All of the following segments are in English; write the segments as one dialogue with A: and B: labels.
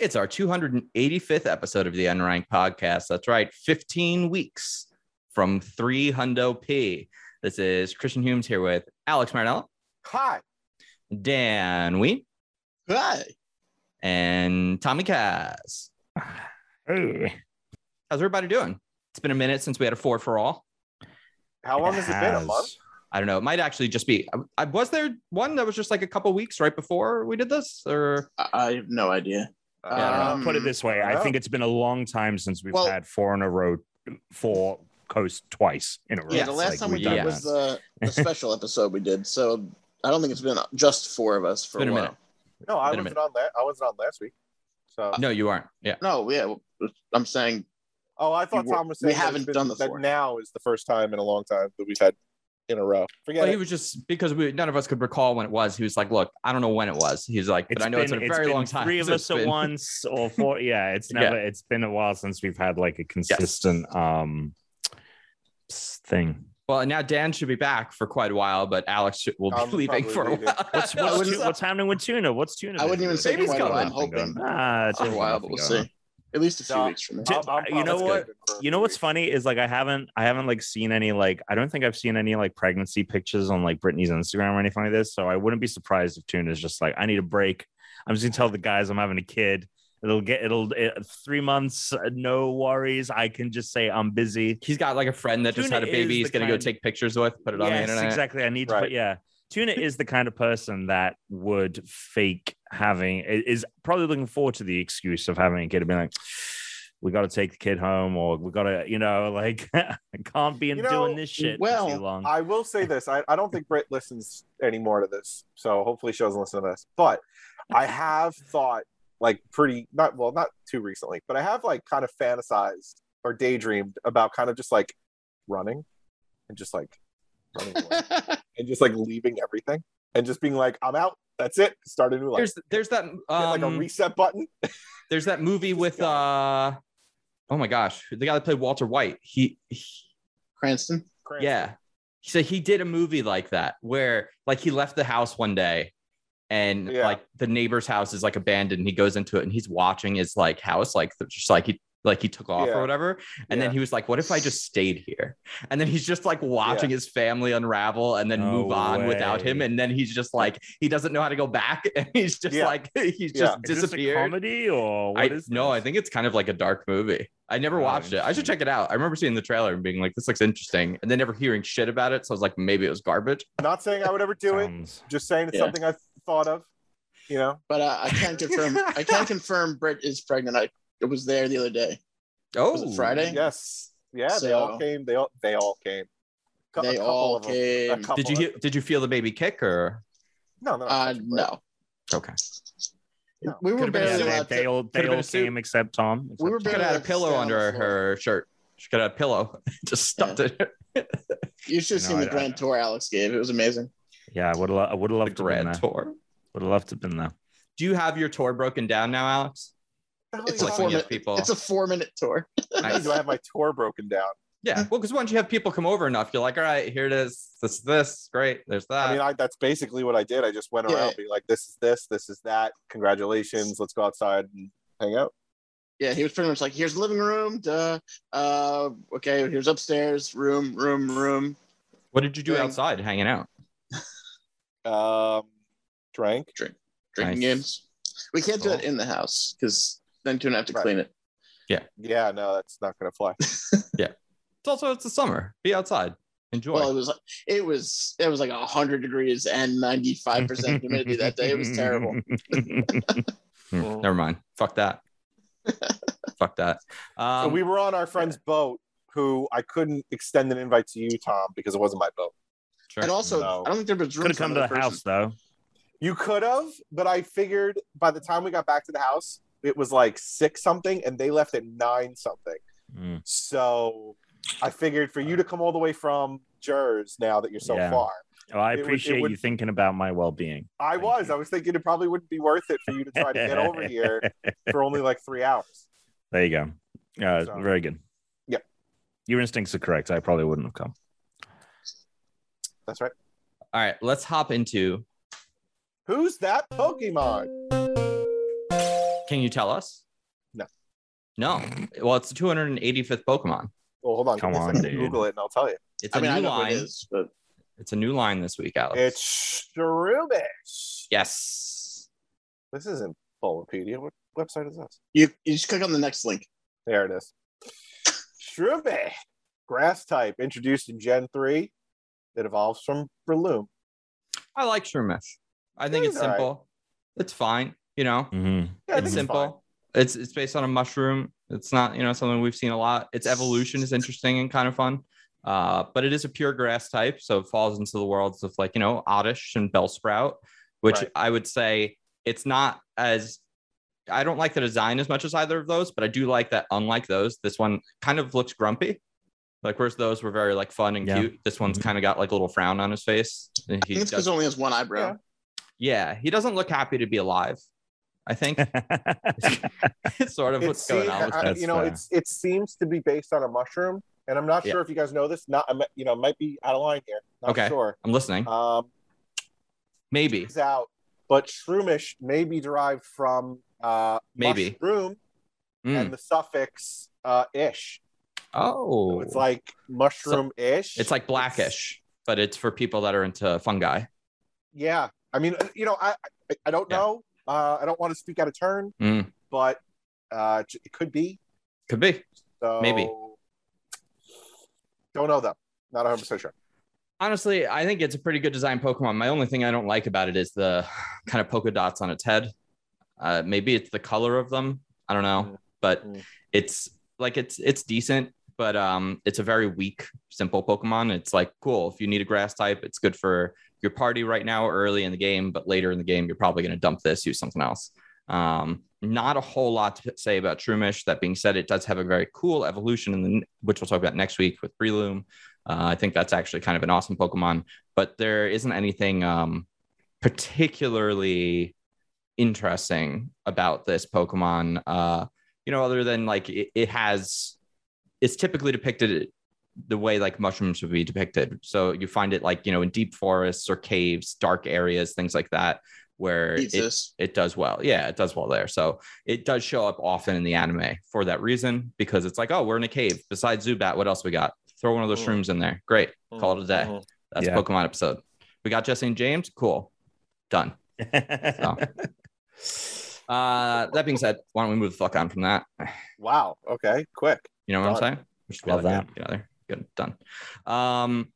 A: It's our 285th episode of the Unranked podcast. That's right, 15 weeks from 3 Hundo P. This is Christian Humes here with Alex Marinello,
B: Hi.
A: Dan Wee,
B: Hi.
A: and Tommy Kaz.
C: Hey,
A: How's everybody doing? It's been a minute since we had a four for all.
B: How long has it been? A month?
C: has-
A: I don't know. It might actually just be. I- I, was there one that was just like a couple weeks right before we did this, or
D: I I have no idea.
A: Yeah, I don't know.
B: Um,
C: I'll
D: um,
C: put it this way: I
B: well-
C: think it's been a long time since we've
D: Well-
C: had four in a row, four coast twice in a row.
D: Yeah, the last
C: Like,
D: time we
A: did
D: did
A: that.
D: was uh, the, the special episode we did. So I don't think it's been just four of us for
A: It's been
D: a
A: a
D: while.
A: minute.
B: No, I
A: Wait a
B: wasn't
A: minute. Uh,
B: on that. I wasn't on last week. So,
A: no, you aren't. Yeah.
D: No, yeah, well, I'm saying
B: oh, I thought
D: You were-
B: Tom was
D: we
B: saying that it's
D: haven't
B: been-
D: done the
B: that
D: four.
B: now is the first time in a long time that we've had in a row. Forget
A: But he
B: it.
A: was just because we none of us could recall when it was. He was like, "Look, I don't know when it was." He's like, "But I know it's been a very long time."
C: Three of
A: since
C: us at
A: been-
C: once, or four. Yeah, it's
A: Yeah.
C: never. It's been a while since we've had like a consistent um s- thing.
A: Well, and now Dan should be back for quite a while, but Alex should- will be
B: I'm
A: leaving
B: probably
A: for a
B: leaving.
A: while.
C: What's
D: I
C: what's,
D: wouldn't-
C: tu- what's happening with tuna? What's tuna?
D: I wouldn't
C: been
D: even
C: doing?
D: say
A: Baby's
D: quite a
A: got
D: while. I'm
C: Nothing
D: hoping
C: going- Ah,
D: for a while, but we'll see. At least a few
B: No.
D: weeks from now.
B: I'm- I'm
C: you know
B: promised
C: what?
B: good for a
C: you know
B: few
C: what's
B: weeks.
C: funny is like I haven't I haven't like seen any like I don't think I've seen any like pregnancy pictures on like Britney's Instagram or anything like this. So I wouldn't be surprised if Tuna's just like I need a break. I'm just gonna tell the guys I'm having a kid. It'll get it'll it, three months, uh, no worries. I can just say I'm busy.
A: He's got like a friend that just
C: Tuna
A: had a baby.
C: is
A: He's
C: the
A: gonna go
C: kind-
A: take pictures with, put it on the
C: Yes,
A: internet.
C: Exactly. I need to
B: Right.
C: put yeah. Tuna is the kind of person that would fake having i- is probably looking forward to the excuse of having a kid and being like, we got to take the kid home or we got to, you know, like I can't be
B: You know,
C: doing this shit
D: well,
C: for too long.
B: I will say this. I, I don't think Britt listens anymore to this. So hopefully she doesn't listen to this. But I have thought like pretty not well, not too recently, but I have like kind of fantasized or daydreamed about kind of just like running and just like running away and just like leaving everything and just being like, I'm out. That's it. Start a new life.
A: There's there's that um,
B: Hit, like a reset button.
A: there's that movie with uh oh my gosh the guy that played Walter White he, he
D: Cranston.
A: yeah so he did a movie like that where like he left the house one day and
B: Yeah.
A: like the neighbor's house is like abandoned and he goes into it and he's watching his like house like th- just like he like he took off
B: Yeah.
A: or whatever and then
B: Yeah.
A: he was like what if i just stayed here and then he's just like watching his family unravel and then
C: No
A: move on without him
C: way.
A: and then he's just like he doesn't know how to go back and he's just
B: Yeah.
A: like he's
B: Yeah.
A: just
C: Is this a
A: disappeared
C: comedy or what
A: I,
C: is
A: no, I
C: this?
A: think it's kind of like a dark movie. I never
C: Oh,
A: watched it. I should
C: interesting.
A: check it out. I remember seeing the trailer and being like, "This looks interesting," and then never hearing shit about it. So I was like, maybe it was garbage.
B: Not saying I would ever do it.
C: Sounds-
B: Just saying it's
D: Yeah.
B: something I've thought of. You know?
D: But uh, I can confirm. I can confirm Britt is pregnant. I it was there the other day.
A: Oh,
D: Was it Friday?
B: Yes. Yeah, they all
D: So-
B: came. They all they all came. Cou- a
D: They
B: couple
D: all
B: of them. A
D: came.
B: couple
A: Did you
B: of
A: hear, did you feel the baby kick or
B: No, no,
D: Uh,
B: touching
D: no,
A: okay?
B: No.
D: we were
A: Could've been a
D: barely
C: Yeah,
D: allowed
C: they, they
D: to.
C: all they
A: could've been
C: all
A: a suit.
C: came except Tom.
D: We were
C: except
A: She
C: Tom.
A: could
D: barely-
A: have had a
D: Yeah,
A: pillow
D: stay on
A: under
D: the floor.
A: her shirt. She could have had a pillow, just stuffed it.
D: You should
C: No,
D: have seen the
C: I- I-
D: grand tour Alex gave. It was amazing.
C: Yeah, I would have I would have
A: The
C: loved to been
A: grand
C: there.
A: tour.
C: Would have loved to been there.
A: Do you have your tour broken down now, Alex?
B: What the hell
D: It's
B: are you
D: a
A: like
D: four
A: when
B: talking
A: you
D: minute.
A: have people.
D: It's a four minute tour.
B: about?
A: Nice.
B: Do I have my tour broken down?
A: yeah, well, because once you have people come over enough, you're like, all right, here it is. This, this, great. There's that.
B: I mean, I, that's basically what I did. I just went
D: Yeah.
B: around being like, "This is this, this is that. Congratulations, let's go outside and hang out."
D: Yeah, he was pretty much like, here's the living room, duh. Uh, okay, here's upstairs, room, room, room,
A: what did you do
D: Doing-
A: outside, hanging out?
B: Um, drank.
D: drinking
A: Nice.
D: games. We can't do
A: Cool.
D: that in the house because then you don't have to
B: Right.
D: clean it.
B: Yeah, no, that's not gonna fly.
A: It's also it's the summer. Be outside. Enjoy.
D: Well, it was it was it was like hundred degrees and ninety five percent humidity that day. It was terrible.
A: Hmm, Never mind. Fuck that. Fuck that. Um,
B: so we were on our friend's boat, who I couldn't extend an invite to you, Tom, because it wasn't my boat.
A: sure.
D: And also,
B: No.
D: I don't think there was room
C: Could have
D: for
C: come to the
D: another person.
C: house though.
B: You could have, but I figured by the time we got back to the house, it was like six something, and they left at nine something.
C: Mm.
B: So I figured for you to come all the way from Jers now that you're so
C: Yeah.
B: far.
C: Oh, I
B: It would- it
C: appreciate
B: would-
C: you thinking about my well-being.
B: I
C: Thank
B: was.
C: you.
B: I was thinking it probably wouldn't be worth it for you to try to get over here for only like three hours.
C: There you go. Uh,
B: So-
C: very good.
B: Yep.
C: Your instincts are correct. I probably wouldn't have come.
B: That's right.
A: All right, let's hop into
B: Who's that Pokemon?
A: Can you tell us?
B: No.
A: No. Well, it's the 285th Pokemon.
B: Well, hold on.
C: Come
B: give me a
C: on,
B: second.
C: dude.
B: Google it and I'll tell you.
A: It's a
D: I mean,
A: new
D: I know who
A: line.
D: it is, but
A: It's a new line this week, Alex.
B: It's Shroomish.
A: yes.
B: This isn't Bulbapedia. What website is this?
D: you you just click on the next link.
B: There it is. Shroomish. Grass type introduced in Gen 3. It evolves from Breloom.
A: I like Shroomish. I think it's
B: It's all right.
A: simple. It's fine. You know,
C: hmm
B: Yeah, I
A: it's
B: think fine.
A: simple. It's it's based on a mushroom. It's not you know something we've seen a lot. Its evolution is interesting and kind of fun, uh, but it is a pure grass type, so it falls into the worlds of like you know oddish and bellsprout, which
B: Right.
A: I would say it's not as. I don't like the design as much as either of those, but I do like that. Unlike those, this one kind of looks grumpy. Like whereas those were very like fun and
C: Yeah.
A: cute, this one's
C: Mhm.
A: kind of got like a little frown on his face. He
D: I think it's because
A: does-
D: it only has one eyebrow.
A: yeah, he doesn't look happy to be alive. I think
C: Mm-hmm.
A: it's sort of
B: It
A: what's going
B: seem-
A: on with
B: I-
C: that.
B: you know,
C: That's
B: it's it seems to be based on a mushroom, and I'm not
A: Yeah.
B: sure if you guys know this. Not, I'm, you know, might be out of line here. Not
A: Okay.
B: sure.
A: I'm listening.
B: Um,
A: Maybe.
B: it's out, but shroomish may be derived from uh,
A: Maybe.
B: mushroom
A: Mm.
B: and the suffix uh, ish.
A: Oh,
B: So it's like mushroom ish.
A: it's like blackish, but it's for people that are into fungi.
B: yeah. I mean, uh, you know, I I, I don't
A: Yeah.
B: know. Uh, I don't want to speak out of turn,
A: Mm.
B: but uh, j- it could be.
A: Could be.
B: So
A: Maybe.
B: Don't know though. Not 100 percent sure.
A: Honestly, I think it's a pretty good design Pokemon. My only thing I don't like about it is the kind of polka dots on its head. Uh, maybe it's the color of them. I don't know,
B: Mm.
A: but
B: Mm.
A: it's like it's it's decent, but um, it's a very weak, simple Pokemon. It's like cool if you need a grass type, it's good for your party right now early in the game, but later in the game you're probably going to dump this, use something else. Um, not a whole lot to say about Shroomish. That being said, it does have a very cool evolution, in the, which we'll talk about next week with Breloom. Uh, I think that's actually kind of an awesome Pokemon, but there isn't anything um, particularly interesting about this Pokemon. Uh, you know, other than like it, it has, it's typically depicted the way like mushrooms would be depicted. So you find it like you know in deep forests or caves, dark areas, things like that, where
D: Eats
A: it,
D: this.
A: it does well. Yeah, it does well there. So it does show up often in the anime for that reason because it's like, oh, we're in a cave. Besides Zubat, what else we got? Throw one of those
B: Mm.
A: shrooms in there. Great. Call it a day.
B: Mhm.
A: That's
C: Yeah.
A: a Pokemon episode. We got Jesse and James. Cool. Done. Uh, that being said, why don't we move the fuck on from that?
B: Wow. Okay. Quick.
A: You know what
B: Done.
A: I'm saying? We should be
C: Love
A: like,
C: that.
A: yeah, Get out there. Good. Done. Um,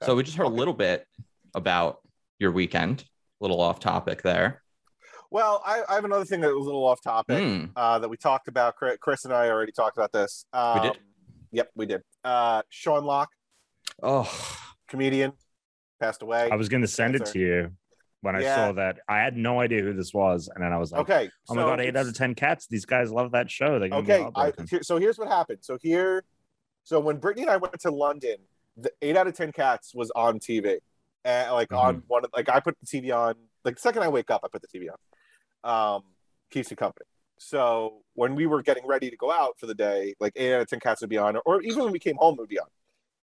A: So
B: Okay.
A: we just heard a little bit about your weekend. A little off topic there.
B: Well, I, I have another thing that was a little off topic
A: Mm,
B: uh, that we talked about. Chris, Chris and I already talked about this. Um,
A: did?
B: Yep, we did. Uh, Sean Locke,
A: Oh,
B: comedian, passed away.
C: I was going to send it to you when I
B: Yeah.
C: saw that. I had no idea who this was, and then I was like,
B: okay.
C: "Oh my
B: so
C: god, eight out of ten cats! These guys love that show." They're gonna be
B: Okay. I,
C: heartbroken.
B: here- so here's what happened. So here, so when Brittany and I went to London, the eight out of ten cats was on TV, and like on one of like I put the TV on. Like the second I wake up, I put the TV on. Um, keeps you company. So when we were getting ready to go out for the day, like eight out of ten cats would be on, or even when we came home, it would be on.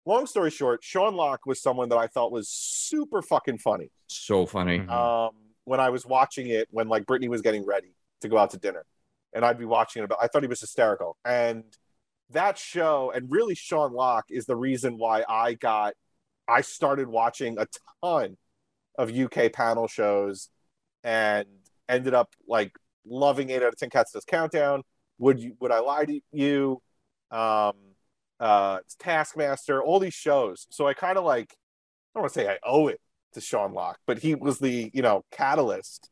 B: Long story short, Sean Locke was someone that I thought was super fucking funny
A: so funny.
C: Mhm.
B: um, when I was watching it when like Brittany was getting ready to go out to dinner, and I'd be watching it. But I thought he was hysterical, and that show and really Sean Locke is the reason why I got I started watching a ton of UK panel shows and ended up like loving eight out of ten cats does countdown. Would you would I lie to you? Um uh Taskmaster, all these shows. So I kind of like I don't want to say I owe it to Sean Locke, but he was the, you know, catalyst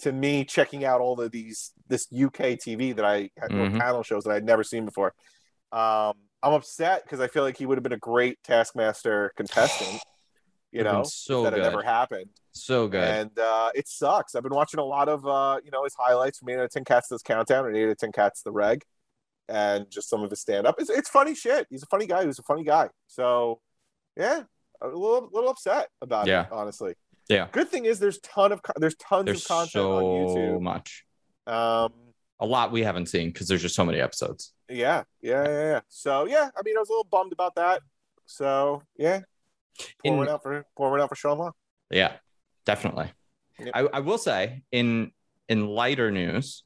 B: to me checking out all of these this UK TV that I had
A: Mhm.
B: panel shows that I'd never seen before. Um I'm upset because I feel like he would have been a great Taskmaster contestant, you
A: Would've been
B: know,
A: so
B: that
A: good.
B: had never happened.
A: So good.
B: And uh, it sucks. I've been watching a lot of uh, you know his highlights from eight out of ten cats this countdown and eight out of ten cats the reg, and just some of his stand up. It's, it's funny shit. He's a funny guy. He was a funny guy. So yeah, a little little upset about
A: Yeah.
B: it honestly.
A: Yeah.
B: Good thing is there's ton of co- there's tons
A: There's
B: of content
A: so
B: on
A: much.
B: YouTube. Um,
A: A lot we haven't seen because there's just so many episodes.
B: yeah, yeah, yeah, yeah. So yeah, I mean I was a little bummed about that. So yeah, pour
A: In- Um,
B: one out for pour one out for Sean Long.
A: Yeah, definitely.
B: Yep.
A: I, I will say in in lighter news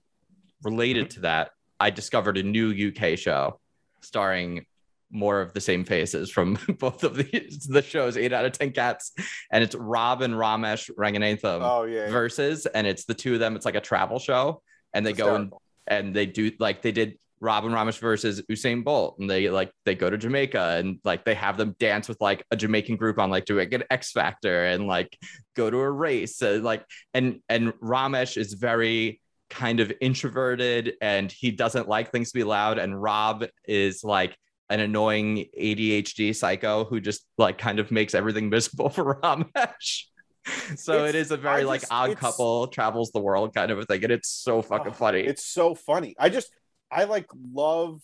A: related
B: Mm-hmm.
A: to that, I discovered a new UK show starring more of the same faces from both of these the shows, eight out of ten cats, and it's Rob and Ramesh Ranganathan
B: Oh yeah.
A: versus, and it's the two of them. It's like a travel show, and they go and
B: Hysterical.
A: and they do like they did Robin Ramos versus Usain Bolt, and they like they go to Jamaica and like they have them dance with like a Jamaican group on like doing an X Factor and like go to a race, uh, like and and Ramesh is very kind of introverted and he doesn't like things to be loud, and Rob is like an annoying ADHD psycho who just like kind of makes everything miserable for Ramesh. So it
B: It's-
A: is a very
B: I
A: like
B: just-
A: odd
B: it's-
A: couple travels the world kind of a thing, and it's so fucking
B: Oh,
A: funny.
B: It's so funny. I just I like love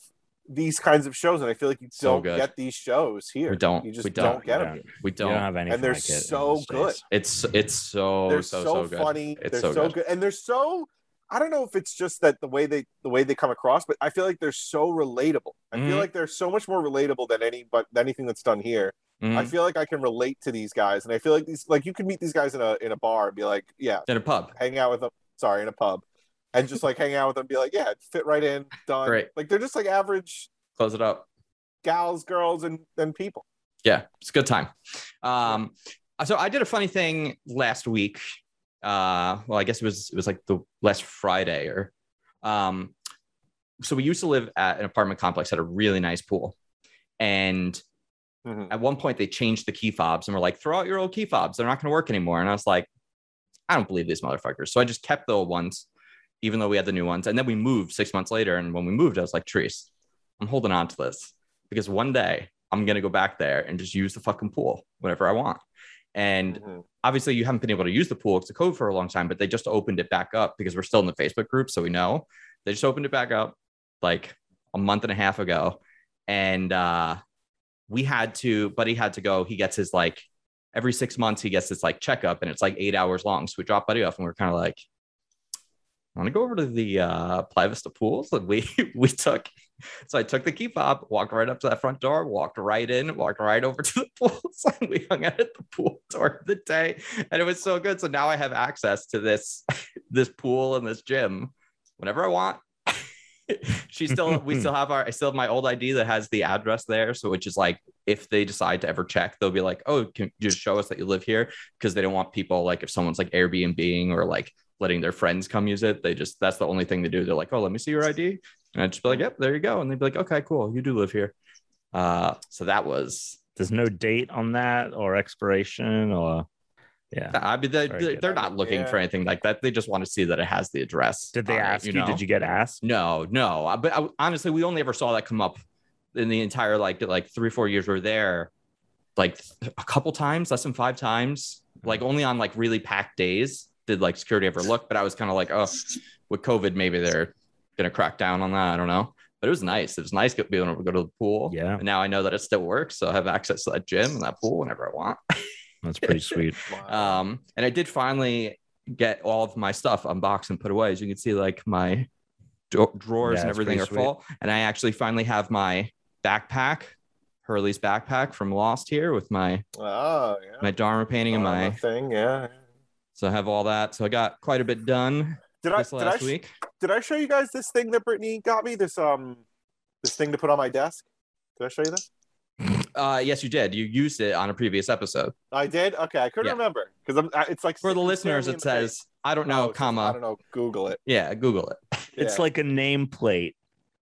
B: these kinds of shows, and I feel like you
A: So
B: don't
A: good.
B: get these shows here.
A: We don't.
B: You just
A: We
B: don't,
A: don't.
B: get
C: We
B: them.
C: don't.
B: here.
A: we
C: You
A: don't.
C: don't have any.
B: And they're
C: like it in
B: so
C: the States.
A: it's it's so
B: they're
A: Oh, so
B: so,
A: so, good.
B: funny.
A: It's
B: they're
A: so
B: so,
A: good.
B: good. and they're so. I don't know if it's just that the way they the way they come across, but I feel like they're so relatable. I
A: Mhm.
B: feel like they're so much more relatable than any but than anything that's done here.
A: Mhm.
B: I feel like I can relate to these guys, and I feel like these like you could meet these guys in a in a bar and be like, yeah,
A: In a pub.
B: hang out with them. Sorry, in a pub, and just like hang out with them, be like, yeah, fit right in, done.
A: Great.
B: Like they're just like average
A: Close it up.
B: gals, girls, and and people.
A: Yeah, it's a good time. Um, so I did a funny thing last week. Uh, well, I guess it was it was like the last Friday or. Um, so we used to live at an apartment complex had a really nice pool, and
B: Mhm.
A: at one point they changed the key fobs and were like, throw out your old key fobs. They're not going to work anymore. And I was like, I don't believe these motherfuckers. So I just kept the old ones, even though we had the new ones. And then we moved six months later. And when we moved, I was like, Trees, I'm holding on to this because one day I'm going to go back there and just use the fucking pool whenever I want. And
B: Mhm.
A: obviously you haven't been able to use the pool because of COVID for a long time, but they just opened it back up because we're still in the Facebook group, so we know they just opened it back up like a month and a half ago, and uh, we had to. Buddy had to go. He gets his like every six months he gets this like checkup, and it's like eight hours long. So we dropped Buddy off, and we we're kind of like. Want to go over to the uh, Playa Vista pools? And we we took, so I took the key fob, walked right up to that front door, walked right in, walked right over to the pools, and we hung out at the pool during the day and it was so good. So now I have access to this this pool and this gym whenever I want. she still we still have our I still have my old ID that has the address there. So which is like if they decide to ever check, they'll be like, oh, can you just show us that you live here? Because they don't want people like if someone's like Airbnb or like letting their friends come use it, they just that's the only thing they do. They're like, oh, let me see your ID. And I'd just be like, yep, there you go. And they'd be like, okay, cool, you do live here. Uh, so that was
C: There's no date on that or expiration or yeah.
A: I mean, they,
C: Very
A: they're,
C: good.
A: they're not looking
B: Yeah.
A: for anything like that. They just want to see that it has the address.
C: Did they
A: on it,
C: ask you? Did you get asked?
A: No, no. I- But I, honestly, we only ever saw that come up in the entire like like three four years we were there, like th- a couple times, less than five times. Like only on like really packed days did like security ever look. But I was kind of like, oh, with COVID, maybe they're gonna crack down on that. I don't know. But it was nice. It was nice get- being able to go to the pool.
C: Yeah.
A: And now I know that it still works, so I have access to that gym and that pool whenever I want.
C: That's pretty sweet.
B: Wow.
A: Um, and I did finally get all of my stuff unboxed and put away. As you can see, like my dra- drawers
C: Yeah,
A: and
C: it's
A: everything
C: pretty
A: are
C: sweet.
A: full. And I actually finally have my backpack, Hurley's backpack from Lost here with my
B: oh yeah.
A: my Dharma painting and
B: Oh,
A: my.
B: thing. Yeah.
A: So I have all that. So I got quite a bit done
B: Did I
A: this
B: did I,
A: last
B: sh-
A: week.
B: did I show you guys this thing that Brittany got me? This um this thing to put on my desk. Did I show you this?
A: Uh, yes, you did. You used it on a previous episode.
B: I did. Okay, I couldn't
A: Yeah.
B: remember because I'm. I, it's like
A: For the
B: staring
A: listeners,
B: me in
A: it
B: the face.
A: says, "I don't
B: Oh,
A: know,
B: it says, I
A: comma."
B: don't know. Google it.
A: Yeah, Google it.
C: It's
B: Yeah.
C: like a nameplate.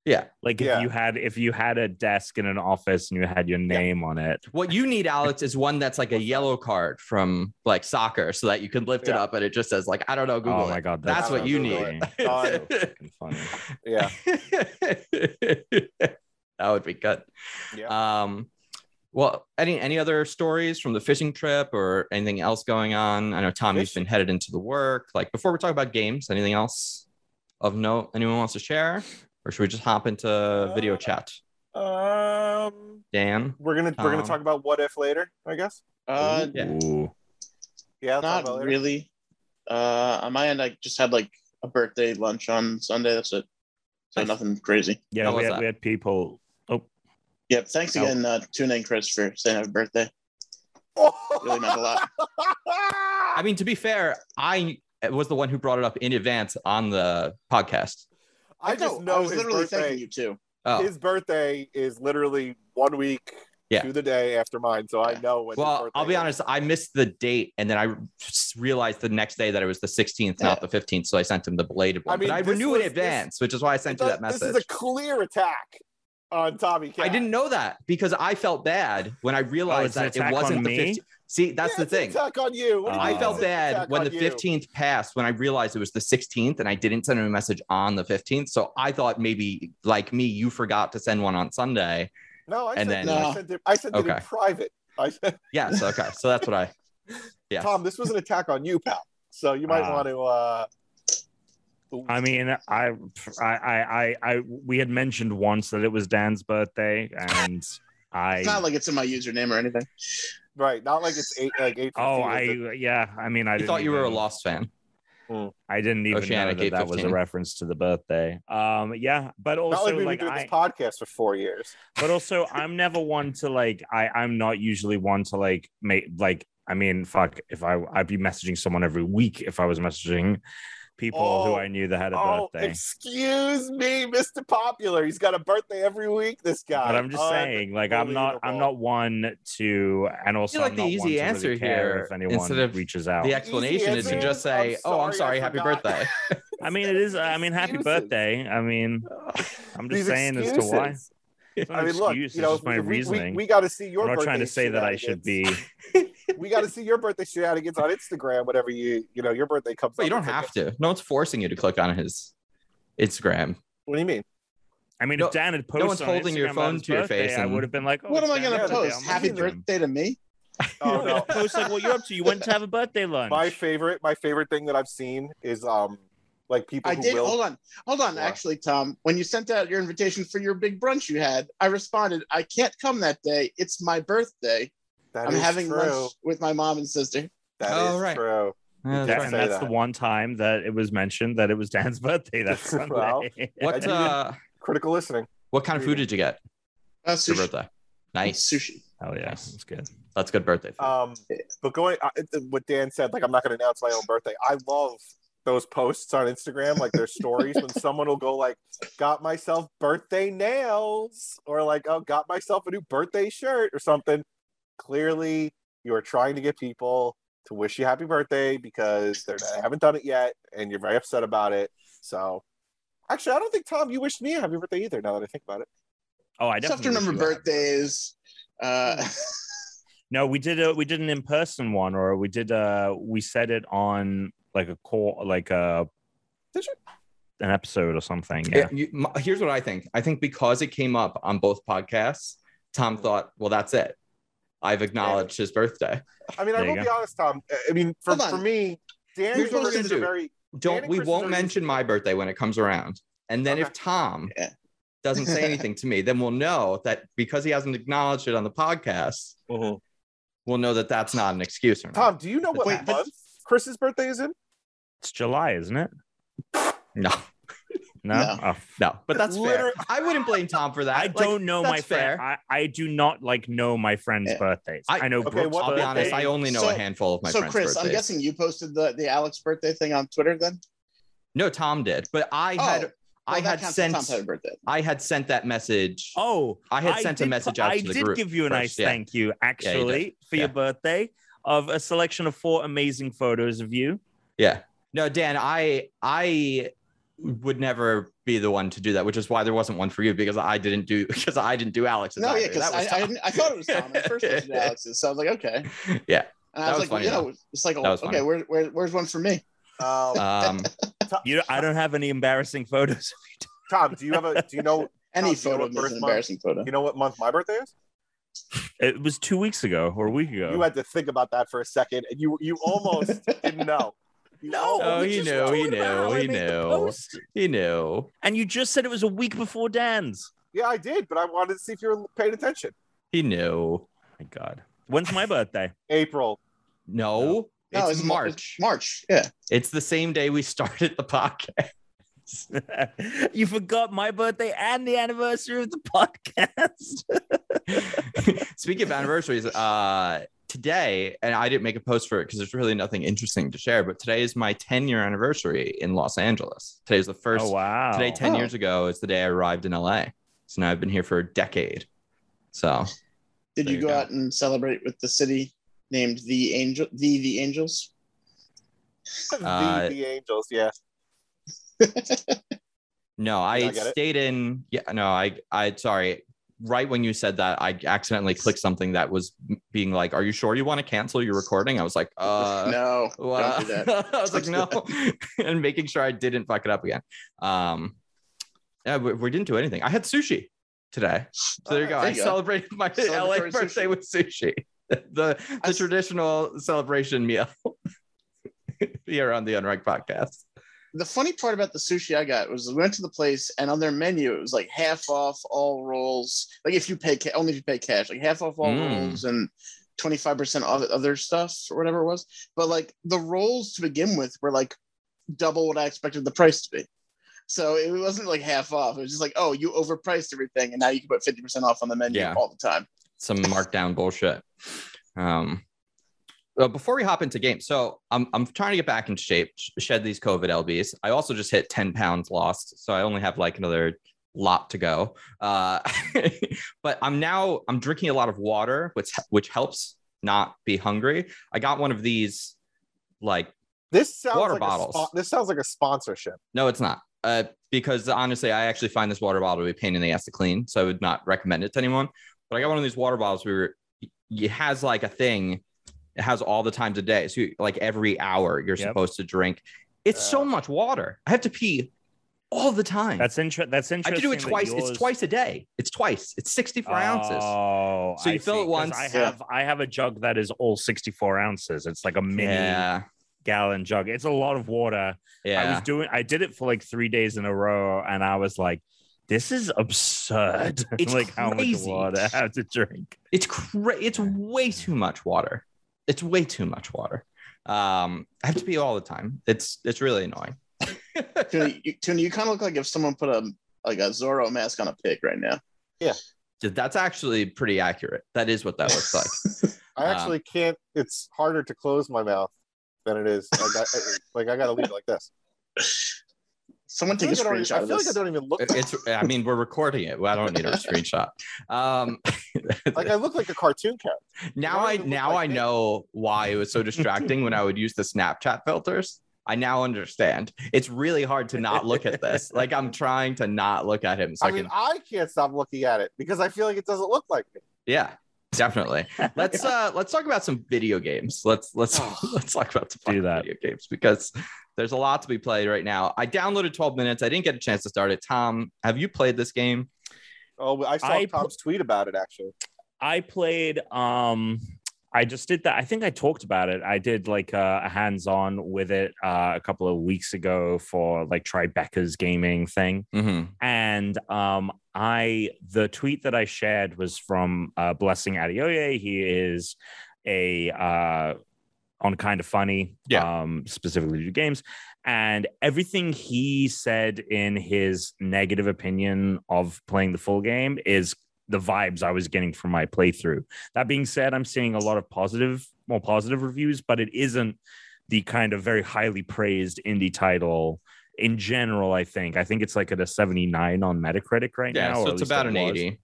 A: Yeah.
C: Like if
B: Yeah.
C: you had if you had a desk in an office and you had your name on it.
A: What you need, Alex, is one that's like a yellow card from like soccer, so that you can lift it
B: Yeah.
A: up and it just says like, "I don't know, Google."
C: oh my
A: it.
C: god,
A: That's
B: what you
C: funny.
A: need.
C: That's so fucking funny.
B: yeah,
A: that would be good.
B: yeah.
A: Um, well, any any other stories from the fishing trip or anything else going on? I know Tommy's
B: Fishing?
A: been headed into the work. Like before we talk about games, anything else of note anyone wants to share, or should we just hop into video
B: Uh,
A: chat? uh,
B: um,
A: Dan,
B: we're gonna we're gonna
A: Tom.
B: talk about what if later, I guess.
D: Uh,
A: Yeah.
C: Ooh.
B: Yeah, I'll talk about it
D: not
B: later.
D: really. Uh, on my end, I just had like a birthday lunch on Sunday. That's it. So
A: Nice.
D: nothing crazy.
C: Yeah,
A: How
C: we
A: was
C: had,
A: that?
C: we had people. Oh,
D: Yep. Thanks
C: Oh.
D: again, uh, tune in, Chris, for saying happy birthday. Really meant a lot.
A: I mean, to be fair, I was the one who brought it up in advance on the podcast.
B: I just know
D: I was
B: his
D: literally thanking
B: birthday.
D: you too.
A: Oh,
B: His birthday is literally one week
A: Yeah.
B: to the day after mine, so I
D: Yeah.
B: know when. his
A: well,
B: birthday
A: I'll be
B: is.
A: honest. I missed the date, and then I s- realized the next day that it was the 16th, not the 15th. So I sent him the belated one.
B: I mean,
A: but I
B: this
A: renew
B: was-
A: in
B: this-
A: advance, which is why I sent you that
B: This
A: message.
B: is a clear attack on Tommy. Cat.
A: I didn't know that because I felt bad when I realized
C: it's Oh, an
A: that it
C: attack on
A: wasn't the
C: me?
A: 15th. See, that's
B: Yeah,
A: the
B: it's an
A: thing.
B: Attack on you. What do you
C: Uh,
A: I
B: mean
A: felt
B: it's an
A: bad
B: attack
A: when
B: on
A: the
B: you?
A: 15th passed when I realized it was the 16th and I didn't send him a message on the 15th. So I thought maybe, like me, you forgot to send one on Sunday.
B: No, I
A: and
B: sent,
A: then-
B: I sent it. I sent it in
A: Okay.
B: private. I said,
A: Yes. Okay. So that's what I. Yes.
B: Tom, this was an attack on you, pal. So you might
C: Ah.
B: want to. Uh,
C: I mean, I, I, I, I, I, we had mentioned once that it was Dan's birthday, and I.
D: It's not like it's in my username or anything.
B: right, not like it's eight, like eight.
C: Oh, I
B: fifteen.
C: yeah. I mean, I
A: I
C: didn't
A: thought you were a
C: even-
A: lost fan.
C: I didn't even
A: Oceanic
C: know that that was a
A: 815.
C: reference to the birthday. Um, yeah, but
B: Not
C: also
B: like we've
C: like
B: been doing
C: I,
B: this podcast for four years.
C: but also I'm never one to like I I'm not usually one to like make like I mean fuck if I I'd be messaging someone every week if I was messaging people who
B: Oh.
C: I knew that had a
B: Oh,
C: birthday.
B: excuse me, Mr. Popular. He's got a birthday every week. This guy. Uh,
C: But I'm just saying, like I'm not I'm not one to and also
A: like
C: I'm
A: the
C: not
A: easy
C: one to really
A: answer
C: care
A: here,
C: if anyone
A: instead of
C: reaches out.
A: The explanation is to
C: answer?
A: just say,
B: I'm
A: "Oh, I'm sorry,
B: sorry, I
A: happy
B: forgot."
A: birthday."
C: I mean it is I mean happy
B: Excuses.
C: birthday. I mean I'm just
B: These
C: saying as to why.
B: excuses.
C: It's not
B: I
C: an
B: mean, look,
C: excuse,
B: you
C: it's
B: know,
C: just my
B: we- we-
C: reasoning.
B: We, got to see your.
C: I'm not
B: birthday
C: trying to say that I should
B: shenanigans.
C: be
B: We got to see your birthday shenanigans on Instagram. Whenever you, you know, your birthday comes.
A: But you
B: up.
A: don't
B: It's like,
A: have to. No one's forcing you to click on his Instagram.
B: What do you mean?
C: I mean,
A: No-
C: if Dan had
A: no
C: posted
A: one's
C: on
A: holding your
C: Instagram
A: phone
C: about his
A: to your
C: birthday,
A: face
C: I
A: and-
C: would have been like, oh,
D: what am I
C: going
D: gonna
B: yeah,
C: to
B: birthday,
D: post?
B: I'm
D: Happy
B: using them.
D: birthday to me?
B: Oh no.
C: post like what you're up to. You went to have a birthday lunch.
B: my favorite my favorite thing that I've seen is um like people
D: I
B: who
D: did.
B: will
D: Hold on, hold on.
B: What?
D: Actually, Tom, when you sent out your invitation for your big brunch you had, I responded, "I can't come that day. It's my birthday.
B: That
D: I'm
B: is
D: having
B: true.
D: lunch with my mom and sister."
B: That
A: Oh,
B: is
A: right.
B: true.
A: Yeah,
C: That-
A: that's
B: right.
C: and
A: right.
C: that's
B: Say that.
C: the one time that it was mentioned that it was Dan's birthday that Sunday.
B: Well,
A: What
B: I
A: uh,
B: Critical listening.
A: what kind of food did you get
D: Uh,
A: for your
D: sushi.
A: birthday? Nice.
D: Sushi.
C: Hell Oh, yeah, that's good.
A: That's good birthday. Food.
B: Um but going I, what Dan said like I'm not going to announce my own birthday. I love those posts on Instagram like their stories when someone will go like got myself birthday nails or like oh got myself a new birthday shirt or something. Clearly you are trying to get people to wish you happy birthday because they're they haven't done it yet and you're very upset about it. So Actually, I don't think Tom, you wished me a happy birthday either. Now that I think about it,
C: Oh, I
D: I have to
C: definitely
D: remember
C: wish you a happy birthday.
D: birthdays. Uh,
A: Hmm.
C: No, we did a we did an in person one, or we did uh we said it on like a call, like a
B: Did you?
C: an episode or something. Yeah.
A: Yeah, you- m- here's what I think. I think because it came up on both podcasts, Tom thought, "Well, that's it. I've acknowledged his birthday."
B: I mean, I
C: There you
B: will be
C: go.
B: honest, Tom. I mean, for,
D: Hold
B: for
D: on.
B: me, Dan
A: Here's what we're
B: Jordan
A: gonna
B: is
A: do.
B: a very
A: Don't
B: and
A: we
B: Chris
A: won't
B: is already-
A: mention my birthday when it comes around, and then if
B: Okay.
A: Tom
D: Yeah.
A: doesn't say anything to me, then we'll know that because he hasn't acknowledged it on the podcast, we'll know that that's not an excuse. Or not.
B: Tom. Do you know what
D: Wait, but-
B: month Chris's birthday is in?
C: It's July, isn't it?
A: no,
C: No.
D: No.
C: Oh,
A: no, but that's
B: Literally-
A: fair. I wouldn't blame Tom for that.
C: I
A: Like,
C: don't know my
A: that's
C: friend.
A: fair.
C: I, I do not like know my friend's
D: Yeah.
C: birthdays.
A: Eh, I-
C: I, know
B: Okay,
C: Brooks'
B: what-
A: I'll be
C: birthday.
A: honest. I only know
D: So-
A: a handful of my
D: so,
A: friends'
D: Chris, I'm
A: birthdays.
D: guessing you posted the the Alex birthday thing on Twitter then.
A: no, Tom did, but I
D: Oh,
A: had
D: well,
A: I
D: Well, that
A: had
D: counts as
A: sent
D: Tom's happy birthday.
A: I had sent that message.
C: Oh,
A: I had sent a
C: did-
A: message out
C: I
A: to the
C: did
A: group
C: give you a
A: first,
C: nice
A: yeah.
C: thank you, actually, for
A: Yeah.
C: your birthday of a selection of four amazing photos of you.
A: Yeah. No, Dan, I I would never be the one to do that, which is why there wasn't one for you because I didn't do because I didn't do Alex's.
D: No,
A: either.
D: yeah, because
A: That
D: I,
A: was
D: I,
A: Tom.
D: didn't- I thought it was Tom. I first posted Alex's, so I was like, okay.
A: Yeah.
D: And
A: That
D: I was,
A: was
D: like,
A: funny,
D: you know, it's like,
A: That was funny.
D: okay, where, where, where's one for me?
B: Um,
D: Oh. Uh,
A: Um,
C: You, I don't have any embarrassing photos.
B: Tom, do you have a? Do you know? Tom, do
D: Any
B: you know
D: photo
B: what birth
D: is an
B: month-
D: embarrassing photo.
B: You know what month my birthday is?
C: It was two weeks ago or a week ago.
B: You had to think about that for a second, and you you almost didn't know. You almost-
A: Oh,
C: we
A: he
C: just
A: knew, he
C: talked
A: knew,
C: about how I
A: he
C: made the
A: knew.
C: post.
A: you know,
C: And you just said it was a week before Dan's.
B: yeah, I did, but I wanted to see if you were paying attention.
A: he knew.
C: my God. When's my birthday?
B: April.
A: No,
C: No.
A: it's,
D: No, Mar-
A: March.
D: March, yeah.
A: It's the same day we started the podcast.
C: you forgot my birthday and the anniversary of the podcast.
A: Speaking of anniversaries, uh, today, and I didn't make a post for it because there's really nothing interesting to share, but today is my 10 year anniversary in Los Angeles. Today is the first,
C: oh wow!
A: today, 10
D: Oh.
A: years ago, is the day I arrived in LA. So now I've been here for a decade. So
D: Did
A: There
D: you,
A: you
D: go,
A: go.
D: out and celebrate with the city named the Angel, the the Angels?
A: Uh,
D: Uh,
B: the, the Angels, yeah.
A: No, I,
B: I get it.
A: stayed in. Yeah, no, I, I, sorry. Right when you said that, I accidentally clicked something that was being like, "Are you sure you want to cancel your recording?" I was like, "Uh,
D: no,
A: well,
D: don't do that.
A: I was like, "No," and making sure I didn't fuck it up again. Um, yeah, we, we didn't do anything. I had sushi today, so there you
B: Oh,
A: go.
D: there
A: I
D: you go.
A: celebrated my LA
D: Celebratory
A: birthday
D: sushi.
A: with sushi, the the
D: I s-
A: traditional celebration meal here on the Unranked podcast.
D: The funny part about the sushi I got was we went to the place and on their menu it was like half off all rolls. Like if you pay ca- only if you pay cash, like half off all
A: Mm.
D: rolls and twenty five percent of other stuff or whatever it was. But like the rolls to begin with were like double what I expected the price to be. So it wasn't like half off. It was just like, oh, you overpriced everything, and now you can put fifty percent off on the menu
A: Yeah.
D: all the time.
A: some markdown bullshit. Um, well, before we hop into games, so I'm, I'm trying to get back in shape, sh- shed these COVID lbs. I also just hit 10 pounds lost, so I only have like another lot to go. Uh, but I'm now I'm drinking a lot of water, which which helps not be hungry. I got one of these, like
B: This sounds
A: water
B: like
A: bottles.
B: A spo- this sounds like a sponsorship.
A: no, it's not. Uh, because honestly, I actually find this water bottle to be a pain in the ass to clean, so I would not recommend it to anyone. But I got one of these water bottles where it has like a thing. It has all the times a day, so like every hour you're
C: Yep.
A: supposed to drink. It's so
B: Uh.
A: much water. I have to pee all the time.
C: That's inter- That's
A: I
C: interesting.
A: have to do it
C: that
A: twice.
C: yours-
A: It's twice a day. It's twice. It's 64 ounces.
C: Oh,
A: So you
C: I
A: fill
C: see.
A: it
C: 'Cause
A: once.
C: I
D: Yeah.
C: have I have a jug that is all 64 ounces. It's like a mini
A: Yeah,
C: gallon jug. It's a lot of water. I was
A: yeah.
C: doing I did it for like three days in a row, and I was like, this is absurd.
A: It's
C: like how much
A: crazy.
C: water I have to drink.
A: It's cra- It's way too much water. It's way too much water. Um, I have to pee all the time. It's it's really annoying.
D: Tuna, you, Tuna, you kind of look like if someone put a like a Zorro mask on a pig right now.
A: Dude, That's actually pretty accurate. That is what that looks like.
B: I
D: Uh-huh.
A: Um,
B: actually can't. It's harder to close my mouth than it is. I got, like I got to leave it like this.
D: Someone
B: I feel,
D: take a
B: like I, don't, even-
D: screenshot
B: I
D: of
B: feel like I
D: this.
B: don't even look.
A: it's. I mean, we're recording it. I don't need a screenshot. Um,
B: Like I look like a cartoon character.
A: now
B: don't
A: I
B: even look
A: now
B: like
A: I
B: me.
A: know why it was so distracting when I would use the Snapchat filters. I now understand. It's really hard to not look at this. Like I'm trying to not look at him so I,
B: I mean,
A: can.
B: I can't stop looking at it because I feel like it doesn't look like me.
A: Yeah, definitely. Let's uh let's talk about some video games. Let's let's let's talk about some
C: Oh, Do
A: fucking
C: that.
A: video games because there's a lot to be played right now. I downloaded 12 minutes. I didn't get a chance to start it. Tom, have you played this game?
B: Oh, I saw
C: I pu-
B: Tom's tweet about it actually.
C: I played um I just did that. I think I talked about it. I did like a, a hands-on with it uh, a couple of weeks ago for like Tribeca's gaming thing.
A: Mm-hmm.
C: And um, I the tweet that I shared was from uh, Blessing Adioye. He is a uh, on kind of funny,
A: Yeah.
C: um, specifically to games, and everything he said in his negative opinion of playing the full game is the vibes I was getting from my playthrough. That being said, I'm seeing a lot of positive, more positive reviews, but it isn't the kind of very highly praised indie title in general. I think I think it's like at a 79 on Metacritic right
A: Yeah,
C: now.
A: so
C: or at
A: it's
C: least
A: about
C: it
A: an
C: was.
A: 80.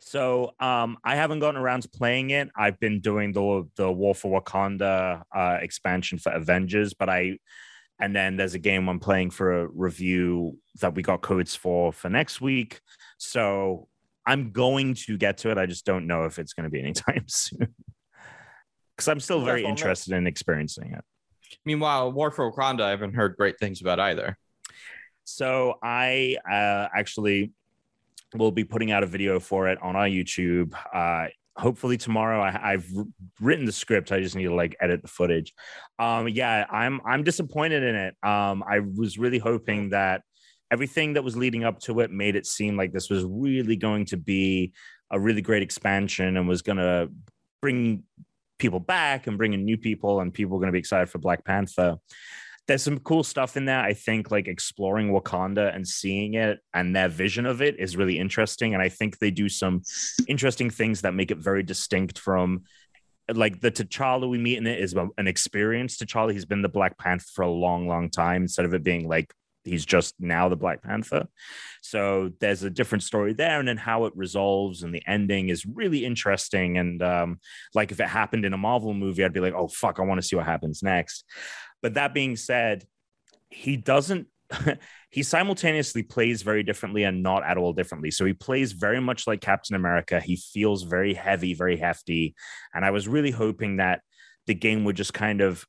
C: So um, I haven't gotten around to playing it. I've been doing the the War for Wakanda uh, expansion for Avengers, but I and then there's a game I'm playing for a review that we got codes for for next week. So I'm going to get to it. I just don't know if it's going to be anytime soon because I'm still
B: That's
C: very
B: all, man.
C: interested in experiencing it.
A: Meanwhile, War for Wakanda, I haven't heard great things about either.
C: So I uh, actually will be putting out a video for it on our YouTube. Uh, hopefully tomorrow. I, I've wr- written the script. I just need to like edit the footage. Um, yeah, I'm I'm disappointed in it. Um, I was really hoping that everything that was leading up to it made it seem like this was really going to be a really great expansion and was going to bring people back and bring in new people and people going to be excited for Black Panther there's some cool stuff in there. I think like exploring Wakanda and seeing it and their vision of it is really interesting. And I think they do some interesting things that make it very distinct from like the T'Challa we meet in it is an experienced T'Challa. He's been the Black Panther for a long, long time instead of it being like he's just now the Black Panther. So there's a different story there, and then how it resolves and the ending is really interesting. And um, like if it happened in a Marvel movie, I'd be like, oh fuck, I want to see what happens next. But that being said, he doesn't. he simultaneously plays very differently and not at all differently. So he plays very much like Captain America. He feels very heavy, very hefty. And I was really hoping that the game would just kind of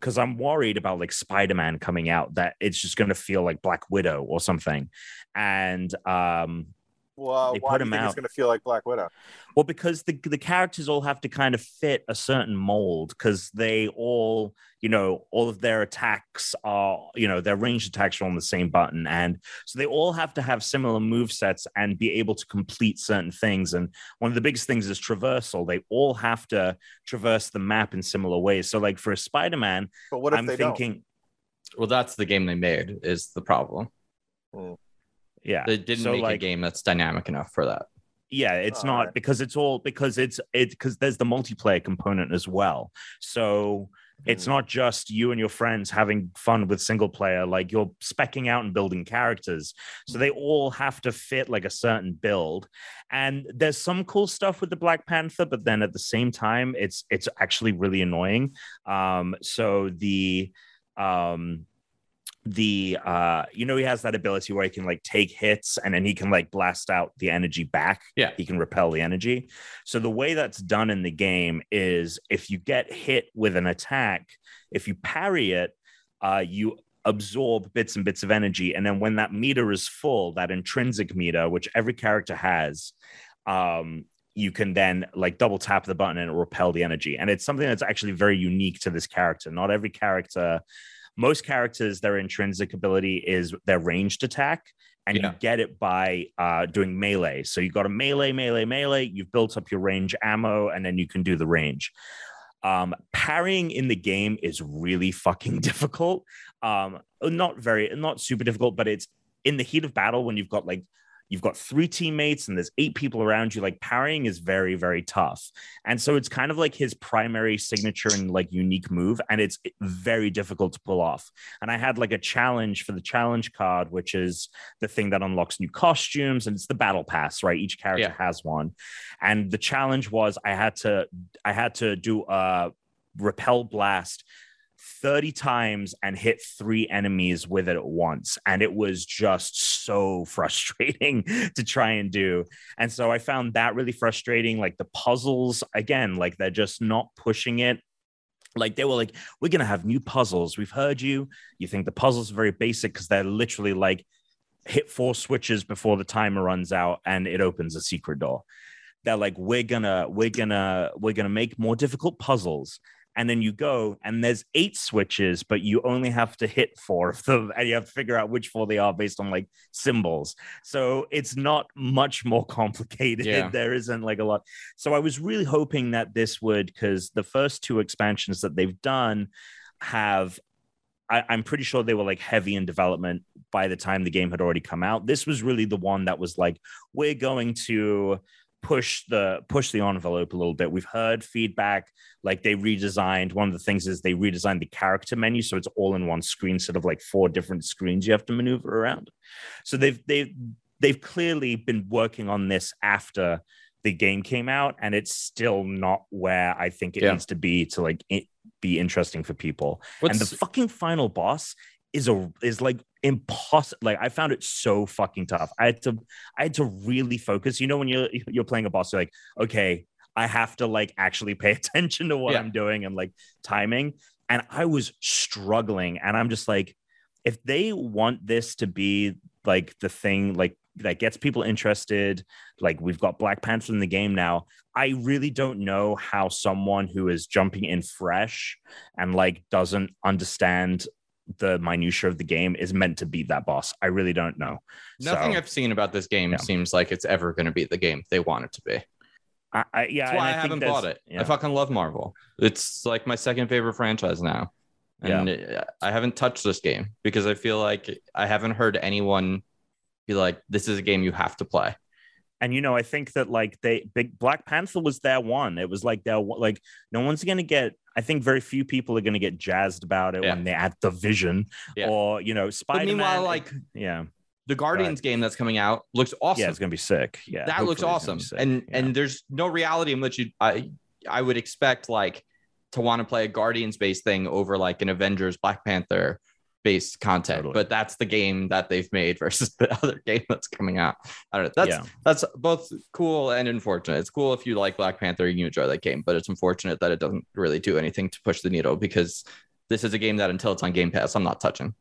C: because I'm worried about like Spider Man coming out that it's just going to feel like Black Widow or something. And um,
B: Well,
C: They
B: why
C: put
B: do you
C: him
B: think it's
C: out.
B: going to feel like Black Widow?
C: well, because the the characters all have to kind of fit a certain mold because they all, you know, all of their attacks are, you know, their ranged attacks are on the same button, and so they all have to have similar move sets and be able to complete certain things. And one of the biggest things is traversal; they all have to traverse the map in similar ways. So, like for a Spider Man,
B: But what if
C: I'm
B: they
C: thinking.
A: Well, that's the game they made is the problem.
C: Yeah.
A: They didn't
C: So,
A: make a
C: like,
A: game that's dynamic enough for that.
C: Yeah, it's
B: Oh,
C: not
B: alright.
C: because it's all because it's it because there's the multiplayer component as well. So
B: don't?
C: it's not just you and your friends having fun with single player, like you're specking out and building characters. So they all have to fit like a certain build. And there's some cool stuff with the Black Panther, but then at the same time, it's it's actually really annoying. Um, so the um the uh you know he has that ability where he can like take hits and then he can like blast out the energy back
A: Yeah.
C: he can repel the energy so the way that's done in the game is if you get hit with an attack if you parry it uh you absorb bits and bits of energy and then when that meter is full that intrinsic meter which every character has um you can then like double tap the button and it'll repel the energy and it's something that's actually very unique to this character not every character most characters their intrinsic ability is their ranged attack and
A: Yeah.
C: you get it by uh, doing melee so you got a melee melee melee you've built up your range ammo and then you can do the range um, parrying in the game is really fucking difficult um, not very not super difficult but it's in the heat of battle when you've got like you've got three teammates and there's eight people around you like parrying is very very tough and so it's kind of like his primary signature and like unique move. And it's very difficult to pull off. And I had like a challenge for the challenge card, which is the thing that unlocks new costumes. And it's the battle pass, right? Each character has one. And the challenge was I had to, I had to do a repel blast 30 times and hit three enemies with it at once. And it was just so frustrating to try and do. And so I found that really frustrating. Like the puzzles, again, like they're just not pushing it. Like they were like, we're going to have new puzzles. We've heard you. You think the puzzles are very basic because they're literally like hit four switches before the timer runs out and it opens a secret door. They're like, we're gonna, we're gonna, we're gonna make more difficult puzzles. And then you go and there's eight switches, but you only have to hit four of them and you have to figure out which four they are based on like symbols. So it's not much more complicated.
A: Yeah.
C: There isn't like a lot. So I was really hoping that this would, because the first two expansions that they've done have, I, I'm pretty sure they were like heavy in development by the time the game had already come out. This was really the one that was like, we're going to push the push the envelope a little bit. We've heard feedback, like they redesigned. One of the things is they redesigned the character menu, so it's all in one screen instead of like four different screens you have to maneuver around. So they've they've they've clearly been working on this after the game came out, and it's still not where I think it
A: Yeah.
C: needs to be to like it be interesting for people
A: What's
C: and the fucking final boss is a is like impossible like i found it so fucking tough i had to i had to really focus you know when you're you're playing a boss you're like okay i have to like actually pay attention to what
A: Yeah.
C: i'm doing and like timing and i was struggling and i'm just like if they want this to be like the thing like that gets people interested like we've got black panther in the game now i really don't know how someone who is jumping in fresh and like doesn't understand the minutia of the game is meant to beat that boss i really don't know
A: nothing
C: so-
A: I've seen about this game
C: Yeah.
A: seems like it's ever going to be the game they want it to be.
C: i, I yeah
A: That's why I,
C: and think
A: haven't
C: there's-
A: bought it.
C: yeah.
A: I fucking love Marvel. It's like my second favorite franchise now. And uh, I haven't touched this game because I feel like I haven't heard anyone be like, this is a game you have to play.
C: And you know, I think that like they big Black Panther was their one. It was like their one- like no one's gonna get. I think very few people are gonna get jazzed about it
A: Yeah.
C: when they add the Vision
A: Yeah.
C: or you know Spider
A: But
C: Man.
A: meanwhile, like
C: yeah,
A: the Guardians game that's coming out looks awesome.
C: yeah, it's gonna be sick. Yeah,
A: that looks
C: hopefully it's gonna
A: awesome.
C: be sick.
A: And
C: Yeah.
A: and there's no reality in which you I I would expect like to want to play a Guardians based thing over like an Avengers Black Panther based content.
C: Totally.
A: But that's the game that they've made versus the other game that's coming out. I don't know. That's
C: yeah.
A: that's both cool and unfortunate. It's cool if you like Black Panther and you enjoy that game, but it's unfortunate that it doesn't really do anything to push the needle because this is a game that until it's on Game Pass, I'm not touching.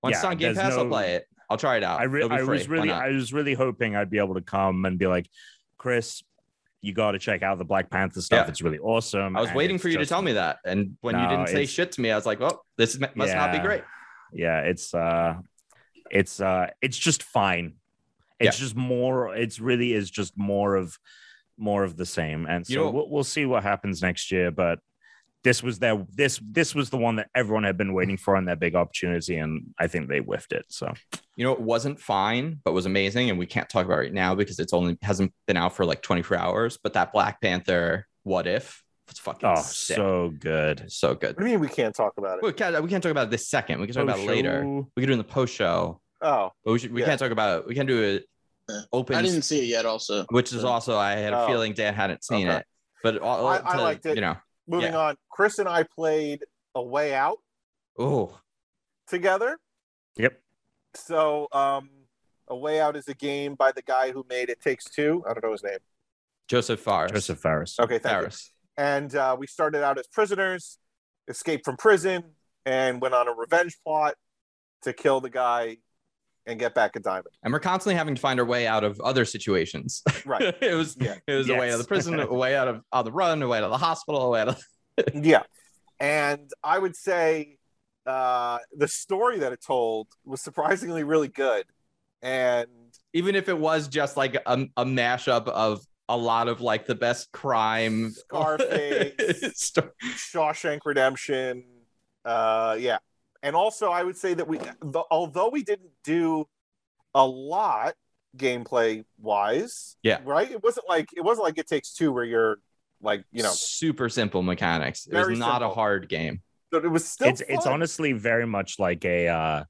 A: Once it's
C: Yeah,
A: on Game
C: there's
A: Pass, I'll
C: no-
A: play it. I'll try it out.
C: I, re-
A: It'll be
C: I was
A: free. Why
C: really
A: not?
C: I was really hoping I'd be able to come and be like, Chris, you got to check out the Black Panther stuff.
A: Yeah.
C: It's really awesome.
A: I was
C: And
A: waiting
C: it's
A: for you to
C: just-
A: tell me that. And when you
C: No,
A: didn't say
C: it's-
A: shit to me, I was like, well, this is- must not be
C: Yeah.
A: great.
C: Yeah, it's uh, it's uh, it's just fine. It's just more. It's really is just more of more of the same. And so
A: You know-
C: we'll, we'll see what happens next year. But this was their this this was the one that everyone had been waiting for and their big opportunity, and I think they whiffed it. So
A: You know, it wasn't fine, but was amazing. And we can't talk about it right now because it's only hasn't been out for like 24 hours. But that Black Panther, what if? It's fucking
C: oh,
A: sick. So,
C: so good.
A: good.
B: What do you mean we can't talk about it?
A: We can't, we can't talk about it this second. We can talk about it
C: Post
A: later.
C: show.
A: We can do it in the post show,
B: Oh,
A: but we, should, we
B: Yeah. Uh,
A: can't talk about it. We can do
D: Yeah.
A: it open,
D: I didn't see it yet. Also,
A: which is also, I had a
B: Oh.
A: feeling Dan hadn't seen
B: Okay.
A: it. But all,
B: I- I
A: to-
B: liked it.
A: You know,
B: moving
A: Yeah.
B: on. Chris and I played A Way Out
A: oh,
B: together.
C: Yep.
B: So, um, A Way Out is a game by the guy who made It Takes Two. I don't know his name.
A: Joseph Faris.
C: Joseph Faris.
B: Okay, thank you.
A: Faris.
B: and uh, we started out as prisoners, escaped from prison, and went on a revenge plot to kill the guy and get back a diamond.
A: and we're constantly having to find our way out of other situations.
B: Right.
A: it was
B: Yeah.
A: it was a way out of the
C: Yes.
A: prison, a way out of on the run, a way out of the hospital, a way out of
B: yeah. And I would say uh, the story that it told was surprisingly really good. And
A: even if it was just like a, a mashup of a lot of like the best crime
B: Scarface.
A: sto-
B: Shawshank Redemption. Uh, yeah. And also, I would say that we, the, although we didn't do a lot gameplay wise,
A: Yeah.
B: right. It wasn't like it wasn't like it takes two where you're like you know,
A: super simple mechanics. It
B: Very
A: was not
B: simple.
A: a hard game.
B: but it was still
C: it's it's
B: fun.
C: honestly very much like a uh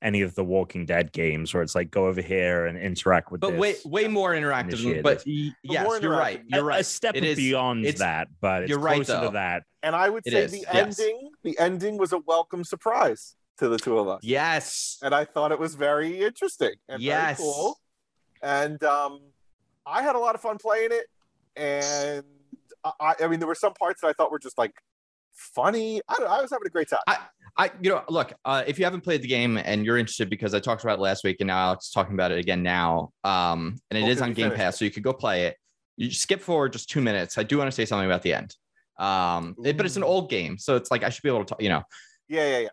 C: any of the Walking Dead games where it's like go over here and interact with
A: But
C: this.
A: way way more interactive. than-
C: initiative.
A: But y-
B: more
A: yes, you're right.
B: interactive.
A: You're
C: A-
A: right.
C: A step
A: It is-
C: beyond
A: it's-
C: that, but it's
A: you're right,
C: closer
A: though.
C: to that.
B: And I would
A: It
B: say
A: is,
B: the
A: yes.
B: ending, the ending was a welcome surprise to the two of us.
A: Yes.
B: And I thought it was very interesting and
A: Yes.
B: very cool. And um, I had a lot of fun playing it. And I- I, I mean, there were some parts that I thought were just like funny. I don't know. I was having a great time.
A: I, you know, look, uh, if you haven't played the game and you're interested, because I talked about it last week and now Alex is talking about it again now, um, and it
B: Well,
A: is
B: could
A: on
B: we
A: Game
B: finish
A: Pass, so you could go play it. You just skip forward just two minutes. I do want to say something about the end, um, it- but it's an
B: Ooh.
A: old game, so it's like I should be able to, talk, you know,
B: yeah, yeah, yeah.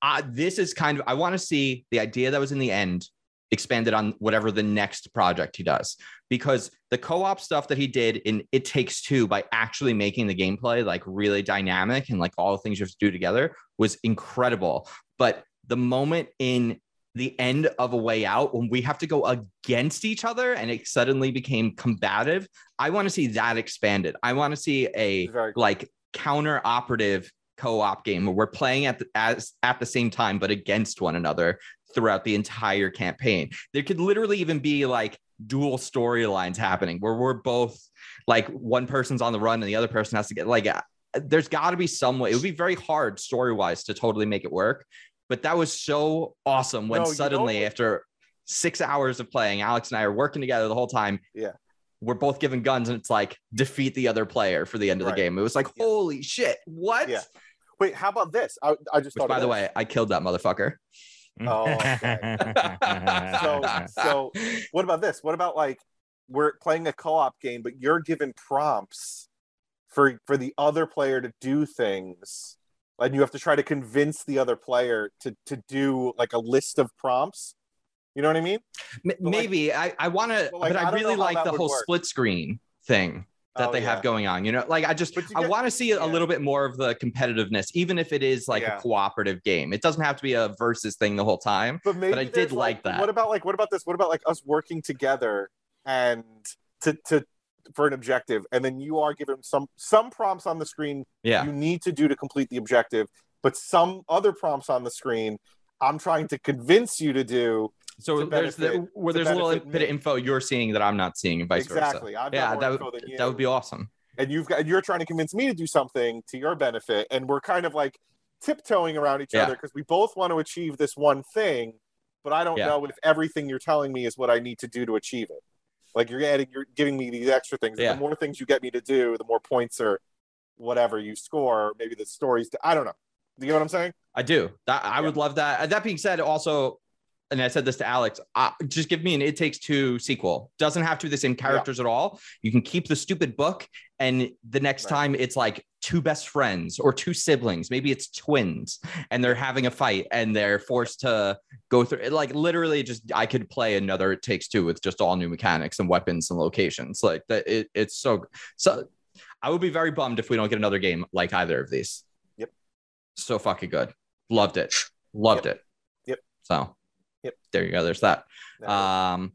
A: I, this is kind of I want to see the idea that was in the end expanded on whatever the next project he does because the co-op stuff that he did in It Takes Two by actually making the gameplay like really dynamic and like all the things you have to do together was incredible. But the moment in the end of a way out when we have to go against each other and it suddenly became combative, I want to see that expanded. I want to see a
B: It's very cool.
A: like counter operative co-op game where we're playing at the, as at the same time but against one another throughout the entire campaign there could literally even be like dual storylines happening where we're both like one person's on the run and the other person has to get like uh, there's got to be some way it would be very hard story-wise to totally make it work but that was so awesome when
B: No, you know
A: suddenly
B: what-
A: after six hours of playing alex and i are working together the whole time we're both given guns and it's like defeat the other player for the end of
B: Right.
A: the game. It was like,
B: Yeah.
A: holy shit, what?
B: Yeah. Wait, how about this? I, I just
A: Which,
B: thought.
A: by
B: of
A: the
B: this.
A: way, I killed that motherfucker.
B: Oh, So- so- what about this? What about like we're playing a co-op game, but you're given prompts for for the other player to do things, and you have to try to convince the other player to to do like a list of prompts. You know what I mean?
A: M-
B: like-
A: maybe I, I want to,
B: But, like,
A: but
B: I
A: I,
B: don't
A: really
B: know how
A: like
B: that
A: the
B: would
A: whole
B: work.
A: split screen thing that
B: Oh,
A: they
B: yeah.
A: have going on. You know, like I just,
B: But you
A: I
B: get-
A: want to see a
B: yeah.
A: little bit more of the competitiveness, even if it is like
B: Yeah.
A: a cooperative game. It doesn't have to be a versus thing the whole time.
B: But maybe
A: I
B: there's,
A: did like that.
B: What about like what about this? What about like us working together and to to for an objective, and then you are given some some prompts on the screen
A: Yeah.
B: you need to do to complete the objective, but some other prompts on the screen I'm trying to convince you to do
A: So
B: to
A: there's the,
B: benefit-
A: where
B: to
A: there's a little
B: benefit
A: bit of
B: me.
A: info you're seeing that I'm not seeing, and vice
B: exactly.
A: versa.
B: I've got
A: Yeah,
B: more
A: that
B: info than
A: would that
B: you.
A: would be awesome.
B: and you've got and you're trying to convince me to do something to your benefit and we're kind of like tiptoeing around each
A: Yeah.
B: other because we both want to achieve this one thing but i don't
A: Yeah.
B: know if everything you're telling me is what i need to do to achieve it like you're adding you're giving me these extra things
A: Yeah.
B: the more things you get me to do the more points or whatever you score maybe the stories i don't know you get what i'm saying
A: I do. That, I would love that. Uh, That being said, also, and I said this to Alex, uh, just give me an It Takes Two sequel. Doesn't have to be the same characters at all. You can keep the stupid book, and the next
B: Right.
A: time it's like two best friends or two siblings. Maybe it's twins, and they're having a fight, and they're forced to go through. it, Like literally, just I could play another It Takes Two with just all new mechanics and weapons and locations. Like that, it, it's so so. I would be very bummed if we don't get another game like either of these.
B: Yep.
A: So fucking good loved it loved it
B: Yep.
A: so
B: Yep.
A: there you go there's that
B: No.
A: um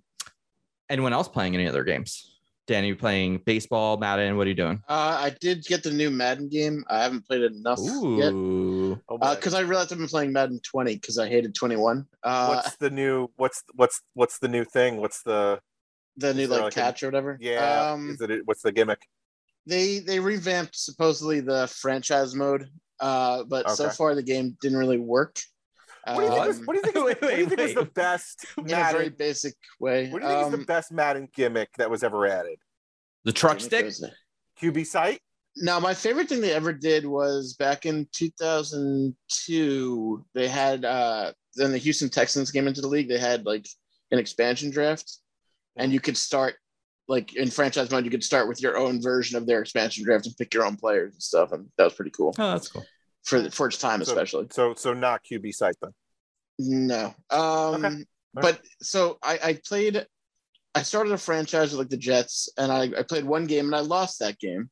A: anyone else playing any other games danny you playing baseball madden what are you doing
D: Uh, I did get the new Madden game. I haven't played it enough yet
A: ooh
B: Oh, boy.
D: because I realized I've been playing Madden 20 because I hated 21. Uh,
B: what's the new what's what's what's the new thing what's the
D: the new
B: is there
D: like,
B: like a-
D: catch or whatever.
B: yeah
D: Um,
B: is it what's the gimmick
D: they they revamped supposedly the franchise mode, uh, but so
B: Okay.
D: far the game didn't really work.
B: what do you think, is,
D: um,
B: what do you think, is,
A: Wait,
B: what do you
A: wait,
B: think is the
A: wait.
B: best
D: in a very
B: Madden
D: basic way.
B: What do you think is
D: Um,
B: the best Madden gimmick that was ever added?
A: the truck stick
B: QB sight?
D: Now, my favorite thing they ever did was back in 2002. They had uh, then the Houston Texans came into the league. They had like an expansion draft, and you could start like in franchise mode. You could start with your own version of their expansion draft and pick your own players and stuff. And that was pretty cool
A: oh that's cool
D: for for its time, especially.
B: So so not QB sight then.
D: No. Um,
B: Okay.
D: But so I, I played, I started a franchise with like the Jets and I, I played one game and I lost that game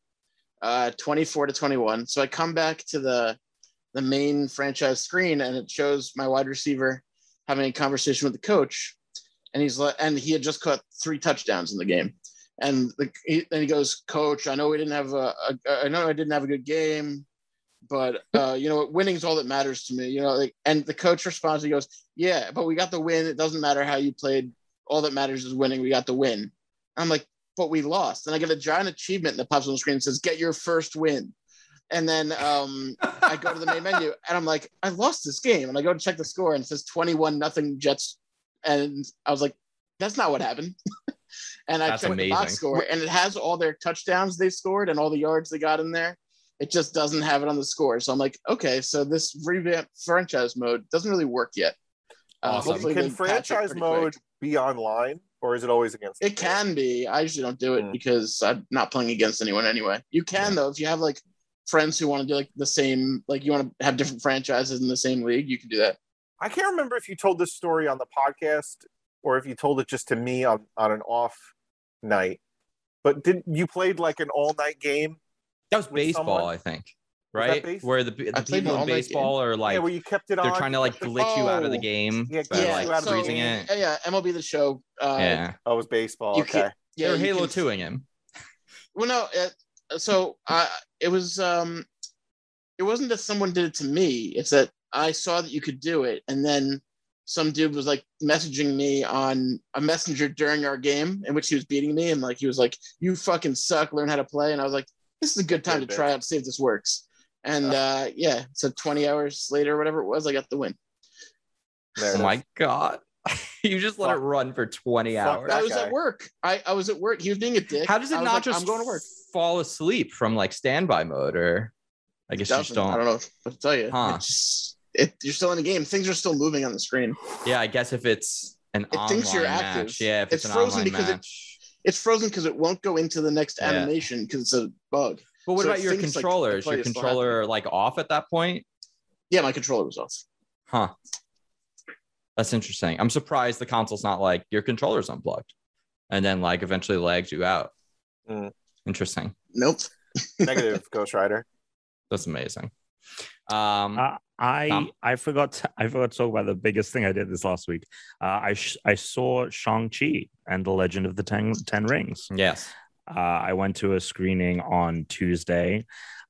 D: uh, 24 to 21. So I come back to the, the main franchise screen and it shows my wide receiver having a conversation with the coach. And he's like, and he had just caught three touchdowns in the game. And the, he, and he goes, coach, I know we didn't have a, a, I know I didn't have a good game but uh, you know what, winning's all that matters to me. You know, like, and the coach responds, he goes, "Yeah, but we got the win. It doesn't matter how you played. All that matters is winning. We got the win." I'm like, "But we lost." And I get a giant achievement that pops on the screen and says, "Get your first win." And then um, I go to the main menu and I'm like, "I lost this game." And I go to check the score and it says 21 nothing Jets. And I was like, "That's not what happened." and I
A: That's
D: checked the box
A: amazing.
D: score and it has all their touchdowns they scored and all the yards they got in there it just doesn't have it on the score. So I'm like, okay, so this revamp franchise mode doesn't really work yet. Uh,
A: Awesome.
D: hopefully
B: Can
D: they patch it
B: franchise
D: pretty
B: mode
D: quick.
B: be online or is it always against?
D: It can be. I usually don't do it
B: Mm.
D: because I'm not playing against anyone anyway. You can though if you have like friends who want to do like the same, like you want to have different franchises in the same league, you can do that.
B: I can't remember if you told this story on the podcast or if you told it just to me on on an off night. But did you played like an all night game?
A: that was
B: With
A: baseball
B: someone?
A: i think
B: that
A: right
B: base-
A: where the, the
D: I played
A: people
D: an
A: in
D: all-night
A: baseball are like
B: yeah, where you kept it on.
A: they're trying to like glitch you out of the
D: Oh.
A: game
B: Yeah,
A: by,
B: glitch
D: yeah,
A: like,
B: you out of the
D: so,
A: freezing
B: game.
A: it
D: yeah, yeah, MLB the show. Uh,
A: yeah
B: Oh, it was baseball.
D: You
B: okay.
D: can't- yeah,
A: they were
D: you
A: halo
D: can-
A: 2 ing him
D: Well, no. It, so uh, it was. Um, it wasn't that someone did it to me. It's that I saw that you could do it, and then some dude was like messaging me on a messenger during our game, in which he was beating me, and like he was like, "You fucking suck. Learn how to play." And I was like, "This is a good time to
B: Good bit.
D: try out, see if this works." And uh, yeah, so 20 hours later, or whatever it was, I got the win.
B: There it
A: oh
B: is.
A: my god you just let
B: Fuck.
A: it run for 20
B: Fuck
A: hours
B: that
D: I was
B: guy.
D: at work. I, I was at work. He was being a dick.
A: How does it
D: I was
A: not
D: like,
A: just
D: I'm going to work.
A: fall asleep from like standby mode or I guess you just
D: doesn't.
A: don't.
D: I don't know what to tell you.
A: Huh.
D: It's just- it, you're still in the game. Things are still moving on the screen.
A: Yeah, I guess if it's an
D: It
A: online
D: thinks you're
A: match.
D: active.
A: Yeah, if it's,
D: It's
A: an
D: frozen
A: online
D: because it-
A: match.
D: It's frozen because it won't go into the next
A: Yeah.
D: animation because it's a bug.
A: but what
D: so it
A: about your
D: thinks, like, the
A: controllers?
D: play
A: your
D: is still
A: controller like off at that point?
D: Yeah, my controller was off.
A: Huh. That's interesting. I'm surprised the console's not like your controller's unplugged and then like eventually lags you out.
B: Mm.
A: Interesting.
D: Nope.
B: Negative Ghost Rider.
A: That's amazing. Um,
C: Uh, I
A: Tom?
C: I forgot to, I forgot to talk about the biggest thing I did this last week. Uh, I sh- I saw Shang Chi and the Legend of the Ten, Ten Rings.
A: yes.
C: Uh, I went to a screening on Tuesday,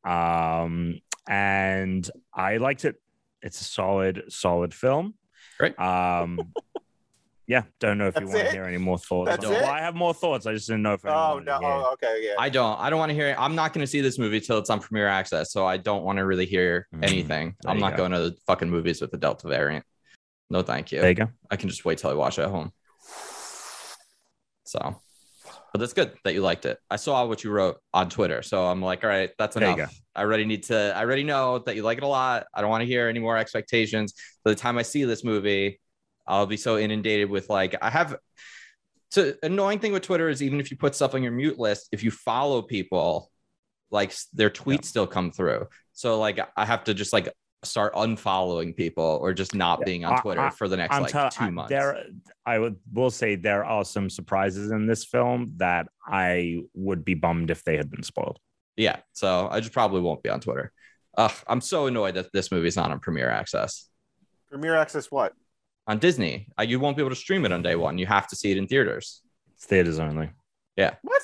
C: um, and I liked it. It's a solid solid film.
A: Great.
C: Um, yeah, don't know if you
B: That's
C: want to
B: it?
C: hear any more thoughts.
B: That's
C: on- Well,
B: it?
C: I have more thoughts. I just didn't know if. anyone
B: Oh
C: wanted to
B: no!
C: hear.
B: Oh, okay, yeah.
A: I don't. I don't want to hear. I'm not going to see this movie till it's on premiere access. So I don't want to really hear
C: Mm,
A: anything.
C: there
A: I'm
C: you
A: not
C: go.
A: going to the fucking movies with the Delta variant. No, thank you.
C: There you go.
A: I can just wait till I watch it at home. So, but that's good that you liked it. I saw what you wrote on Twitter, so I'm like, all right, that's
C: There you
A: enough. I already need to. I already know that you like it a lot. I don't want to hear any more expectations. By the time I see this movie, I'll be so inundated with like I have. So annoying thing with Twitter is even if you put stuff on your mute list, if you follow people, like s- their tweets still come through. So like I have to just like start unfollowing people or just not being on
C: I-
A: Twitter
C: I-
A: for the next like
C: tell- I-
A: two months.
C: There, I would will say there are some surprises in this film that I would be bummed if they had been spoiled.
A: yeah so i just probably won't be on twitter Ugh, i'm so annoyed that this movie's not on premiere access
B: Premiere access what?
A: on disney uh, you won't be able to stream it on day one you have to see it in theaters
C: It's theaters only.
B: What?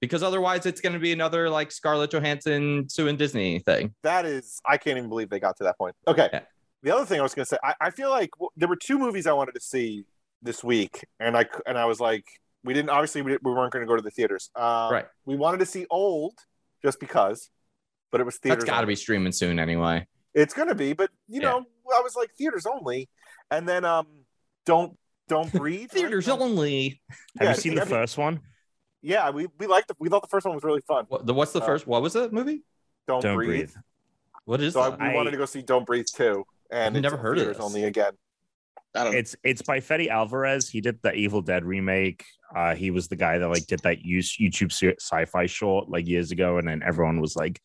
A: because otherwise it's going to be another like scarlett johansson sue and disney thing
B: That is, I can't even believe they got to that point. Okay.
A: Yeah.
B: The other thing I was going to say, I, I feel like w- there were two movies I wanted to see this week, and I c- and I was like, we didn't obviously we, didn't- we weren't going to go to the theaters. Um,
A: Right.
B: We wanted to see Old just because, but it was theaters.
A: that's got to
B: only.
A: be streaming soon anyway
B: It's going to be, but you
A: Yeah.
B: know, I was like theaters only, and then um, don't don't breathe. right?
A: theaters
B: Don't-
A: only
C: Have
B: Yeah,
C: you seen the
B: I mean-
C: first one?
B: Yeah, we we liked the, we thought the first one was really fun.
A: what, the, what's the
B: Uh,
A: first what was that movie
B: Don't,
C: Don't
B: breathe.
C: breathe.
A: what is
B: So I,
A: that
B: we
C: I-
B: wanted to go see Don't Breathe too, and
A: I've
B: it's
A: never heard of
B: theaters
A: this.
B: only again.
D: I don't know.
C: It's it's by Fede Alvarez. He did the Evil Dead remake. Uh, he was the guy that like did that use- YouTube se- sci-fi short like years ago, and then everyone was like,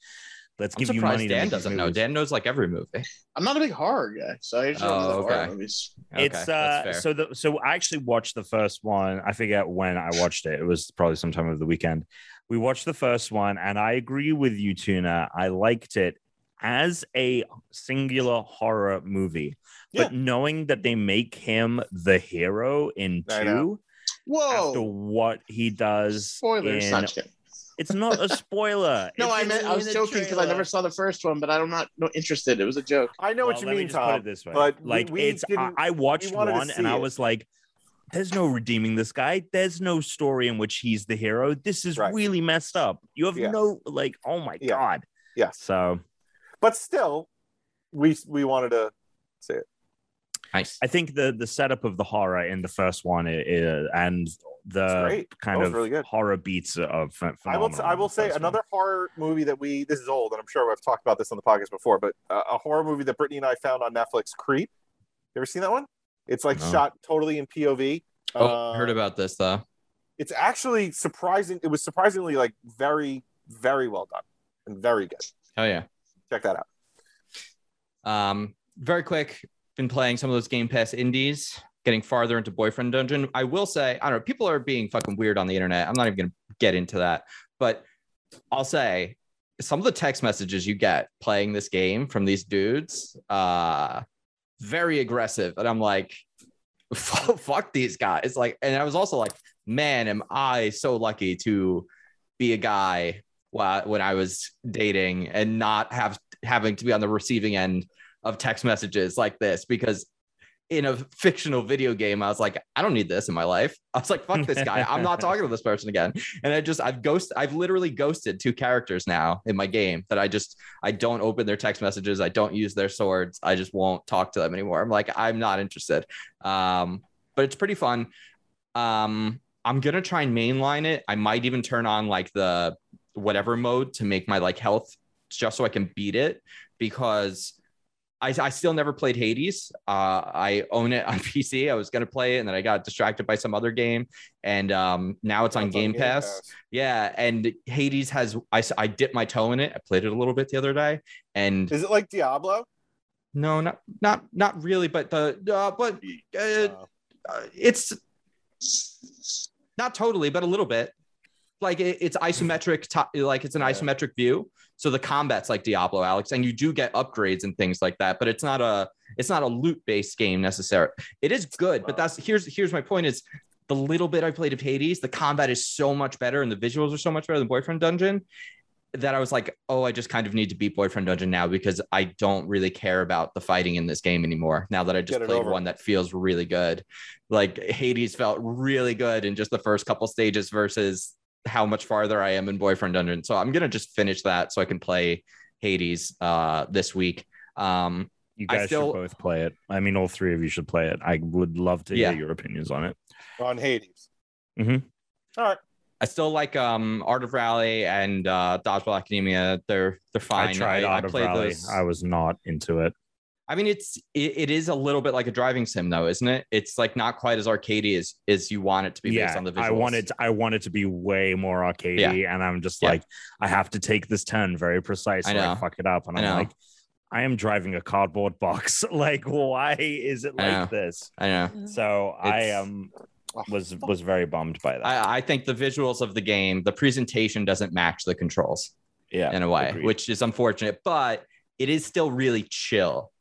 C: "Let's
A: i'm
C: give you
A: surprised
C: money." to
A: dan
C: make these
A: doesn't know
C: movies.
A: dan knows like every movie
D: I'm not a big horror guy, so I just don't
A: Oh,
D: know the
A: okay.
D: horror movies.
A: Okay,
C: it's
A: that's
C: uh
A: fair.
C: so the so I actually watched the first one. I forget when I watched it. It was probably sometime over the weekend. We watched the first one, and I agree with you, Tuna. I liked it as a singular horror movie. But knowing that they make him the hero in
B: I
C: two after
D: Whoa!
C: what he does.
D: Oh. Spoilers.
C: in-
D: Not just kidding.
C: it's not a spoiler.
D: No,
C: It's
D: I
C: in-
D: meant I
C: in
D: was
C: the
D: joking because I
C: trailer.
D: never saw the first one, but I'm not no interested. It was a joke.
B: I know
C: Well,
B: what you
C: let me
B: mean,
C: just put
B: Tom.
C: it this way.
B: but we-
C: like
B: we
C: it's I,
B: didn't-
C: I watched
B: wanted to
C: one
B: see
C: and I
B: it.
C: was like, there's no redeeming this guy. There's no story in which he's the hero. This is
B: Right.
C: really messed up. You have
B: Yeah.
C: no like, oh my
B: Yeah.
C: god.
B: Yeah.
C: So
B: But still, we we wanted to see it.
A: nice
C: I think the the setup of the horror in the first one i- i- and
B: It's
C: the
B: great.
C: kind
B: That was
C: of
B: really good.
C: horror beats of ph-
B: I will. T-
C: phenomenal
B: I
C: in
B: will
C: the
B: say
C: first one.
B: another horror movie that we. This is old, and I'm sure I've talked about this on the podcast before. But uh, a horror movie that Brittany and I found on Netflix, Creep. You ever seen that one? It's like
C: No.
B: shot totally in POV.
A: oh
B: Uh,
A: heard about this though
B: It's actually surprising. It was surprisingly like very, very well done and very good.
A: oh yeah
B: Check that out.
A: Um, very quick, been playing some of those Game Pass indies, getting farther into Boyfriend Dungeon. I will say, I don't know, people are being fucking weird on the internet. I'm not even gonna get into that, but I'll say some of the text messages you get playing this game from these dudes, uh, very aggressive, and I'm like, fuck these guys. Like, and I was also like, man, am I so lucky to be a guy while, when I was dating and not have having to be on the receiving end of text messages like this because in a fictional video game, I was like, I don't need this in my life. I was like, fuck this guy. I'm not talking to this person again. And I just, I've ghost, I've literally ghosted two characters now in my game that I just, I don't open their text messages. I don't use their swords. I just won't talk to them anymore. I'm like, I'm not interested. Um, but it's pretty fun. Um, I'm gonna try and mainline it. I might even turn on like the whatever mode to make my like health just so I can beat it because I, I still never played Hades. Uh, I own it on PC. I was gonna play it and then I got distracted by some other game, and um, now it's on, Game, Pass. Yeah, and Hades has I s- I dipped my toe in it. I played it a little bit the other day, and
B: Is it like Diablo?
A: no, not not not really, but the uh, but uh,
B: No.
A: uh, it's not totally, but a little bit. like it, it's isometric, to, like it's an
B: Yeah.
A: isometric view. So the combat's like Diablo, Alex, and you do get upgrades and things like that. But it's not a it's not a loot based game necessarily. It is good, but that's here's here's my point is the little bit I played of Hades, the combat is so much better and the visuals are so much better than Boyfriend Dungeon that I was like, oh, I just kind of need to beat Boyfriend Dungeon now because I don't really care about the fighting in this game anymore. Now that I just
B: Get it
A: played
B: over.
A: one that feels really good, like Hades felt really good in just the first couple stages versus how much farther I am in Boyfriend Dungeon. So I'm gonna just finish that so I can play Hades uh, this week. Um,
C: You
A: I
C: guys
A: still-
C: should both play it. I mean, all three of you should play it. I would love to
A: Yeah.
C: hear your opinions on it.
B: on Hades.
C: Mhm.
B: All right.
A: I still like um, Art of Rally and uh, Dodgeball Academia. They're they're fine.
C: I tried Out of
A: played
C: Rally.
A: those-
C: I was not into it.
A: I mean, it's it, it is a little bit like a driving sim, though, isn't it? It's like not quite as arcadey as as you want it to be based on the visuals.
C: I wanted I wanted to be way more arcadey, and I'm just
A: Yeah.
C: like, I have to take this turn very precise,
A: I
C: or I
A: know.
C: fuck it up, and
A: I
C: I'm
A: know.
C: like, I am driving a cardboard box. like, why is it
A: I
C: like this?
A: I know.
C: So I
A: It's-
C: um was was very bummed by that.
A: I, I think the visuals of the game, the presentation doesn't match the controls
C: yeah,
A: in a way,
C: agreed.
A: which is unfortunate. But it is still really chill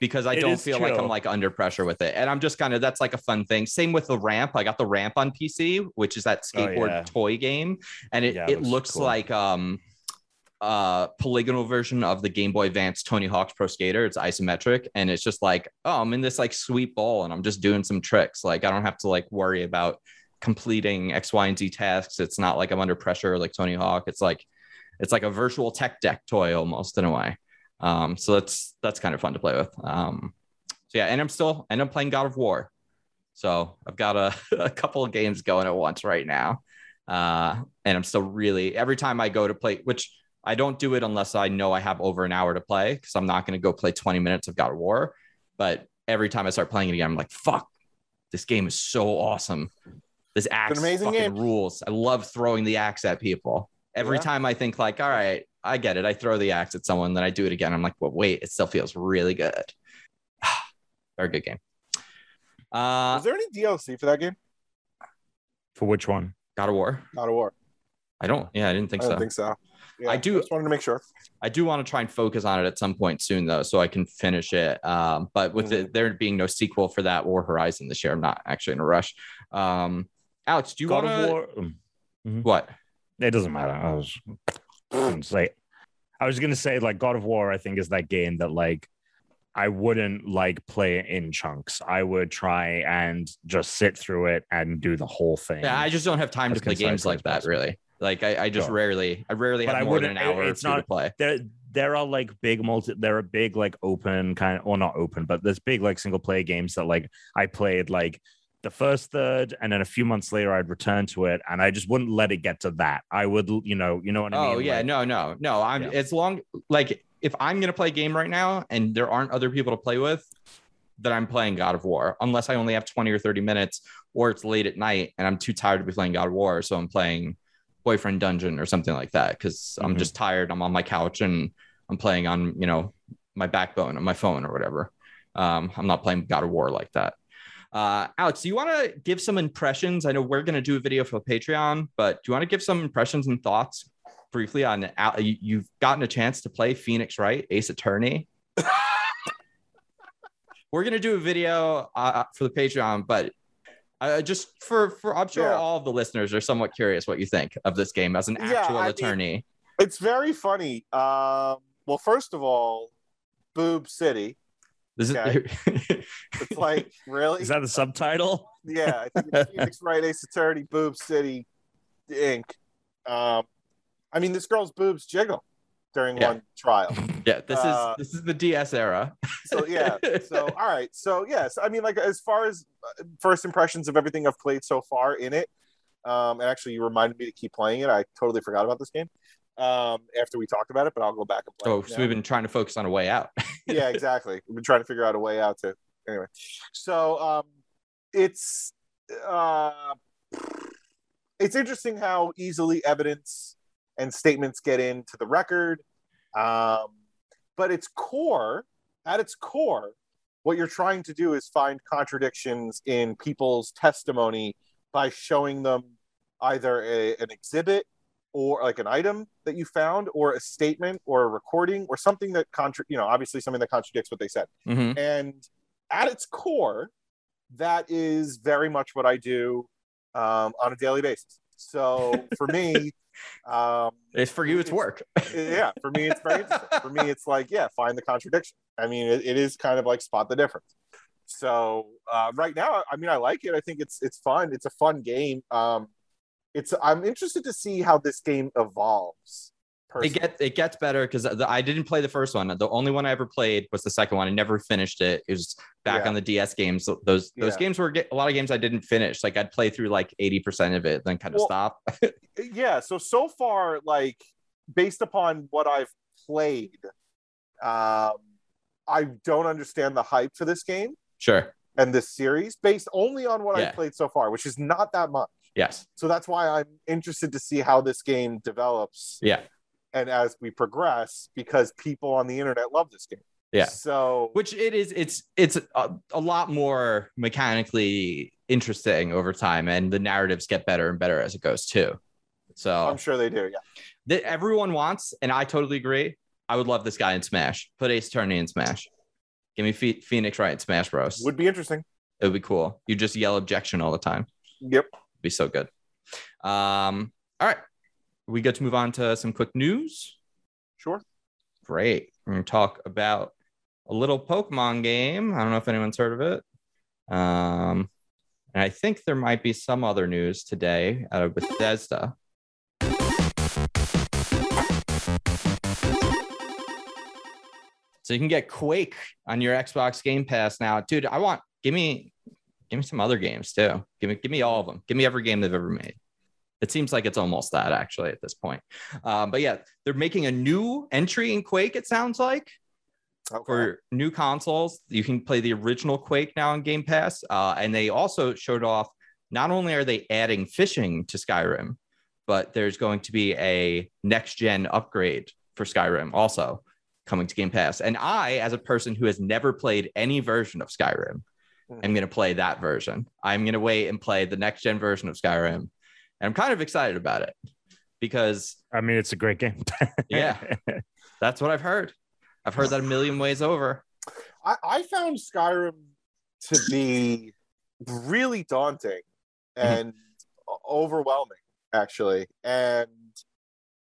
A: because I
C: It
A: don't
C: is
A: feel like I'm
C: chill.
A: like under pressure with it, and I'm just kind of that's like a fun thing. Same with the ramp. I got the ramp on PC, which is that
C: Oh,
A: skateboard
C: yeah.
A: toy game, and it
C: Yeah, it
A: it
C: looks
A: looks
C: cool.
A: like um uh polygonal version of the Game Boy Advance Tony Hawk's Pro Skater. It's isometric and it's just like, oh, I'm in this like sweet ball and I'm just doing some tricks. Like I don't have to like worry about completing X, Y, and Z tasks. It's not like I'm under pressure like Tony Hawk. It's like it's like a virtual tech deck toy almost in a way. Um, so that's that's kind of fun to play with. Um, so yeah, and I'm still and I'm playing God of War. So I've got a, a couple of games going at once right now. Uh, and I'm still really every time I go to play, which I don't do it unless I know I have over an hour to play because I'm not going to go play 20 minutes of God of War. But every time I start playing it again, I'm like, fuck, this game is so awesome. This axe
B: amazing
A: fucking
B: game.
A: rules. I love throwing the axe at people. Every
B: Yeah.
A: time I think like, all right, I get it. I throw the axe at someone, then I do it again. I'm like, well, wait, it still feels really good. Very good game. Uh,
B: Is there any DLC for that game?
C: for which one?
A: God of War.
B: God of War.
A: I don't. Yeah, I didn't think
B: I don't
A: so.
B: think so. Yeah,
A: I do-
B: Just wanted to make sure.
A: I do want to try and focus on it at some point soon, though, so I can finish it. Um, but with
B: Mm-hmm.
A: it, there being no sequel for that War Horizon this year, I'm not actually in a rush. Um, Alex, do you
C: God
A: want
C: of
A: to
C: War. Mm.
A: what?
C: It doesn't matter. I was gonna say, I was gonna say like God of War. I think is that game that like I wouldn't like play it in chunks. I would try and just sit through it and do the whole thing.
A: Yeah, I just don't have time to
C: As
A: play
C: concisely
A: games
C: as
A: like that.
C: possible.
A: Really, like I, I just
C: Sure.
A: rarely, I rarely
C: But
A: have
C: I
A: more than an
C: wouldn't-
A: hour
C: it-
A: or
C: it's
A: two to
C: not-
A: play.
C: there there are like big multi there are big like open kind of or not open but there's big like single player games that like i played like the first third and then a few months later i'd return to it and i just wouldn't let it get to that i would you know you know what i
A: Oh
C: mean
A: yeah,
C: Like,
A: no, no, no. I'm
C: Yeah.
A: it's long. Like if I'm gonna play a game right now and there aren't other people to play with, then I'm playing God of War. Unless I only have 20 or 30 minutes, or it's late at night and I'm too tired to be playing God of War, so I'm playing Boyfriend Dungeon or something like that because I'm
C: Mhm.
A: just tired. I'm on my couch and I'm playing on you know my backbone on my phone or whatever. Um, I'm not playing God of War like that. Uh, Alex, do you want to give some impressions? I know we're going to do a video for Patreon, but do you want to give some impressions and thoughts briefly on Al- you- you've gotten a chance to play Phoenix Wright, Ace Attorney. We're gonna do a video uh, for the Patreon, but uh, just for for I'm sure
B: Yeah.
A: all of the listeners are somewhat curious what you think of this game as an
B: Yeah,
A: actual
B: I mean-
A: attorney.
B: It's very funny. Um, well, first of all, Boob City.
A: this is
B: It's like really,
C: is that the subtitle
B: yeah. I think it's Phoenix Wright Ace Attorney Boob City, Inc. Um, I mean, this girl's boobs jiggle during
A: Yeah.
B: one trial.
A: yeah, this
B: uh,
A: is this is the DS era.
B: So yeah. So all right. So yes, I mean, like as far as uh, first impressions of everything I've played so far in it, um, and actually you reminded me to keep playing it. I totally forgot about this game um, after we talked about it, but I'll go back and play.
A: oh,
B: it
A: so
B: now.
A: we've been trying to focus on a way out.
B: yeah, exactly. We've been trying to figure out a way out to anyway. So um it's uh it's interesting how easily evidence and statements get into the record. Um but its core, at its core, what you're trying to do is find contradictions in people's testimony by showing them either a, an exhibit or like an item that you found or a statement or a recording or something that contra- you know obviously something that contradicts what they said
A: Mhm.
B: and at its core that is very much what i do um, on a daily basis so for me um,
A: It's for you. It's work.
B: yeah for me it's very interesting for me it's like yeah find the contradiction i mean it, it is kind of like spot the difference so uh, right now i mean i like it i think it's it's fun it's a fun game um, it's i'm interested to see how this game evolves
A: It
B: personally.
A: gets it gets better because I didn't play the first one. The only one I ever played was the second one. I never finished it. It was back
B: Yeah.
A: on the DS games. So Those those
B: Yeah.
A: games were ge- a lot of games I didn't finish. Like I'd play through like eighty percent of it, then kind of
B: Well,
A: stop.
B: yeah so so far like based upon what i've played um, i don't understand the hype for this game
A: Sure.
B: and this series based only on what
A: Yeah.
B: i've played so far which is not that much
A: Yes.
B: so that's why i'm interested to see how this game develops
A: Yeah.
B: and as we progress because people on the internet love this game
A: Yeah.
B: so
A: Which it is. It's it's a, a lot more mechanically interesting over time, and the narratives get better and better as it goes too. So
B: i'm sure they do yeah
A: that everyone wants, and I totally agree. I would love this guy in Smash. Put Ace Attorney in Smash. Give me Phe- Phoenix Wright in Smash Bros.
B: would be interesting
A: It would be cool. You just yell objection all the time.
B: yep
A: It'd be so good. Um, all right. We get to move on to some quick news.
B: sure
A: Great. We're going to talk about a little Pokemon game. I don't know if anyone's heard of it. Um, and I think there might be some other news today out of Bethesda. So you can get Quake on your Xbox Game Pass now. Dude, I want give me give me some other games too. Give me give me all of them. Give me every game they've ever made. It seems like it's almost that actually at this point. Um, but yeah, they're making a new entry in Quake, it sounds like
B: okay.
A: for new consoles. You can play the original Quake now on Game Pass. Uh, and they also showed off not only are they adding fishing to Skyrim, but there's going to be a next gen upgrade for Skyrim also coming to Game Pass. And I, as a person who has never played any version of Skyrim,
B: Mhm.
A: I'm going to play that version. I'm going to wait and play the next gen version of Skyrim. And I'm kind of excited about it because
C: I mean, it's a great game.
A: Yeah. that's what I've heard. I've heard that a million ways over.
B: I, I found Skyrim to be really daunting
C: Mm-hmm.
B: and overwhelming, actually. And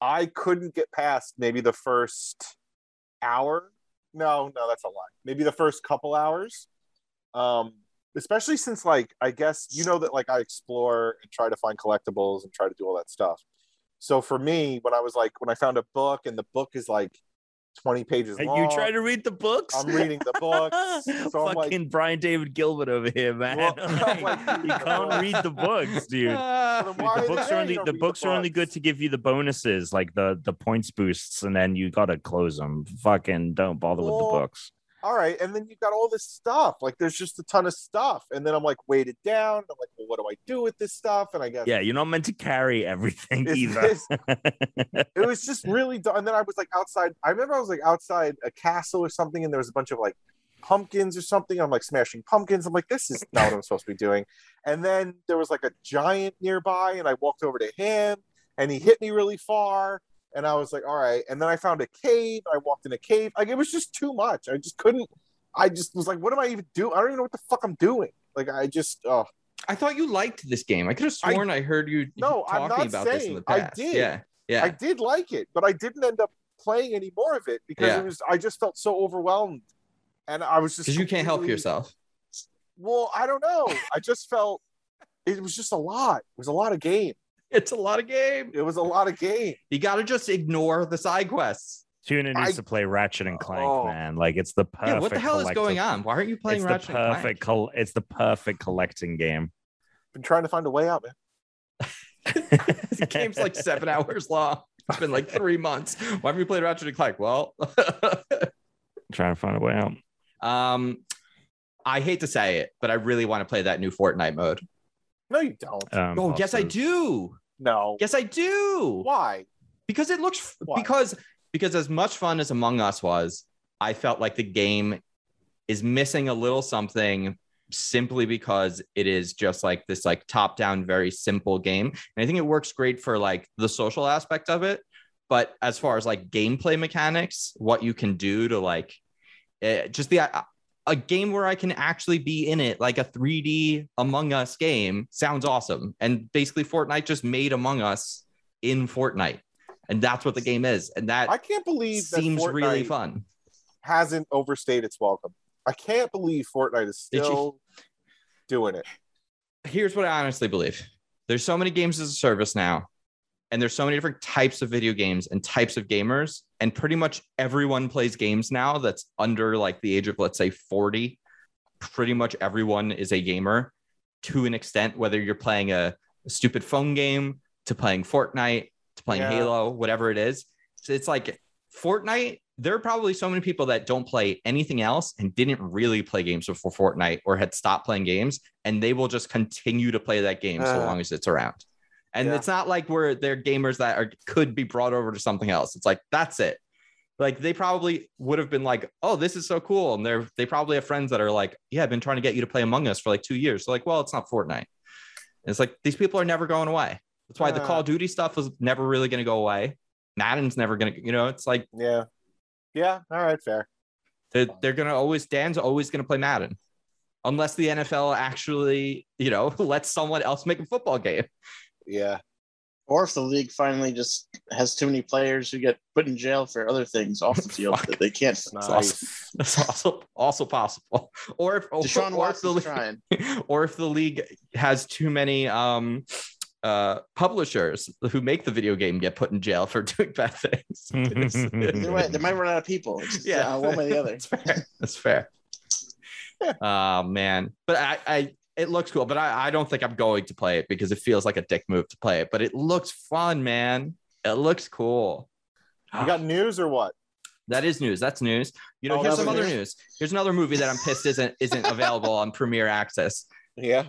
B: I couldn't get past maybe the first hour. No, no, that's a lie. Maybe the first couple hours. Um, especially since like I guess you know that like I explore and try to find collectibles and try to do all that stuff. So for me, when I was like when I found a book and the book is like 20 pages
C: Hey,
B: long.
C: you try to read the books?
B: I'm reading the book. So I'm like,
C: Fucking Brian David Gilbert over here, man.
B: Well,
C: Like,
B: I'm like,
C: you can't read the books, dude.
A: Ah.
B: Why
C: the
B: the
C: books
B: hell you
C: are only
B: don't
C: the
B: read the
C: books are only good
B: books?
C: to give you the bonuses, like the the points boosts, and then you gotta close them. Fucking don't bother with the
B: Well,
C: books.
B: all right. And then you got all this stuff. Like there's just a ton of stuff. And then I'm like weighted down. I'm like, well, what do I do with this stuff? And I guess
C: Yeah, you're not meant to carry everything
B: it's-
C: either.
B: it's- it was just really dumb. And then I was like outside. I remember I was like outside a castle or something, and there was a bunch of like pumpkins or something. I'm like smashing pumpkins. I'm like, this is not what I'm supposed to be doing. And then there was like a giant nearby, and I walked over to him, and he hit me really far. And I was like, all right. And then I found a cave. I walked in a cave. Like it was just too much. I just couldn't. I just was like, what am I even doing? I don't even know what the fuck I'm doing. Like I just, oh
A: I thought you liked this game. I could have
B: I-
A: sworn I, heard you
B: No, I'm
A: talking
B: not
A: about this in the
B: saying I
A: past.
B: did.
A: Yeah, yeah.
B: I did like it, but I didn't end up playing any more of it because
A: Yeah.
B: it was I just felt so overwhelmed, and I was just
A: Because you can't help
B: completely-
A: yourself.
B: Well, I don't know. I just felt it was just a lot. It was a lot of game.
A: It's a lot of game.
B: It was a lot of game.
A: You got to just ignore the side quests.
C: Tuna needs
B: I-
C: to play Ratchet and Clank,
B: Oh.
C: man. Like it's the perfect.
A: yeah, what the hell is
C: collecti-
A: going on? Why aren't you playing
C: It's
A: Ratchet
C: the
A: and
C: perfect. Col- it's the perfect collecting game.
B: Been trying to find a way out, man.
A: Clank? the game's like seven hours long. It's been like three months. Why haven't you played Ratchet and Clank? Well,
C: Trying to find a way out.
A: um, I hate to say it, but I really want to play that new Fortnite mode.
B: No, you don't.
C: Um,
A: oh, yes, I
C: Boston.
A: do.
B: No.
A: Yes, I do.
B: Why?
A: because it looks
B: Why?
A: because because as much fun as among us was i felt like the game is missing a little something simply because it is just like this like top down very simple game and i think it works great for like the social aspect of it but as far as like gameplay mechanics what you can do to like eh, just the I- a game where i can actually be in it like a 3d among us game sounds awesome and basically fortnite just made among us in fortnite and that's what the game is and that
B: I can't believe that
A: seems
B: Fortnite
A: really fun
B: hasn't overstayed its welcome. I can't believe Fortnite is
A: Did you-
B: still doing it.
A: here's what I honestly believe. There's so many games as a service now, and there's so many different types of video games and types of gamers, and pretty much everyone plays games now that's under like the age of let's say 40. Pretty much everyone is a gamer to an extent, whether you're playing a, a stupid phone game to playing Fortnite to playing
B: Yeah.
A: Halo, whatever it is. So it's like Fortnite, there are probably so many people that don't play anything else and didn't really play games before Fortnite or had stopped playing games, and they will just continue to play that game so
B: Uh,
A: long as it's around. And
B: yeah.
A: it's not like we're they're gamers that are could be brought over to something else. It's like that's it. Like they probably would have been like, oh, this is so cool. And they're they probably have friends that are like, yeah, I've been trying to get you to play Among Us for like two years. So like, well, it's not Fortnite. And it's like these people are never going away. That's why the
B: Uh.
A: Call of Duty stuff was never really going to go away. Madden's never going to, you know, it's like
B: Yeah. Yeah. All right. Fair.
A: they're, they're going to always, Dan's always going to play Madden unless the NFL actually, you know, lets someone else make a football game.
B: Yeah.
D: Or if the league finally just has too many players who get put in jail for other things off the field
A: Fuck.
D: that they can't.
B: Nice.
A: awesome. That's also also possible. Or if, Oh, or,
D: Deshaun
A: or if the
D: Watson's
A: league,
D: trying.
A: or if the league has too many um, uh, publishers who make the video game get put in jail for doing bad things. It's-
D: Either way, they might run out of people. It's just, yeah,
A: Yeah.
D: uh, one way or the other.
A: That's fair. That's fair. oh man, but I, I it looks cool, but I, I don't think I'm going to play it because it feels like a dick move to play it. But it looks fun, man. It looks cool.
B: You got news or what?
A: That is news. That's news. You know,
B: Oh,
A: here's some
B: that was
A: other
D: news.
A: news. Here's another movie that I'm pissed isn't isn't available on Premiere Access.
B: Yeah.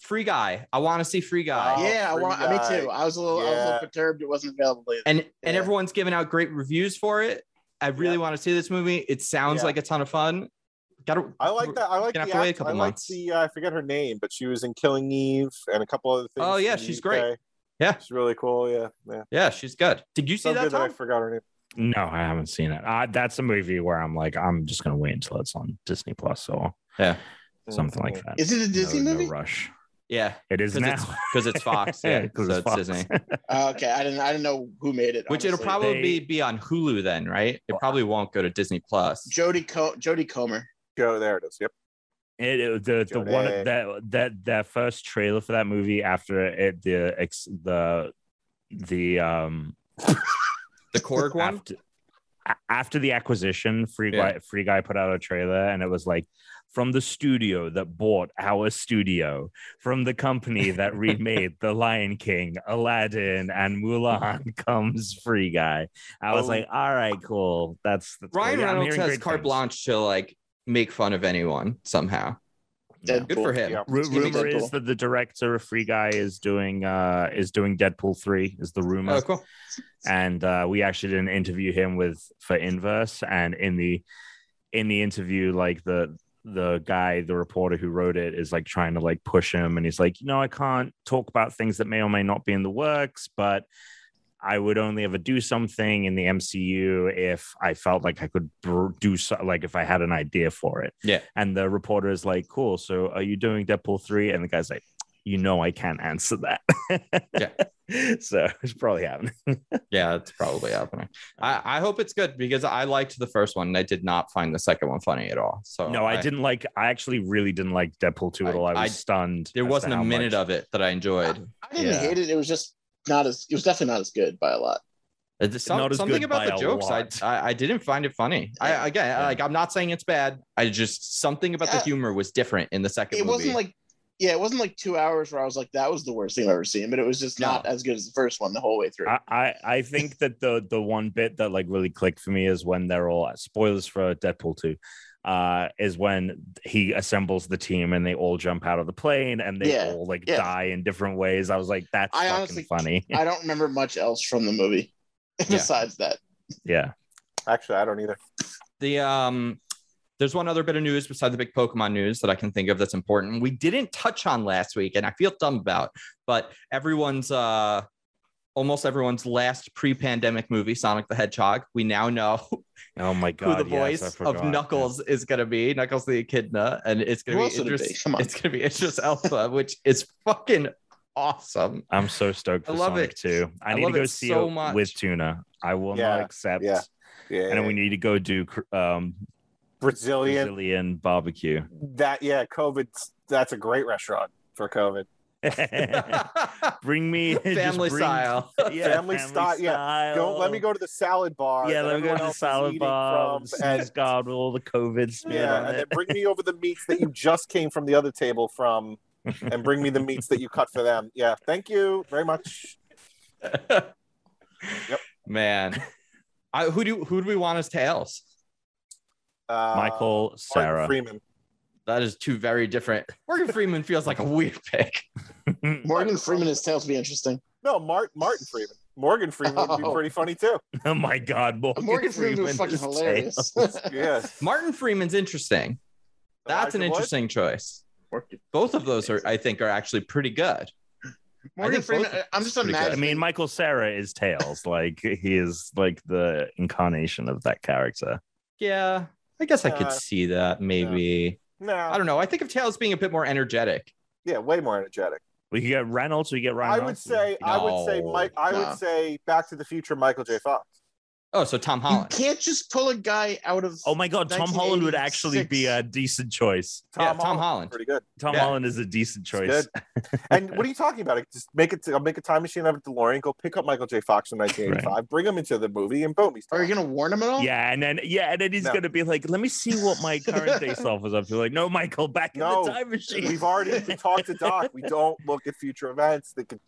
A: Free Guy. I want to see Free Guy.
B: Oh,
D: yeah, I
B: free
D: want, me
B: guy.
D: too. I was a little, I was a
B: Yeah.
D: little perturbed. It wasn't available. Either.
A: and and
D: Yeah.
A: everyone's giving out great reviews for it. I really
B: Yeah.
A: want to see this movie. It sounds
B: Yeah.
A: like a ton of fun. Got to
B: I like that. I like the.
A: gonna have to wait a
B: act-
A: couple
B: I like
A: months.
B: the. Uh, I forget her name, but she was in Killing Eve and a couple other things.
A: Oh, yeah,
B: in the
A: she's
B: UK.
A: great. Yeah.
B: She's really cool. Yeah. Yeah.
A: Yeah, she's good. Did you see
B: So
A: that?
B: good that I
A: Tom?
B: forgot her name.
C: No, I haven't seen it. Uh, that's a movie where I'm like, I'm just gonna wait until it's on Disney Plus or
A: Yeah.
B: Mm,
C: something like that.
D: Is it a Disney
C: no, no
D: movie?
C: rush.
A: yeah,
C: It is
A: because
C: now.
A: it's because it's Fox. Yeah, because so it's, Disney.
D: Uh, okay, I didn't, I didn't know who made it.
A: Which it'll
D: honestly.
A: probably
C: They-
A: be, be on Hulu then, right? It probably won't go to Disney Plus.
D: Jodie Co- Jodie Comer.
B: Go there it is. Yep.
C: It, it- the the one
B: Jodie.
C: that that that first trailer for that movie after it the ex, the the um
A: The Korg one.
C: after, a- after the acquisition free
A: Yeah.
C: guy free guy put out a trailer and it was like from the studio that bought our studio from the company that remade the lion king aladdin and mulan comes free guy i was
B: Oh.
C: like all right cool that's, that's cool.
A: Ryan
C: Yeah, I'm
A: Reynolds
C: hearing
A: has
C: great
A: carte
C: things.
A: blanche to like make fun of anyone somehow.
C: Yeah.
D: Deadpool.
A: Good for him.
B: Yeah.
C: Ru-
D: It's gonna be
C: rumor is
D: Deadpool.
C: that the director of Free Guy is doing uh is doing Deadpool three is the rumor,
A: Oh, cool.
C: and uh, we actually did an interview him with for Inverse, and in the in the interview, like the the guy, the reporter who wrote it, is like trying to like push him, and he's like, you know, I can't talk about things that may or may not be in the works, but I would only ever do something in the MCU if I felt like I could br- do so, like if I had an idea for it.
A: Yeah.
C: And the reporter is like, "Cool, so are you doing Deadpool 3?" And the guy's like, "You know I can't answer that." yeah. So it's probably happening.
A: Yeah, it's probably happening. I, I hope it's good because I liked the first one and I did not find the second one funny at all. So
C: no, I, didn't like I actually really didn't like Deadpool 2 at
A: Oh, I-
C: all. I was
A: I-
C: stunned.
A: There
C: as to
A: wasn't a
C: how
A: minute
C: much-
A: of it that I enjoyed.
D: I didn't
A: Yeah.
D: hate it. It was just not as. It was definitely not as good by a lot.
A: It's just some-
C: not as
A: something
C: good
A: about
C: by
A: the
C: a
A: jokes, I,
C: lot.
A: I I didn't find it funny.
D: Yeah.
A: I again,
C: Yeah.
A: like I'm not saying it's bad. I just something about the
D: Yeah.
A: humor was different in the second.
D: It
A: movie.
D: wasn't like. Yeah, it wasn't like two hours where I was like, "That was the worst thing I've ever seen," but it was just
A: No.
D: not as good as the first one the whole way through.
C: I, I I think that the the one bit that like really clicked for me is when they're all spoilers for Deadpool 2 uh is when he assembles the team and they all jump out of the plane and they
D: Yeah,
C: all like
D: yeah.
C: die in different ways. I was like that's
D: I
C: fucking
D: honestly-
C: funny.
D: I don't remember much else from the movie besides that.
C: yeah.
B: Actually, I don't either.
A: the um There's one other bit of news besides the big Pokemon news that I can think of that's important. We didn't touch on last week, and I feel dumb about, but everyone's uh almost everyone's last pre-pandemic movie, Sonic the Hedgehog. We now know
C: Oh my
A: who
C: god,
A: the
C: yes,
A: voice
C: I
A: of
C: forgot.
A: Knuckles is gonna be, Knuckles the Echidna, and it's gonna
D: Who
A: be
D: else would it
A: Idris,
D: be? Come on.
A: it's gonna be Idris Elba, which is fucking awesome.
C: I'm so stoked for
A: I love
C: Sonic
A: it.
C: 2. I,
A: I
C: need to
A: love
C: go
A: it
C: see
A: so
C: it
A: much.
C: with Tuna. I will not
B: Yeah,
C: accept.
B: yeah. Yeah.
C: And we need to go do cr- um,
B: Brazilian.
C: Brazilian barbecue.
B: That yeah, COVID. That's a great restaurant for COVID.
C: bring me just
A: Family
C: bring-
A: style.
C: Yeah,
B: Family style, yeah. Don't let me
C: style.
B: go to the salad bar.
C: Oh. Yeah,
B: that
C: let me go
B: everyone
C: to the
B: else is
C: salad
B: eating
C: bar.
B: from,
C: And...
B: and-
C: God, all the COVID spin
B: Yeah,
C: on
B: and then
C: it.
B: bring me over the meats that you just came from the other table from, and bring me the meats that you cut for them. Yeah, thank you very much.
A: Man, I, who do who do we want as tails?
B: Uh,
C: Michael,
B: Martin
C: Sarah.
B: Freeman.
A: That is two very different. Morgan Freeman feels like a weird pick.
D: Morgan Freeman is tails would be interesting.
B: No, Mart Martin Freeman. Morgan Freeman would be
D: Oh.
B: pretty funny too.
C: oh my God, Morgan,
D: Morgan Freeman
C: Freeman
D: was fucking
C: is
D: hilarious.
B: Yeah,
A: Martin Freeman's interesting. That's an
B: Elijah Wood?
A: interesting choice. Both of those are, I think, are actually pretty good.
D: Morgan
A: think
D: Freeman.
A: both of
D: I'm just
A: pretty good.
C: I
D: imagining.
C: mean, Michael Sarah is Tails. Like he is like the incarnation of that character.
A: Yeah, I guess I
B: Uh,
A: could see that. Maybe I
B: No,
A: don't know. I think of Tails being a bit more energetic.
B: yeah, way more energetic.
C: We could get Reynolds. We could get
B: I
C: Ryan.
B: would say, uh, I would say,
A: No.
B: Mike. I
D: No.
B: would say, Back to the Future, Michael J. Fox.
A: Oh, so Tom
D: you
A: Holland.
D: can't just pull a guy out of.
C: Oh my God, Tom Holland would actually be
D: 1986.
C: a decent choice.
A: Yeah, Tom Holland.
B: pretty good.
C: Tom
A: Yeah.
C: Holland is a decent
B: It's
C: choice.
B: good. and what are you talking about? Just make it. I'll make a time machine out of a DeLorean. Go pick up Michael J. Fox in 1985. Bring him into the movie, and boom, he's.
D: Are you
B: Tom.
D: gonna warn him at all?
C: Yeah, and then yeah, and then he's
B: No.
C: gonna be like, "Let me see what my current day self is up to." Like, no, Michael, back in
B: No.
C: the time machine.
B: We've already talked to Doc. We don't look at future events that could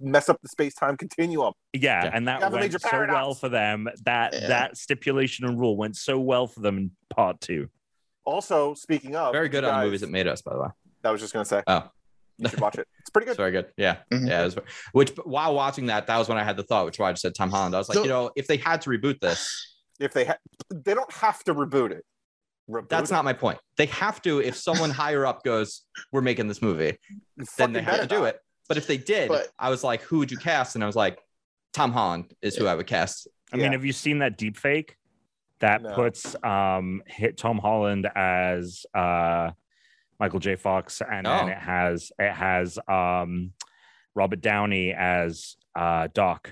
B: mess up the space time continuum.
C: yeah,
A: Yeah.
C: and that
B: You have a
C: went
B: major
C: so
B: paradox.
C: well for them. That
D: Yeah.
C: that stipulation and rule went so well for them in part two.
B: Also, speaking of,
A: Very good
B: you
A: on the
B: guys-
A: movies that made us, by the way.
B: I was just gonna say.
A: Oh.
B: you should watch it. It's pretty
A: It's
B: good.
A: very good. Yeah.
D: Mhm.
A: Yeah. It was, which while watching that, that was when I had the thought, which why I just said Tom Holland. I was like,
D: So-
A: you know, if they had to reboot this,
B: If they ha- they don't have to reboot it. Reboot
A: that's
B: it.
A: not my point. They have to, if someone higher up goes, we're making this movie,
B: You
A: then they have
B: fucking
A: to
B: better
A: do
B: not.
A: it. But if they did,
D: But-
A: I was like, who would you cast? And I was like, Tom Holland is who I would cast.
C: I
B: Yeah.
C: mean, have you seen that deep fake? That
B: No.
C: puts um hit Tom Holland as uh Michael J. Fox, and then
A: Oh.
C: it has it has um Robert Downey as uh Doc.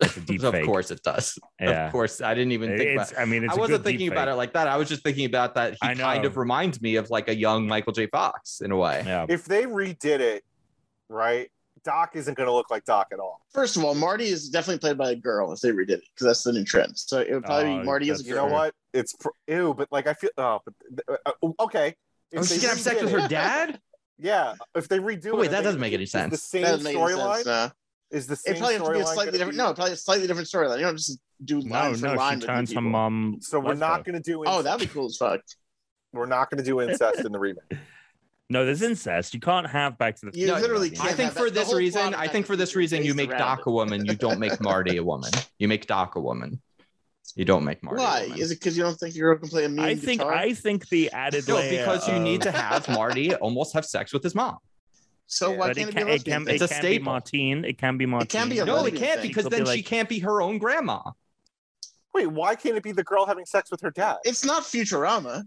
C: It's a deep
A: of
C: fake.
A: course it does.
C: Yeah.
A: Of course. I didn't even think
C: It's,
A: about
C: I mean, it's
A: I
C: a
A: wasn't
C: good
A: thinking
C: deepfake.
A: about it like that. I was just thinking about that. He
C: I
A: kind
C: know.
A: of reminds me of like a young Michael J. Fox in a way.
C: Yeah.
B: If they redid it, right, Doc isn't gonna look like Doc at all.
D: First of all, Marty is definitely played by a girl if they redid it because that's the new trend. So it would probably
C: Oh,
D: be Marty as a
C: that's
B: You
D: girl.
B: know
C: Sure.
B: what? It's pr- ew, but like I feel. Oh, but uh, uh, okay. If
A: Oh, she's
B: they
A: gonna have sex
B: redid
A: with
B: it-
A: her dad?
B: Yeah, if they redo
A: Oh,
B: it,
A: wait,
B: I
A: that
B: think
A: doesn't make any
B: it's
A: sense.
B: The same
D: That doesn't make any sense.
B: storyline
D: Nah.
B: is the same
D: It probably have to be a
B: storyline
D: slightly
B: gonna
D: different. No, probably a slightly different storyline. You don't just do
C: No,
D: line for
C: no,
D: line.
C: she
D: with
C: turns
D: new
C: her
D: people.
C: mom.
B: So we're
C: lesbo.
B: not going to do. Incest.
D: Oh, that'd be cool as fuck.
B: We're not going to do incest in the remake.
C: No, there's incest. You can't have Back to the.
D: You
A: No,
D: literally
C: I
D: can't.
A: I think
D: have that-
A: for
D: the
A: this
D: whole
A: reason,
D: plot of
A: I
D: Back
A: think
D: to
A: for
D: the
A: this
D: Future is
A: reason, you
D: based
A: make
D: around
A: Doc
D: it.
A: a woman. You don't make Marty a woman. You make Doc a woman. You don't make Marty. a
D: Why?
A: woman.
D: Is it because you don't think you're completely immune?
C: I think
D: guitar?
C: I think the added
A: no?
C: layer
A: Because you
C: of-
A: need to have Marty almost have sex with his mom.
D: So
B: Yeah.
D: why
C: But
D: can't
C: it
D: it be a
C: can, it
D: lesbian
C: can,
D: thing?
A: It's a
C: it can be
A: staple.
C: Martine. It can be Martine.
D: It can be a
A: No, it
D: lesbian
A: can't
D: thing.
A: because
C: She'll
A: then
C: be
A: she
C: like-
A: can't be her own grandma.
B: Wait, why can't it be the girl having sex with her dad?
D: It's not Futurama.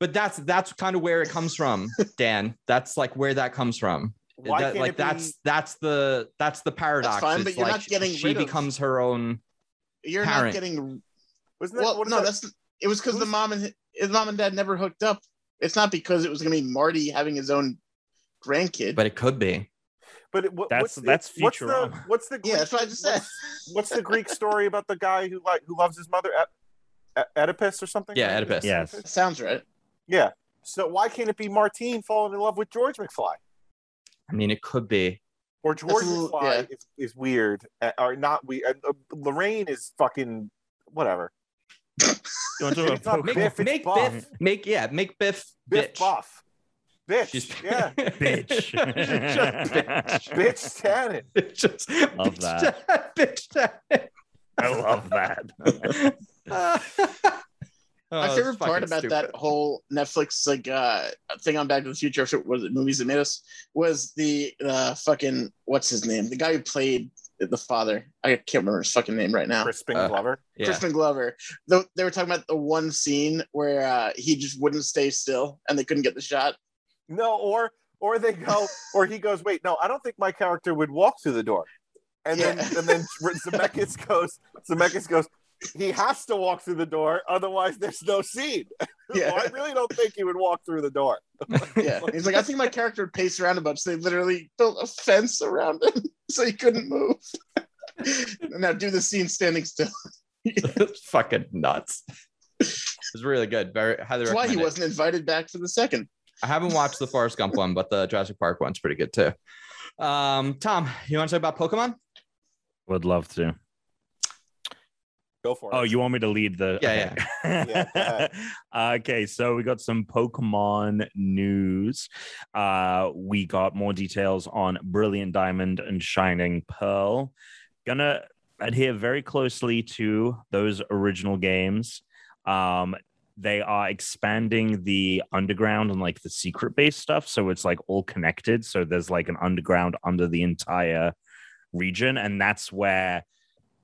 A: But that's that's kind of where it comes from, Dan. That's like where that comes from.
B: Why
A: That-
B: can't
A: like
B: it be-
A: that's that's the that's the paradox.
D: fine,
A: It's
D: but you're
A: like
D: not getting
A: she
D: rid of-
A: becomes her own.
D: You're
A: Parent.
D: not getting.
B: Wasn't that,
D: Well,
B: what is
D: no,
B: that?
D: that's it was because the
B: Who's-
D: mom and his mom and dad never hooked up. It's not because it was going to be Marty having his own grandkid.
A: But it could be.
B: But it, what,
C: That's-
B: what's the-
C: that's
B: what's the
C: Futurama.
B: what's the Greek,
D: yeah, that's what I just said.
B: What's, what's the Greek story about the guy who like who loves his mother, E- E- Oedipus or something?
A: Yeah,
B: Right?
A: Oedipus.
C: Yes.
D: Sounds right.
B: Yeah. So why can't it be Martine falling in love with George McFly?
A: I mean, it could be.
B: Or George
D: a little-
B: McFly
D: yeah.
B: is, is weird, uh, or not we Uh, uh, Lorraine is fucking whatever.
C: You want to do a
B: It's not
C: Pokemon-
B: Biff,
A: Make,
B: it's
A: make
B: Buff.
A: Biff. Make yeah. Make Biff.
B: Biff
A: bitch.
B: Buff. Bitch.
A: She's
B: Yeah.
C: Bitch.
A: She's just bitch.
B: Bitch Tannen.
A: It's just
C: Love
A: bitch that. bitch that.
C: I love that.
A: Uh,
D: My
A: Oh,
D: favorite
A: it's
D: part
A: fucking
D: about that
A: stupid.
D: whole Netflix like uh thing on Back to the Future, if it was movies that made us, was the uh fucking what's his name, the guy who played the father. I can't remember his fucking name right now.
B: Crispin
A: Uh,
B: Glover.
A: Yeah.
D: Crispin Glover. The, they were talking about the one scene where uh, he just wouldn't stay still and they couldn't get the shot.
B: No, or or they go, or he goes, wait, no, I don't think my character would walk through the door. And then
D: Yeah.
B: and then Zemeckis goes, Zemeckis goes, he has to walk through the door, otherwise there's no scene.
D: Yeah.
B: Well, I really don't think he would walk through the door.
D: Yeah, he's like, I think my character would pace around a bunch. They literally built a fence around him so he couldn't move. now do the scene standing still.
A: It's fucking nuts. It's really good. Very highly
D: That's
A: recommend
D: why he
A: it.
D: wasn't invited back for the second.
A: I haven't watched the Forrest Gump one, but the Jurassic Park one's pretty good too. Um, Tom, you want to talk about Pokemon?
C: Would love to.
B: Go for it.
C: Oh, you want me to lead the?
A: Yeah,
C: okay. Uh,
B: yeah. Yeah,
C: okay, so we got some Pokemon news. Uh, we got more details on Brilliant Diamond and Shining Pearl. Gonna adhere very closely to those original games. Um, they are expanding the underground and like the secret base stuff, so it's like all connected. So there's like an underground under the entire region, and that's where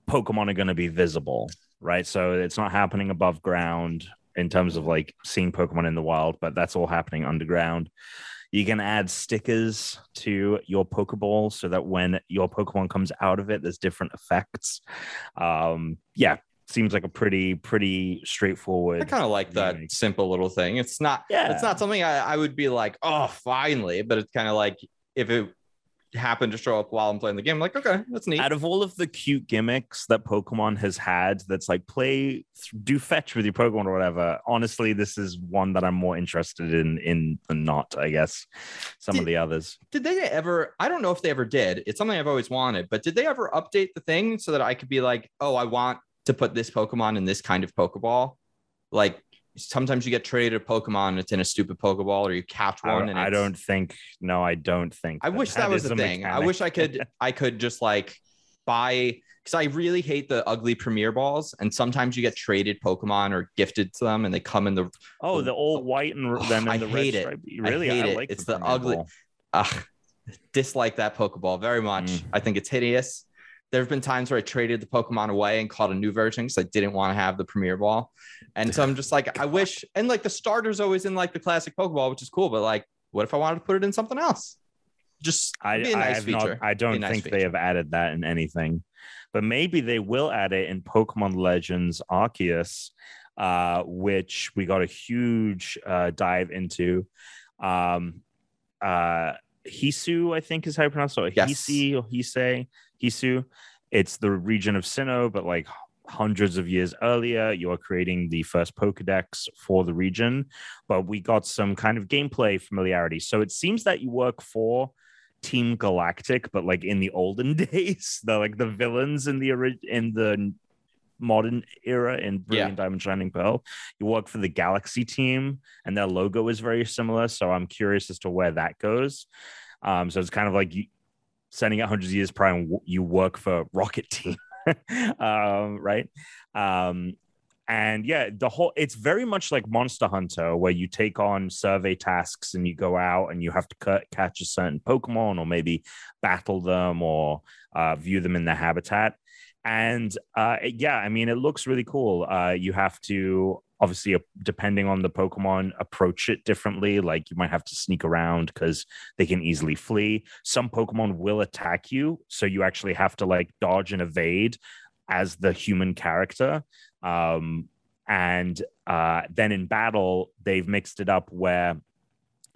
C: Pokemon are going to be visible, right? So it's not happening above ground in terms of like seeing Pokemon in the wild, but that's all happening underground. You can add stickers to your Pokeball so that when your Pokemon comes out of it, there's different effects. Um, yeah, seems like a pretty, pretty straightforward.
A: I kind of like that
C: Remake.
A: simple little thing. It's not,
C: Yeah.
A: it's not something I, I would be like, oh, finally. But it's kind of like if it happened to show up while I'm playing the game, I'm like, okay, that's neat.
C: out of all of the cute gimmicks that Pokemon has had, that's like play, do fetch with your Pokemon or whatever. Honestly, this is one that I'm more interested in in than not. I guess some of
A: Did-
C: the others.
A: Did they ever? I don't know if they ever did. It's something I've always wanted, but did they ever update the thing so that I could be like, oh, I want to put this Pokemon in this kind of Pokeball? Like sometimes you get traded a Pokemon, and it's in a stupid Pokeball, or you catch
C: I,
A: one. and
C: I
A: it's-
C: don't think. No, I don't think.
A: I wish that, was
C: is
A: the
C: a
A: thing. I
C: mechanic.
A: wish I could I could just like buy because I really hate the ugly premiere balls, and sometimes you get traded Pokemon or gifted to them, and they come in the
C: Oh, the all white and
A: Ugh,
C: then
A: I
C: in the
A: hate
C: red
A: it.
C: stripe. Really, I,
A: hate it.
C: like
A: It's the
C: Pokemon
A: ugly-
C: ball.
A: ugh, dislike that Pokeball very much.
C: Mm.
A: I think it's hideous. There have been times where I traded the Pokemon away and caught a new version because I didn't want to have the Premier Ball. And so I'm just like, I wish. And like the starter's always in like the classic Pokeball, which is cool. But like, what if I wanted to put it in something else? Just
C: I,
A: it'd be a
C: I
A: nice
C: have
A: feature.
C: not. I
A: Be
C: don't
A: a nice
C: think they
A: feature.
C: have added that in anything, but maybe they will add it in Pokemon Legends Arceus, uh, which we got a huge uh, dive into. Um, uh, Hisu, I think is how you pronounce it.
A: Yes.
C: Hisi or Hisei, Hisu. It's the region of Sinnoh, but like hundreds of years earlier. You are creating the first Pokedex for the region, but we got some kind of gameplay familiarity. So it seems that you work for Team Galactic, but like in the olden days, the like the villains in the ori- in the modern era in Brilliant Diamond Shining Pearl. You work for the Galaxy team, and their logo is very similar. So I'm curious as to where that goes. Um, so it's kind of like you sending out hundreds of years prior, and w- you work for Rocket Team, um, right? Um, and yeah, the whole it's very much like Monster Hunter, where you take on survey tasks and you go out and you have to cut, catch a certain Pokemon or maybe battle them or uh, view them in their habitat. And uh, it- yeah, I mean, it looks really cool. Uh, you have to obviously, uh, depending on the Pokemon, approach it differently. Like you might have to sneak around because they can easily flee. Some Pokemon will attack you, so you actually have to like dodge and evade as the human character. Um, and uh, then in battle, they've mixed it up where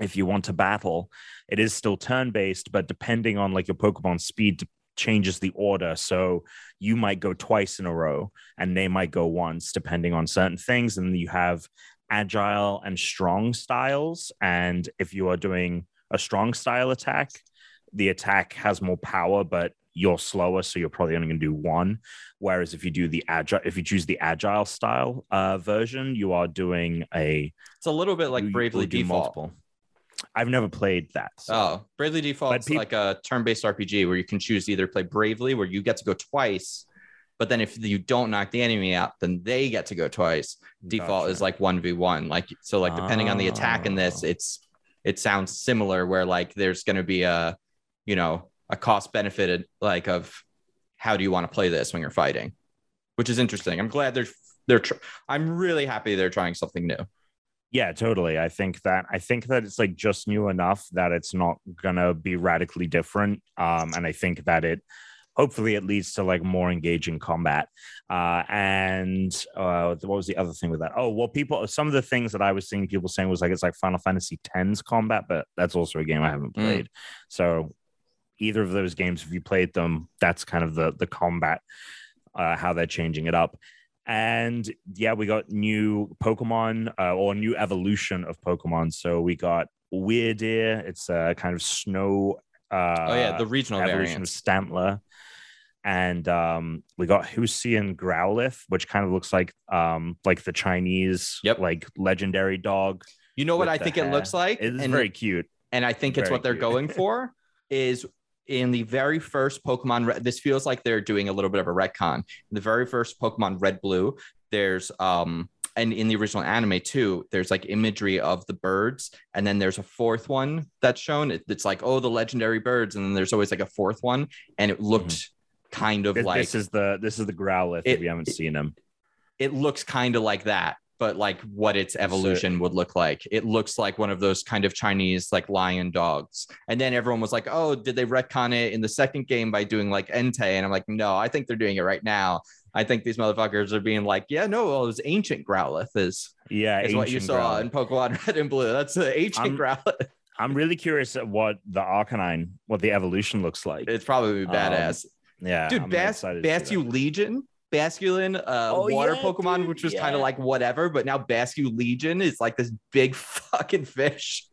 C: if you want to battle, it is still turn based, but depending on like your Pokemon speed changes the order. So you might go twice in a row and they might go once, depending on certain things. And you have agile and strong styles. And if you are doing a strong style attack, the attack has more power, but you're slower, so you're probably only going to do one. Whereas if you do the agile, if you choose the agile style uh, version, you are doing a
A: It's a little bit
C: you-
A: like
C: you
A: Bravely
C: do
A: Default.
C: I've never played that. so-
A: Oh, Bravely Default
C: But
A: is
C: peop-
A: like a turn-based RPG where you can choose to either play Bravely, where you get to go twice, But then if you don't knock the enemy out, then they get to go twice. Default
C: Gotcha.
A: is like one v one. Like so, like depending on the attack in this,
C: Oh.
A: it's it sounds similar. Where like there's going to be a, you know, a cost benefit like of how do you want to play this when you're fighting, which is interesting. I'm glad they're they're. Tr- I'm really happy they're trying something new.
C: Yeah, totally. I think that I think that it's like just new enough that it's not gonna be radically different. Um, and I think that it hopefully it leads to like more engaging combat. Uh, and uh, what was the other thing with that? Oh, well, people. Some of the things that I was seeing people saying was like it's like Final Fantasy X's combat, but that's also a game I haven't
A: Mm.
C: played. So either of those games, if you played them, that's kind of the the combat, uh, how they're changing it up. And yeah, we got new Pokemon uh, or new evolution of Pokemon. So we got Weirdeer. It's a kind of snow. Uh,
A: oh yeah, the regional
C: evolution
A: variants.
C: of Stantler. And um, we got Husian Growlithe, which kind of looks like um, like the Chinese
A: Yep.
C: like legendary dog.
A: You know what
C: with
A: I
C: the
A: think it
C: hair.
A: looks like?
C: It's
A: And-
C: very cute.
A: and I think it's
C: Very
A: what they're
C: cute.
A: going for is in the very first Pokemon. Red- This feels like they're doing a little bit of a retcon. In the very first Pokemon Red Blue, there's um, and in the original anime too, there's like imagery of the birds, and then there's a fourth one that's shown. It- It's like oh, the legendary birds, and then there's always like a fourth one, and it looked kind of
C: This,
A: like
C: this is the this is the Growlithe. if
A: It-
C: you haven't
A: it-
C: seen him,
A: it looks kind of like that but like what its evolution would look like it looks like one of those kind of chinese like lion dogs and then everyone was like oh did they retcon it in the second game by doing like entei and i'm like no i think they're doing it right now i think these motherfuckers are being like yeah no well, it was ancient growlithe is,
C: yeah,
A: is what you
C: ancient
A: saw
C: Growlithe.
A: in pokemon red and blue that's the ancient
C: I'm-
A: growlithe
C: I'm really curious at what the Arcanine, what the evolution looks like.
A: it's probably
C: Um,
A: badass
C: yeah,
A: dude
C: I'm
A: Bas-
C: excited to see that.
A: bascu legion basculin uh
C: Oh,
A: water
C: yeah,
A: pokemon
C: dude,
A: which was
C: yeah.
A: kind of like whatever but now bascu legion is like this big fucking fish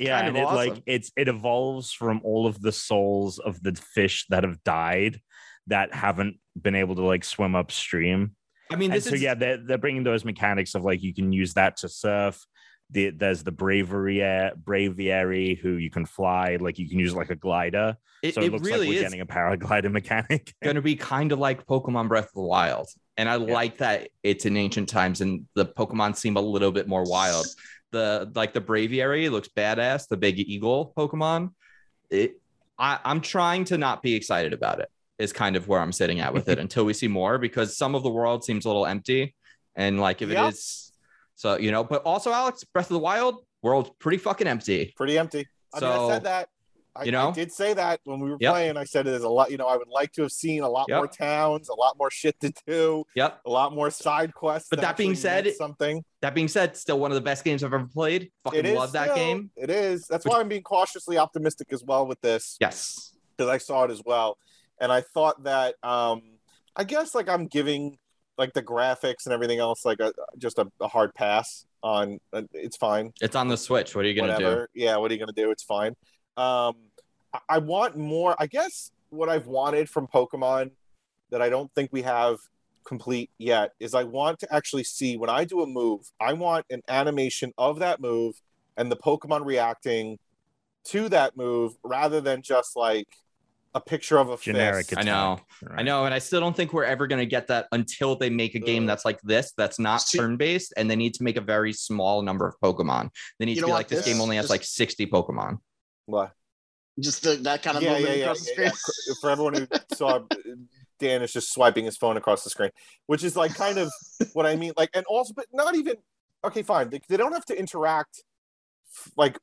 C: yeah,
A: kind
C: and
A: of
C: it
A: awesome.
C: like it's it evolves from all of the souls of the fish that have died that haven't been able to like swim upstream.
A: i mean
C: And,
A: this
C: so
A: is
C: yeah, they're, they're bringing those mechanics of like you can use that to surf. The, there's the bravery uh, braviary who you can fly like you can use like a glider.
A: it,
C: so it,
A: it
C: looks
A: really
C: like we're
A: is
C: getting a paraglider mechanic.
A: going to be kind of like pokemon breath of the wild and i like that it's in ancient times and the pokemon seem a little bit more wild the like the braviary looks badass the big eagle pokemon it I, i'm trying to not be excited about it is kind of where i'm sitting at with it until we see more because some of the world seems a little empty and like if
B: Yeah.
A: it is so you know but also alex breath of the wild world's pretty fucking empty
B: Pretty empty. I mean,
A: So,
B: I said that. I,
A: you know?
B: I did say that when we were
A: Yep.
B: playing. I said there's a lot. You know, I would like to have seen a lot
A: Yep.
B: more towns, a lot more shit to do,
A: yep
B: a lot more side quests.
A: But that being
B: actually
A: said,
B: meant something.
A: That being said, still one of the best games I've ever played. Fucking
B: It is
A: love that
B: still-
A: game.
B: It is. That's
A: Which-
B: why I'm being cautiously optimistic as well with this.
A: Yes.
B: because I saw it as well, and I thought that um, I guess like I'm giving like the graphics and everything else like a, just a, a hard pass on. uh, It's fine,
A: It's on the Switch. What are you gonna
B: whatever. Yeah, what are you gonna do? It's fine. Um, I, I want more. I guess what I've wanted from Pokemon that I don't think we have complete yet is I want to actually see when I do a move, I want an animation of that move and the Pokemon reacting to that move rather than just like a picture of a
C: Generic.
B: fist.
A: I know.
C: attack,
A: do? I
C: right?
A: know, and I still don't think we're ever gonna get that until they make a game
B: Ugh.
A: that's like this, that's not
D: See-
A: turn based, and they need to make a very small number of Pokemon. They need
D: You
A: to
D: know
A: be
D: what,
A: like this,
D: this-
A: game only has
D: this-
A: like sixty Pokemon.
B: What?
D: Just the, that kind of
B: yeah, yeah,
D: movement
B: yeah,
D: across
B: yeah, yeah.
D: the screen.
B: For everyone who saw, Dan is just swiping his phone across the screen, which is like kind of what I mean. Like, and also, but not even okay. Fine, they, they don't have to interact, like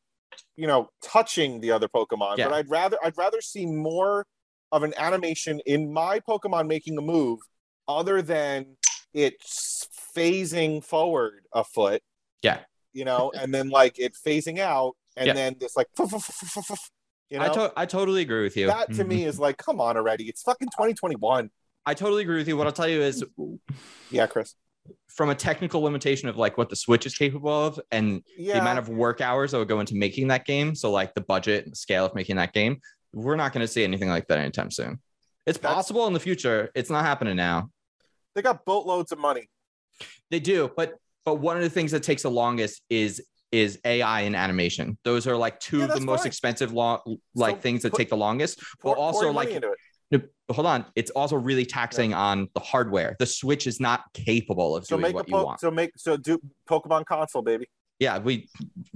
B: you know, touching the other Pokemon.
A: Yeah.
B: But I'd rather I'd rather see more of an animation in my Pokemon making a move, other than it's phasing forward a foot.
A: Yeah.
B: You know, and then like it phasing out, and
A: Yeah.
B: then this like, you know,
A: I, to- I totally agree with you. Mm-hmm.
B: that to me is like, come on already. It's fucking 2021.
A: I totally agree with you. What I'll tell you is
B: Yeah, Chris.
A: from a technical limitation of like what the Switch is capable of and
B: Yeah.
A: the amount of work hours that would go into making that game. So like the budget and the scale of making that game, we're not going to see anything like that anytime soon. It's
B: That's-
A: possible in the future. It's not happening now.
B: they got boatloads of money.
A: They do, but but one of the things that takes the longest is is AI and animation. Those are like two
B: Yeah,
A: of the
B: that's
A: most
B: fine.
A: expensive long like
B: So
A: things that
B: put-
A: take the longest.
B: Pour,
A: But also
B: pouring money
A: like
B: into it.
A: No, hold on. It's also really taxing on the hardware. The Switch is not capable of
B: So
A: doing
B: make a
A: what you
B: po-
A: want.
B: so make so do Pokemon console, baby.
A: yeah, we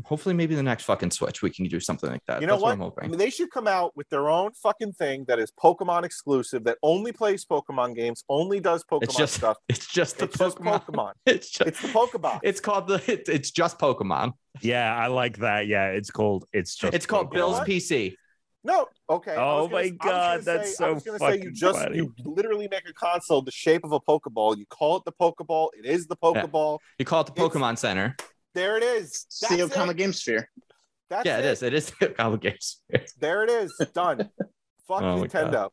A: hopefully maybe the next fucking Switch we can do something like that.
B: You know
A: That's
B: what?
A: I'm
B: I
A: hoping.
B: mean, they should come out with their own fucking thing that is Pokemon exclusive, that only plays Pokemon games, only does Pokemon
A: It's just
B: stuff.
A: It's just the
B: It's just
A: Pokemon.
B: Pokemon.
A: It's just
B: It's the Pokebot.
A: it's called the it, it's just Pokemon.
C: Yeah, I like that. Yeah, it's called. It's just.
A: It's called
C: Pokemon.
A: Bill's
B: What?
A: PC.
B: No, okay. I
C: Oh
B: was gonna-
C: my
B: I was gonna
C: God, that's
B: say- I
C: so
B: was gonna say you
C: fucking
B: just
C: funny.
B: you literally make a console the shape of a Pokeball. You call it the Pokeball. It is the Pokeball.
A: You call it the
B: It's-
A: Pokemon Center.
B: There it is. That's
D: CEO
B: it.
D: Comic Game Sphere.
B: That's
A: yeah, it is. It is Comic Games.
B: There it is. Done. Fuck
A: Oh my God.
B: Nintendo.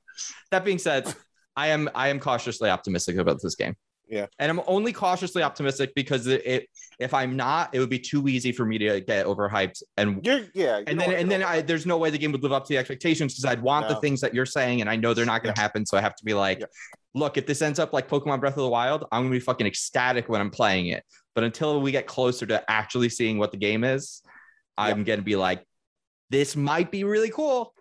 A: That being said, I am I am cautiously optimistic about this game.
B: Yeah.
A: and I'm only cautiously optimistic because it, it if I'm not, it would be too easy for me to get overhyped and
B: You're yeah. you
A: and
B: know
A: then
B: what,
A: and
B: you
A: then
B: know
A: I
B: what.
A: there's no way the game would live up to the expectations because I'd want the
B: No.
A: things that you're saying and I know they're not going to happen. So I have to be like,
B: Yeah.
A: look, if this ends up like Pokemon Breath of the Wild, I'm going to be fucking ecstatic when I'm playing it. But until we get closer to actually seeing what the game is, I'm going to be like, this might be really cool,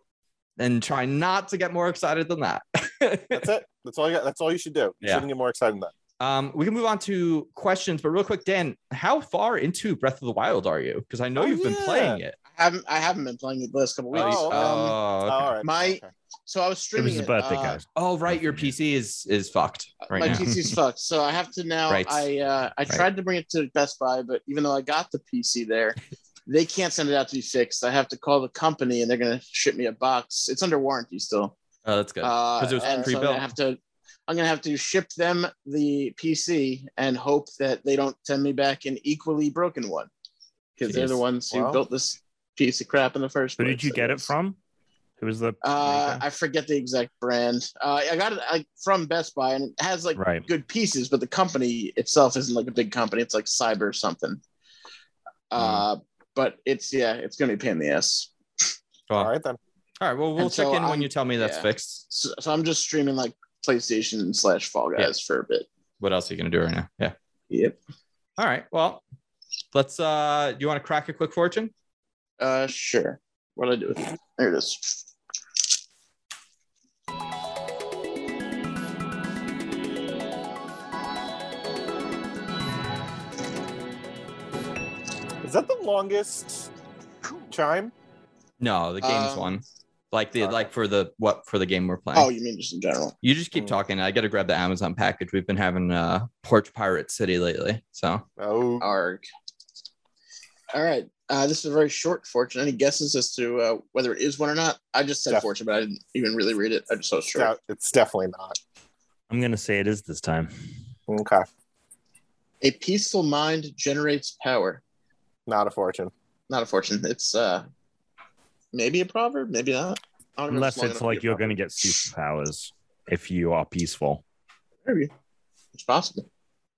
A: and try not to get more excited than that.
B: that's it. That's all you got. That's all you should do. You
A: Yeah.
B: shouldn't get more excited than that.
A: Um, we can move on to questions, but real quick, Dan, how far into Breath of the Wild are you? Because I know
B: Oh,
A: you've been
B: yeah.
A: playing it.
D: I haven't I haven't been playing it the last couple
A: Oh,
D: weeks.
A: you-
B: okay.
D: um,
A: oh,
B: Oh,
A: okay.
B: all right.
D: my
B: okay.
D: so I was
C: It
D: streaming
C: was
D: it.
C: his birthday,
D: uh,
C: guys.
A: Oh, right, your PC is is fucked right
D: my
A: now.
D: PC's fucked, so I have to now.
A: Right.
D: I uh, I
A: Right.
D: tried to bring it to Best Buy, but even though I got the PC there, they can't send it out to be fixed. I have to call the company, and they're gonna ship me a box. It's under warranty still.
A: Oh, that's good.
D: Uh,
A: 'Cause it was
D: and so I'm
A: pre-built.
D: gonna have to. I'm gonna have to ship them the PC and hope that they don't send me back an equally broken one, because they're
A: Jeez.
D: the ones who
B: Well.
D: built this piece of crap in the first
C: Who
D: place.
C: did you
D: I
C: get it
D: guess.
C: from? Who was the?
D: Uh, I forget the exact brand. Uh, I got it like, from Best Buy, and it has like
C: right.
D: good pieces, but the company itself isn't like a big company. It's like cyber something. Uh, but it's yeah, it's gonna be a pain in the ass.
A: Well,
B: All right then.
A: all right. Well, we'll
D: And
A: check
D: so
A: in when
D: I'm-
A: you tell me that's
D: yeah.
A: fixed.
D: So, so I'm just streaming like PlayStation slash Fall
A: Yeah.
D: Guys for a bit.
A: What else are you gonna do right now? Yeah.
D: Yep.
A: All right. Well, let's. uh Do you want to crack a quick fortune?
D: Uh, sure. What would I do with it? There it is.
B: Is that the longest chime?
A: No, the games
D: Um,
A: one. Like the
B: okay.
A: like for the what for the game we're playing.
D: Oh, you mean just in general?
A: You just keep
B: Mm.
A: talking. I got to grab the Amazon package. We've been having uh, Porch Pirate City lately. So
B: Oh,
D: Arg. All right. Uh, this is a very short fortune. Any guesses as to uh, whether it is one or not? I just said
B: Def-
D: fortune, but I didn't even really read it. I just saw short.
B: yeah, it's definitely not.
C: I'm gonna say it is this time.
B: Okay,
D: A peaceful mind generates power.
B: not a fortune.
D: Not a fortune. It's uh, maybe a proverb, maybe not. I don't know if
C: Unless
D: long
C: it's
D: enough
C: like
D: to be a
C: you're gonna get superpowers if you are peaceful.
D: proverb. Maybe. It's possible.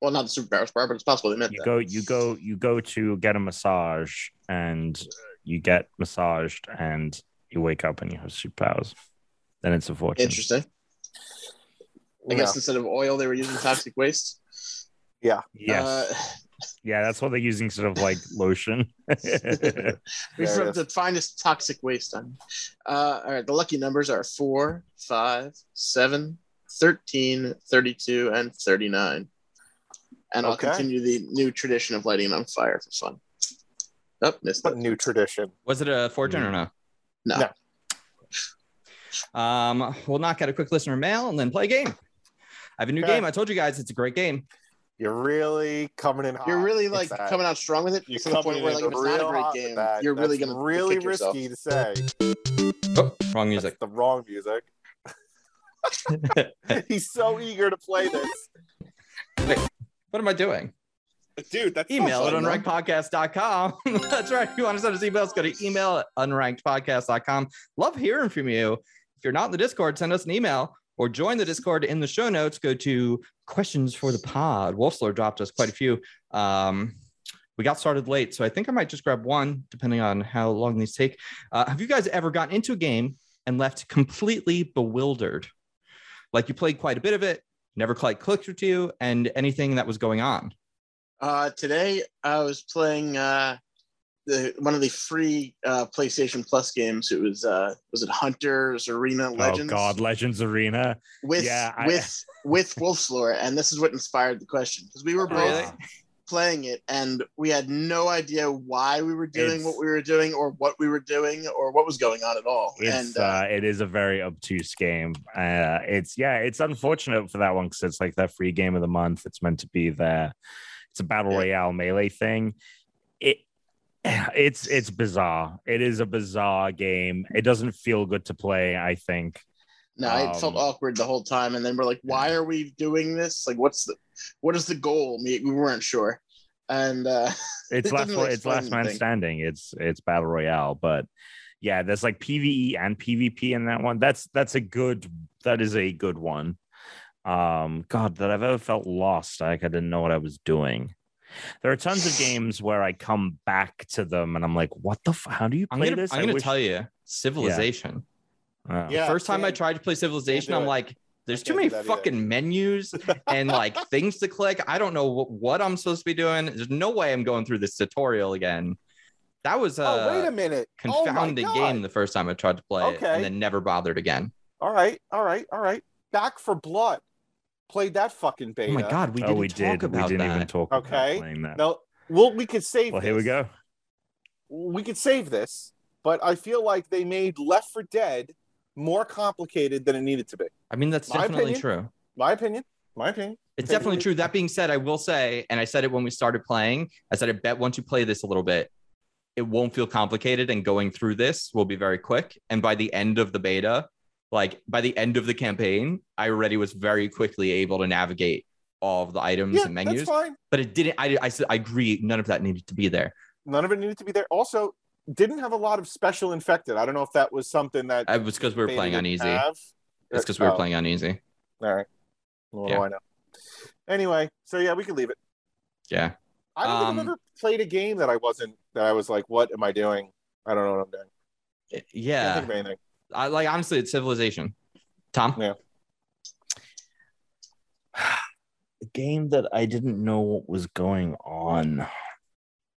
D: Well, not the superpowers part, but it's possible they meant
C: You
D: that.
C: go, you go, you go to get a massage, and you get massaged, and you wake up and you have superpowers. Then it's a fortune.
D: Interesting. I
B: No.
D: guess instead of oil, they were using toxic waste.
C: Yes.
D: Uh,
C: yeah, that's what they're using, sort of like lotion.
D: We
B: There it
D: from
B: is.
D: the finest toxic waste on. Uh, all right, the lucky numbers are 4, 5, 7, 13, 32, and 39. And I'll
B: Okay.
D: continue the new tradition of lighting it on fire for fun. Oh, missed
B: What
D: it.
B: new tradition?
A: was it a fortune or
D: Mm.
A: no?
D: No.
B: No.
A: Um, we'll knock out a quick listener mail and then play a game. I have a new
B: Okay.
A: game. I told you guys it's a great game.
B: You're really coming in hot.
D: You're really
B: with
D: like
B: that.
D: coming out strong with it
B: You're
D: to the point
B: coming
D: where
B: in
D: like if it's not a
B: real hot
D: great
B: with
D: game,
B: that.
D: you're really
B: That's
D: gonna
B: really
D: kick yourself.
B: risky to say.
A: Oh, wrong music.
B: That's the wrong music. He's so eager to play this,
A: What am I doing?
B: dude. That's
A: Email at
D: fun, right?
A: unrankedpodcast.com. That's right. If you want to send us emails, go to email at unrankedpodcast.com. Love hearing from you. If you're not in the Discord, send us an email or join the Discord in the show notes. Go to questions for the pod. Wolfsler dropped us quite a few. Um, we got started late, so I think I might just grab one, depending on how long these take. Uh, have you guys ever gotten into a game and left completely bewildered? Like you played quite a bit of it, never quite clicked with you, and anything that was going on.
D: Uh, today I was playing uh, the one of the free uh, PlayStation Plus games. It was uh, was it Hunters Arena Legends?
C: Oh God, Legends Arena.
D: with
C: Yeah, I-
D: with with Wolf's Lore, and this is what inspired the question because we were
C: Oh,
D: both
A: Really?
D: playing it, and we had no idea why we were doing
C: It's-
D: what we were doing, or what we were doing, or what was going on at all.
C: It's
D: and uh,
C: uh, it is a very obtuse game. Uh, it's yeah, it's unfortunate for that one because it's like their free game of the month. It's meant to be their it's a battle
D: Yeah.
C: royale melee thing. It it's it's bizarre. It is a bizarre game. It doesn't feel good to play. I think
D: no, it felt
C: um,
D: awkward the whole time, and then we're like, why are we doing this? Like, what's the what is the goal? We, we weren't sure, and uh,
C: it's
D: It
C: last
D: doesn't really
C: it's last
D: explain
C: man
D: anything.
C: standing. It's it's battle royale, but yeah, there's like PVE and PvP in that one. That's that's a good that is a good one. Um, God, that I've ever felt lost. Like I didn't know what I was doing. There are tons of games where I come back to them and I'm like, what the? F- how do you
A: I'm
C: play
A: gonna,
C: this?
A: I'm
C: I
A: gonna
C: wish-
A: tell you, Civilization.
C: Oh.
D: Yeah,
A: First time I
D: same.
A: tried to play Civilization,
B: do
A: I'm
B: it.
A: like, there's too
B: can't
A: many
B: do that either.
A: fucking menus and like things to click. I don't know what, what I'm supposed to be doing. There's no way I'm going through this tutorial again. That was a
B: oh wait a minute! Oh my
A: confounding
B: God.
A: game the first time I tried to play it,
B: Okay.
A: and then never bothered again.
B: All right, all right, all right. Back for Blood. Played that fucking beta.
A: Oh my god, we
C: Oh,
A: didn't
C: we
A: talk
C: did. We
A: about
C: didn't
A: that.
C: even talk
B: Okay.
C: about playing that.
B: No, well, we could save.
C: well, here we
B: this.
C: go.
B: we could save this, but I feel like they made Left for Dead more complicated than it needed to be.
A: I mean, that's
B: My
A: definitely
B: opinion.
A: true.
B: My opinion. My opinion.
A: It's
B: Okay.
A: definitely true. That being said, I will say, and I said it when we started playing, I said, I bet once you play this a little bit, it won't feel complicated. And going through this will be very quick. And by the end of the beta, like by the end of the campaign, I already was very quickly able to navigate all of the items
B: Yeah,
A: and menus.
B: that's fine.
A: But it didn't, I, I, said- I agree, none of that needed to be there.
B: None of it needed to be there. Also, didn't have a lot of special infected. I don't know if that was something that
A: It was because we were
B: beta
A: playing on
B: didn't
A: easy. It's
B: have.
A: because we were
B: Oh,
A: playing on easy.
B: All right. Well,
A: Yeah.
B: I know. Anyway, so yeah, we could leave it.
A: Yeah.
B: I don't think
A: Um,
B: I've ever played a game that I wasn't that I was like, "What am I doing? I don't know what I'm doing." Can't think
A: Yeah.
B: of anything.
A: I like, honestly, it's civilization. Tom?
B: Yeah.
C: A game that I didn't know what was going on.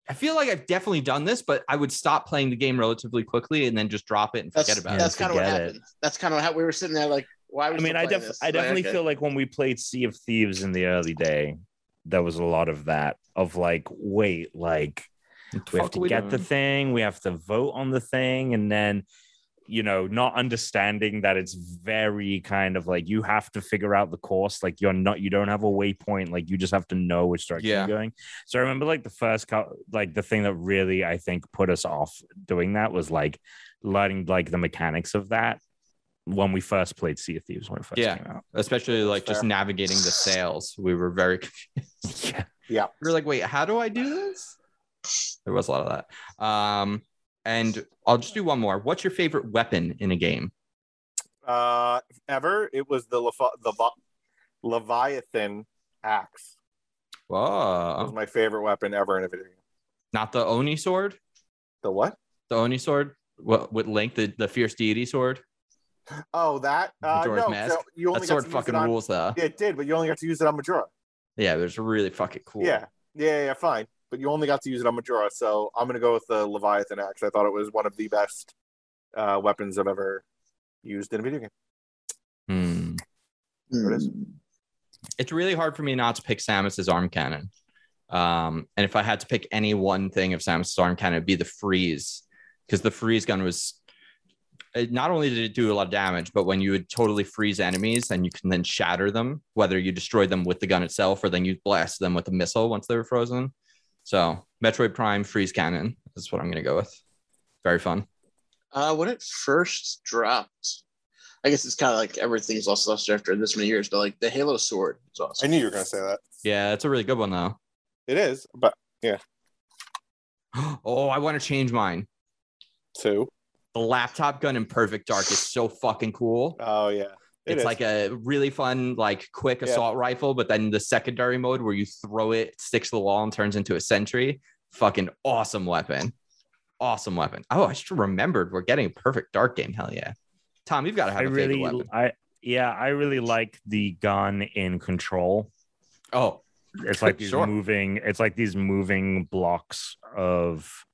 A: I feel like I've definitely done this, but I would stop playing the game relatively quickly and then just drop it and
D: that's
A: forget about
D: that's
A: it.
D: kind of what
C: Forget it.
D: happened. That's kind of how we were sitting there like, why? Are we
C: I mean,
D: still
C: I,
D: playing
C: def-
D: this?
C: I
D: Like,
C: definitely
D: okay.
C: feel like when we played Sea of Thieves in the early day, there was a lot of that of like, wait, like we have
A: Fuck
C: to
A: we
C: get the
A: doing?
C: thing, we have to vote on the thing, and then you know, not understanding that it's very kind of like you have to figure out the course, like you're not, you don't have a waypoint, like you just have to know which direction
A: Yeah.
C: you're going. So I remember like the first, cou- like the thing that really I think put us off doing that was like learning like the mechanics of that when we first played Sea of Thieves when it first
A: Yeah.
C: came out.
A: Especially like just
B: fair.
A: navigating the sales. We were very confused.
C: Yeah.
A: we were like, wait, how do I do this? There was a lot of that. Um, and I'll just do one more. What's your favorite weapon in a game?
B: Uh, ever it was the Lefa- the Va- Leviathan axe. was
A: Whoa.
B: my favorite weapon ever in a video game.
A: Not the Oni sword?
B: The what?
A: The Oni sword? What with Link, the, the fierce deity sword?
B: Oh, that? Uh,
A: Majora's
B: no,
A: Mask?
B: so you only
A: That
B: got
A: sword
B: to use
A: fucking
B: it on-
A: rules though.
B: Yeah, it did, but you only got to use it on Majora.
A: Yeah, it was really fucking cool.
B: Yeah. yeah, yeah, yeah, fine. But you only got to use it on Majora, so I'm gonna go with the Leviathan axe. I thought it was one of the best uh, weapons I've ever used in a video game.
A: Hmm.
B: There it is.
D: Hmm.
A: it's really hard for me not to pick Samus's arm cannon. Um, and if I had to pick any one thing of Samus's arm cannon, it'd be the freeze, because the freeze gun was it not only did it do a lot of damage, but when you would totally freeze enemies and you can then shatter them, whether you destroy them with the gun itself or then you blast them with a missile once they were frozen. So Metroid Prime freeze cannon is what I'm gonna go with. Very fun.
D: Uh, when it first dropped, I guess it's kind of like everything's lost luster after this many years, but like the Halo sword is
B: I
D: awesome.
B: knew you were gonna say that.
A: Yeah, it's a really good one though.
B: It is, but
A: oh, I want to change mine.
B: two.
A: The laptop gun in Perfect Dark is so fucking cool.
B: Oh yeah, It
A: it's
B: is.
A: like a really fun, like quick
B: Yeah.
A: assault rifle, but then the secondary mode where you throw it, sticks to the wall, and turns into a sentry. Fucking awesome weapon. Awesome weapon. Oh, I just remembered we're getting a perfect dark game. Hell yeah. Tom, you've got to
C: I
A: have a
C: really,
A: favorite weapon.
C: I yeah, I really like the gun in Control.
A: Oh,
C: it's like these
A: Sure.
C: moving it's like these moving blocks of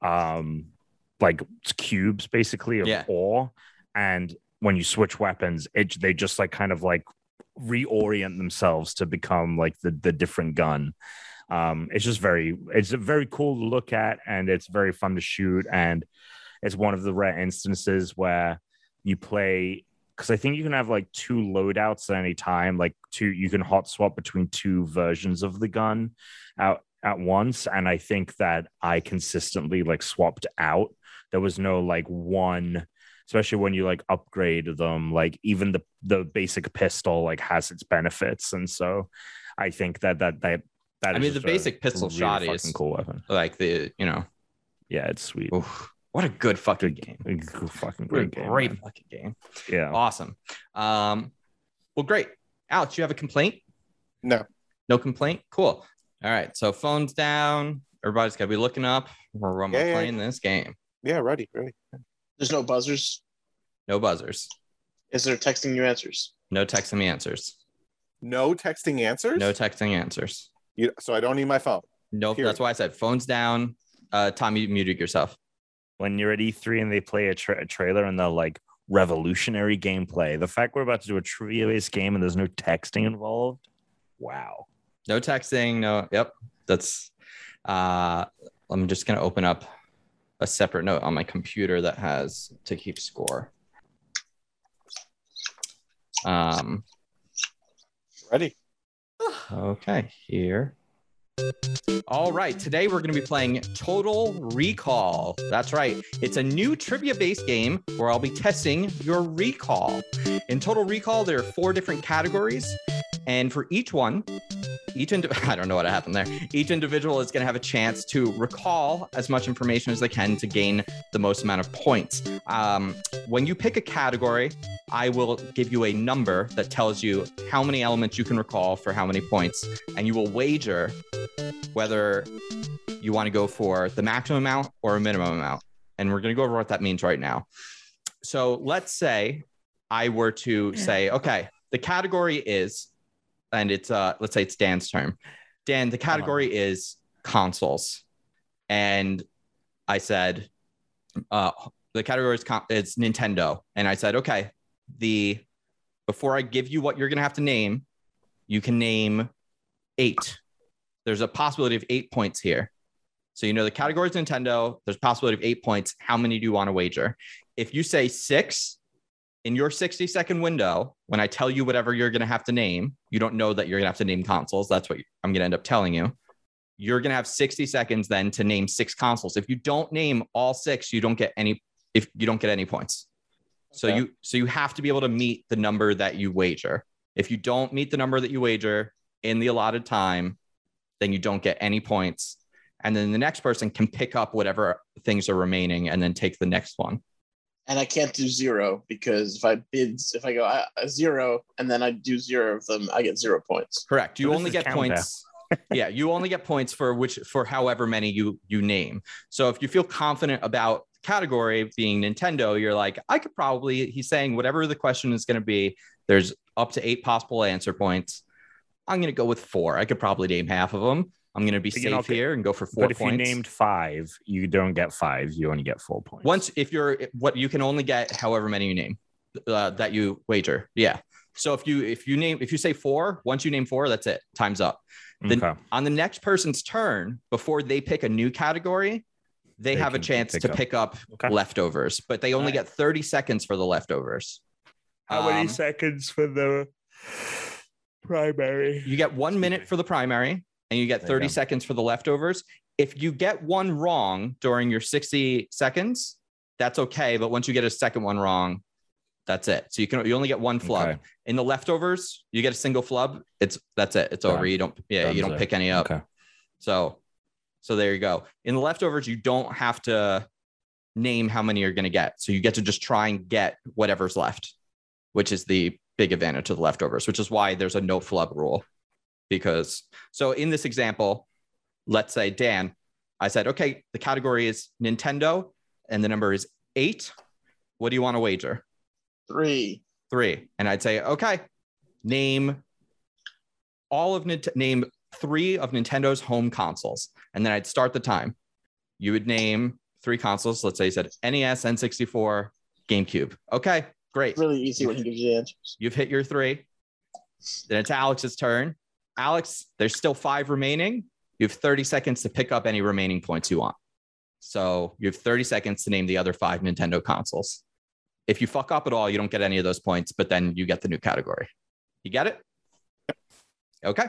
C: um like cubes basically of
A: Yeah.
C: ore and when you switch weapons it they just like kind of like reorient themselves to become like the the different gun um it's just very it's very cool to look at and it's very fun to shoot and it's one of the rare instances where you play because i think you can have like two loadouts at any time like two you can hot swap between two versions of the gun out at once and i think that i consistently like swapped out there was no like one especially when you like upgrade them like even the the basic pistol like has its benefits and so i think that that that that
A: I
C: is
A: mean,
C: just
A: the
C: a
A: basic pistol
C: really
A: shot
C: fucking
A: is-
C: cool weapon
A: Like the you know,
C: yeah it's sweet
A: oof, what a good fucking game.
C: Good- good fucking
A: What a
C: great game
A: great
C: man.
A: fucking game.
C: yeah
A: Awesome. Um, well, great. Alex, you have a complaint?
B: No.
A: No complaint. Cool. All right. So phones down. Everybody's gotta be looking up. We're, we're
B: Yeah, yeah.
A: playing this game.
B: Yeah, ready, ready.
D: There's no buzzers.
A: No buzzers.
D: Is there texting you answers?
A: No texting me answers.
B: No texting answers.
A: No texting answers.
B: you, so I don't need my phone.
A: No.
B: Period.
A: That's why I said phones down. Uh, Tom, you muted yourself.
C: when you're at E3 and they play a, tra- a trailer and they're like revolutionary gameplay. The fact we're about to do a trivia based game and there's no texting involved. Wow.
A: No texting. No. Yep. That's. Uh, I'm just gonna open up a separate note on my computer that has to keep score. Um,
B: Ready.
A: Okay, here. All right, today we're going to be playing Total Recall. That's right. It's a new trivia based game where I'll be testing your recall. In Total Recall, there are four different categories. And for each one, each indi- I don't know what happened there. Each individual is going to have a chance to recall as much information as they can to gain the most amount of points. Um, when you pick a category, I will give you a number that tells you how many elements you can recall for how many points, and you will wager whether you want to go for the maximum amount or a minimum amount. And we're going to go over what that means right now. So let's say I were to say, okay, the category is, and it's, uh, let's say it's Dan's term. Dan, the category is consoles. And I said, uh, the category is, con- is Nintendo. And I said, okay, the before I give you what you're gonna have to name, you can name eight. There's a possibility of eight points here. So you know the categories Nintendo, there's a possibility of eight points. How many do you want to wager? If you say six in your 60 second window, when I tell you whatever you're gonna have to name, you don't know that you're gonna have to name consoles. That's what I'm gonna end up telling you. You're gonna have 60 seconds then to name six consoles. If you don't name all six, you don't get any if you don't get any points. So
B: Okay.
A: you so you have to be able to meet the number that you wager. If you don't meet the number that you wager in the allotted time, then you don't get any points. And then the next person can pick up whatever things are remaining and then take the next one.
D: And I can't do zero because if I bid, if I go I, I zero and then I do zero of them, I get zero points.
A: Correct. You
C: this
A: only
C: is
A: get
C: countdown.
A: points. yeah, you only get points for which for however many you you name. So if you feel confident about category being Nintendo, you're like, I could probably he's saying whatever the question is going to be, there's up to 8 possible answer points. I'm going to go with 4. I could probably name half of them. I'm going to be
C: But
A: safe
C: you're not-
A: here and go for 4
C: But if
A: points.
C: you named five, you don't get five. You only get four points.
A: Once if you're what you can only get however many you name uh, that you wager. Yeah. So if you if you name if you say 4, once you name 4, that's it. Time's up.
C: okay.
A: the- on the next person's turn before they pick a new category they,
C: They
A: have a
C: can
A: chance
C: pick
A: to
C: up.
A: pick up
C: Okay.
A: leftovers but they only get 30 seconds for the leftovers
C: How many
A: um,
C: seconds for the primary?
A: you get one
C: Excuse
A: minute
C: me.
A: for the primary and you get
C: There you
A: 30
C: go.
A: seconds for the leftovers if you get one wrong during your 60 seconds that's okay but once you get a second one wrong that's it so you can you only get one flub
C: Okay.
A: in the leftovers you get a single flub it's that's it it's over
C: Done.
A: you don't yeah you
C: Donezo.
A: don't pick any up
C: Okay.
A: So, so there you go. In the leftovers, you don't have to name how many you're going to get. So you get to just try and get whatever's left, which is the big advantage of the leftovers, which is why there's a no flub rule. Because so in this example, let's say Dan, I said, okay, the category is Nintendo and the number is eight. What do you want to wager?
D: Three.
A: three. And I'd say, okay, name all of Nint- name three of Nintendo's home consoles. And then I'd start the time. You would name three consoles. Let's say he said E NES, N64, GameCube. Okay, great.
D: really easy when he gives you the answers.
A: You've hit your three. Then it's Alex's turn. Alex, there's still five remaining. You have 30 seconds to pick up any remaining points you want. So you have 30 seconds to name the other five Nintendo consoles. If you fuck up at all, you don't get any of those points, but then you get the new category. You get it? Okay.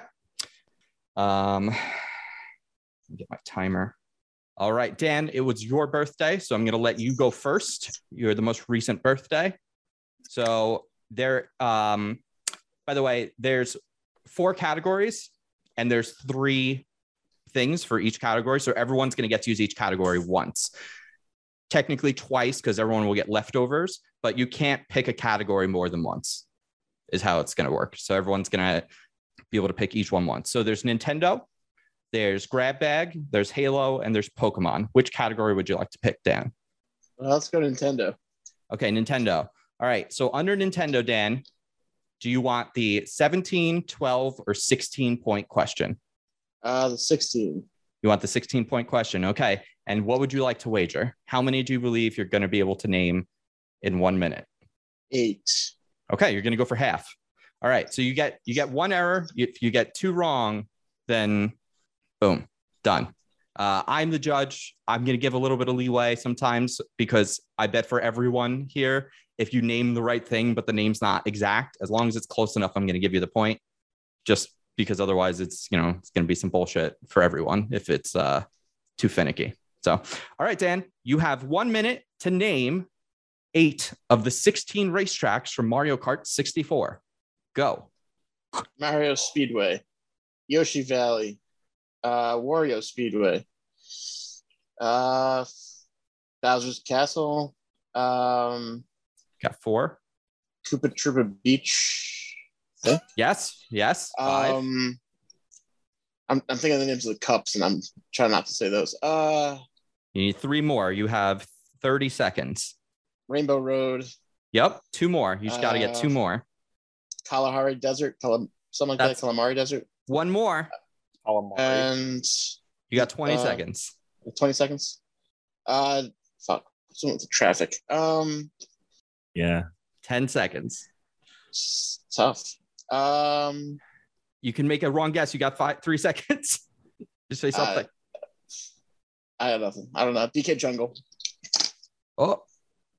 A: Um, let me get my timer. All right, Dan, it was your birthday, so I'm going to let you go first. You're the most recent birthday. So there um by the way, there's four categories and there's three things for each category. So everyone's going to get to use each category once. Technically twice because everyone will get leftovers, but you can't pick a category more than once. Is how it's going to work. So everyone's going to be able to pick each one once. So there's Nintendo, there's Grab Bag, there's Halo, and there's Pokemon. Which category would you like to pick, Dan?
D: Well, let's go Nintendo.
A: Okay, Nintendo. All right. So under Nintendo, Dan, do you want the 17, 12, or 16 point question?
D: Uh, the 16.
A: You want the 16 point question. Okay. And what would you like to wager? How many do you believe you're going to be able to name in one minute?
D: Eight.
A: Okay, you're going to go for half. All right. So you get you get one error. If you get two wrong, then boom, done. Uh, I'm the judge. I'm going to give a little bit of leeway sometimes because I bet for everyone here, if you name the right thing but the name's not exact, as long as it's close enough, I'm going to give you the point. Just because otherwise, it's you know it's going to be some bullshit for everyone if it's uh, too finicky. So, all right, Dan, you have one minute to name eight of the 16 racetracks from Mario Kart 64. Go.
D: Mario Speedway, Yoshi Valley, uh, Wario Speedway, uh, Bowser's Castle, um,
A: Got four.
D: Koopa Troopa Beach.
A: Yes. Yes. Five.
D: Um, I'm, I'm thinking of the names of the cups, and I'm trying not to say those. Uh,
A: you need three more. You have 30 seconds.
D: Rainbow Road,
A: Yep. Two more. You just got to get two
D: Uh,
A: more.
D: Kalahari Desert, Kalam- something like that,
A: That's-
D: Calamari Desert,
A: One more.
B: Calamari.
D: and
A: You got 20
D: uh,
A: seconds.
D: 20 seconds. Uh, fuck, something with the traffic. Um,
C: Yeah.
A: 10 seconds.
D: it's tough. Um,
A: You can make a wrong guess. You got five, three seconds. just say
D: Uh,
A: something.
D: I have nothing. I don't know. BK Jungle.
A: oh,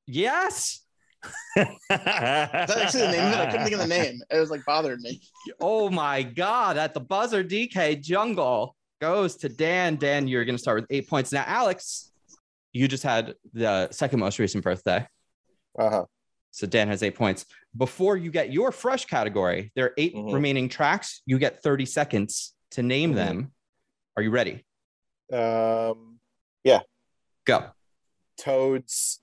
A: yes.
C: That's
D: That's actually the name of it. I couldn't think of the name. It was like bothering me.
A: Oh my God. At the buzzer, DK Jungle goes to Dan. Dan, you're going to start with eight points. Now, Alex, you just had the second most recent birthday.
B: uh-huh.
A: So Dan has eight points. Before you get your fresh category, there are 8
B: Mhm.
A: remaining tracks. You get 30 seconds to name
B: Mhm.
A: them. Are you ready?
B: Um,
A: Go.
B: Toad's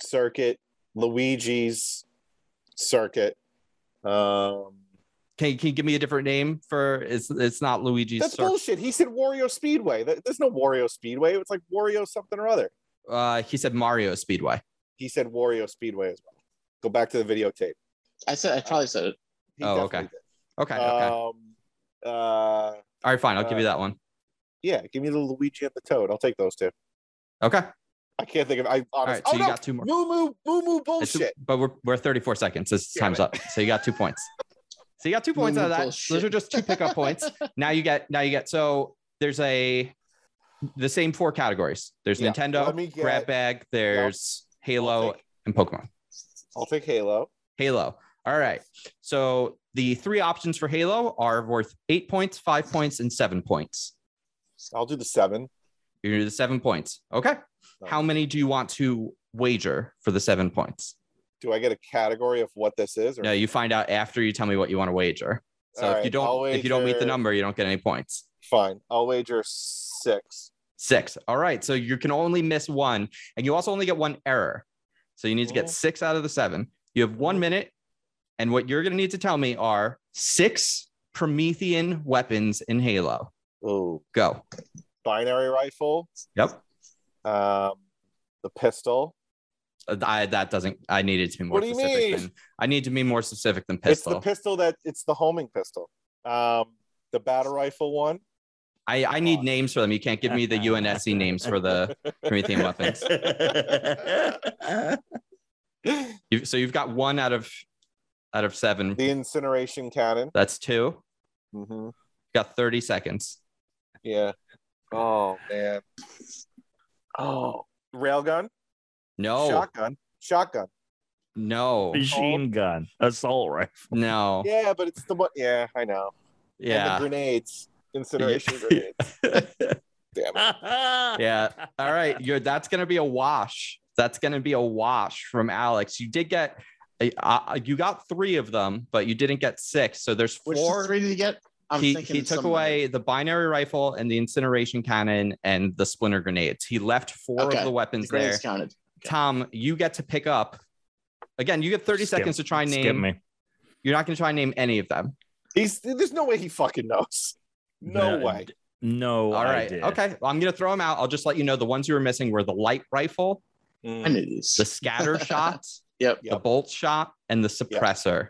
B: circuit, Luigi's circuit. Um,
A: Can you, can you give me a different name for it's it's not Luigi's
B: that's
A: Cir-
B: bullshit. He said Wario Speedway. That- There's no Wario Speedway. It's like Wario something or other.
A: uh he said Mario Speedway.
B: He said Wario Speedway as well. Go back to the videotape.
D: I said I probably said it.
B: He
A: Oh,
B: definitely
A: okay.
B: did.
A: Okay, okay. All
B: Um, uh,
A: right, fine. I'll give you that one.
B: yeah, give me the Luigi and the Toad. I'll take those two.
A: Okay.
B: I can't think of. I
A: All
B: honestly.
A: right, so
B: oh
A: you
B: no!
A: got two more.
B: Moo moo moo moo
A: It's-
B: bullshit.
A: But we're we're 34 seconds. This
B: Damn
A: time's up. So you got two points. So you got two points out of that. Those
D: Bullshit.
A: are just two pickup points. Now you get now you get so there's a the same four categories. There's
B: Yeah.
A: Nintendo,
B: Let me get-
A: Grab Bag, there's
B: I'll
A: Halo,
B: take,
A: and Pokemon.
B: I'll take Halo.
A: Halo. All right. So the three options for Halo are worth eight points, five points, and seven points.
B: I'll do the seven.
A: You're gonna do the seven points. Okay. How many do you want to wager for the seven points?
B: Do I get a category of what this is? Or
A: No, you find out after you tell me what you want to wager. So
B: All
A: if you
B: right,
A: don't
B: I'll
A: if you don't meet the
B: wager-
A: number, you don't get any points.
B: Fine. I'll wager six.
A: Six. All right. So you can only miss one, and you also only get one error. So you need to get
B: Cool.
A: six out of the seven. You have one
B: Cool.
A: minute, and what you're going to need to tell me are six Promethean weapons in Halo.
B: Ooh.
A: Go.
B: Binary rifle.
A: Yep.
B: Um, the pistol.
A: Uh, I, that doesn't. I needed to be more
B: What do you
A: specific.
B: mean?
A: Than, I need to be more specific than
B: It's
A: pistol.
B: the pistol that it's the homing pistol. Um, the battle rifle one.
A: I, I need names for them. You can't give me the UNSC names for the Promethean weapons. You've, so you've got one out of out of seven.
B: The incineration cannon.
A: That's two.
B: hmm
A: got 30 seconds.
B: Yeah. Oh man. Oh, railgun,
A: No,
B: shotgun, shotgun.
A: no,
C: Machine gun, assault rifle.
A: no.
B: Yeah, but it's the one. Yeah, I know. And the
A: Oh. Yeah.
B: grenades, incineration
A: Yeah.
B: grenades. Damn it.
A: Yeah. All right. You're, that's going to be a wash. That's going to be a wash from Alex. You did get, uh, you got three of them, but you didn't get six. So there's
D: Which
A: four.
D: three did he get? I'm
A: he,
D: thinking
A: he took
D: some-
A: away the binary rifle and the incineration cannon and the splinter grenades. He left four
D: Okay.
A: of the
D: the
A: weapons there.
D: grenades counted.
A: Tom, you get to pick up. Again, you get 30
C: Skip-
A: seconds to try and
C: Skip
A: name.
C: me.
A: You're not going to try and name any of them.
B: He's there's no way he fucking knows. No,
C: No,
B: way.
C: No,
A: All right.
C: idea.
A: Okay. Well, I'm going to throw them out. I'll just let you know the ones you were missing were the light rifle,
B: Mm.
D: I knew these.
A: the scatter shot,
D: Yep.
A: the bolt shot, and the suppressor.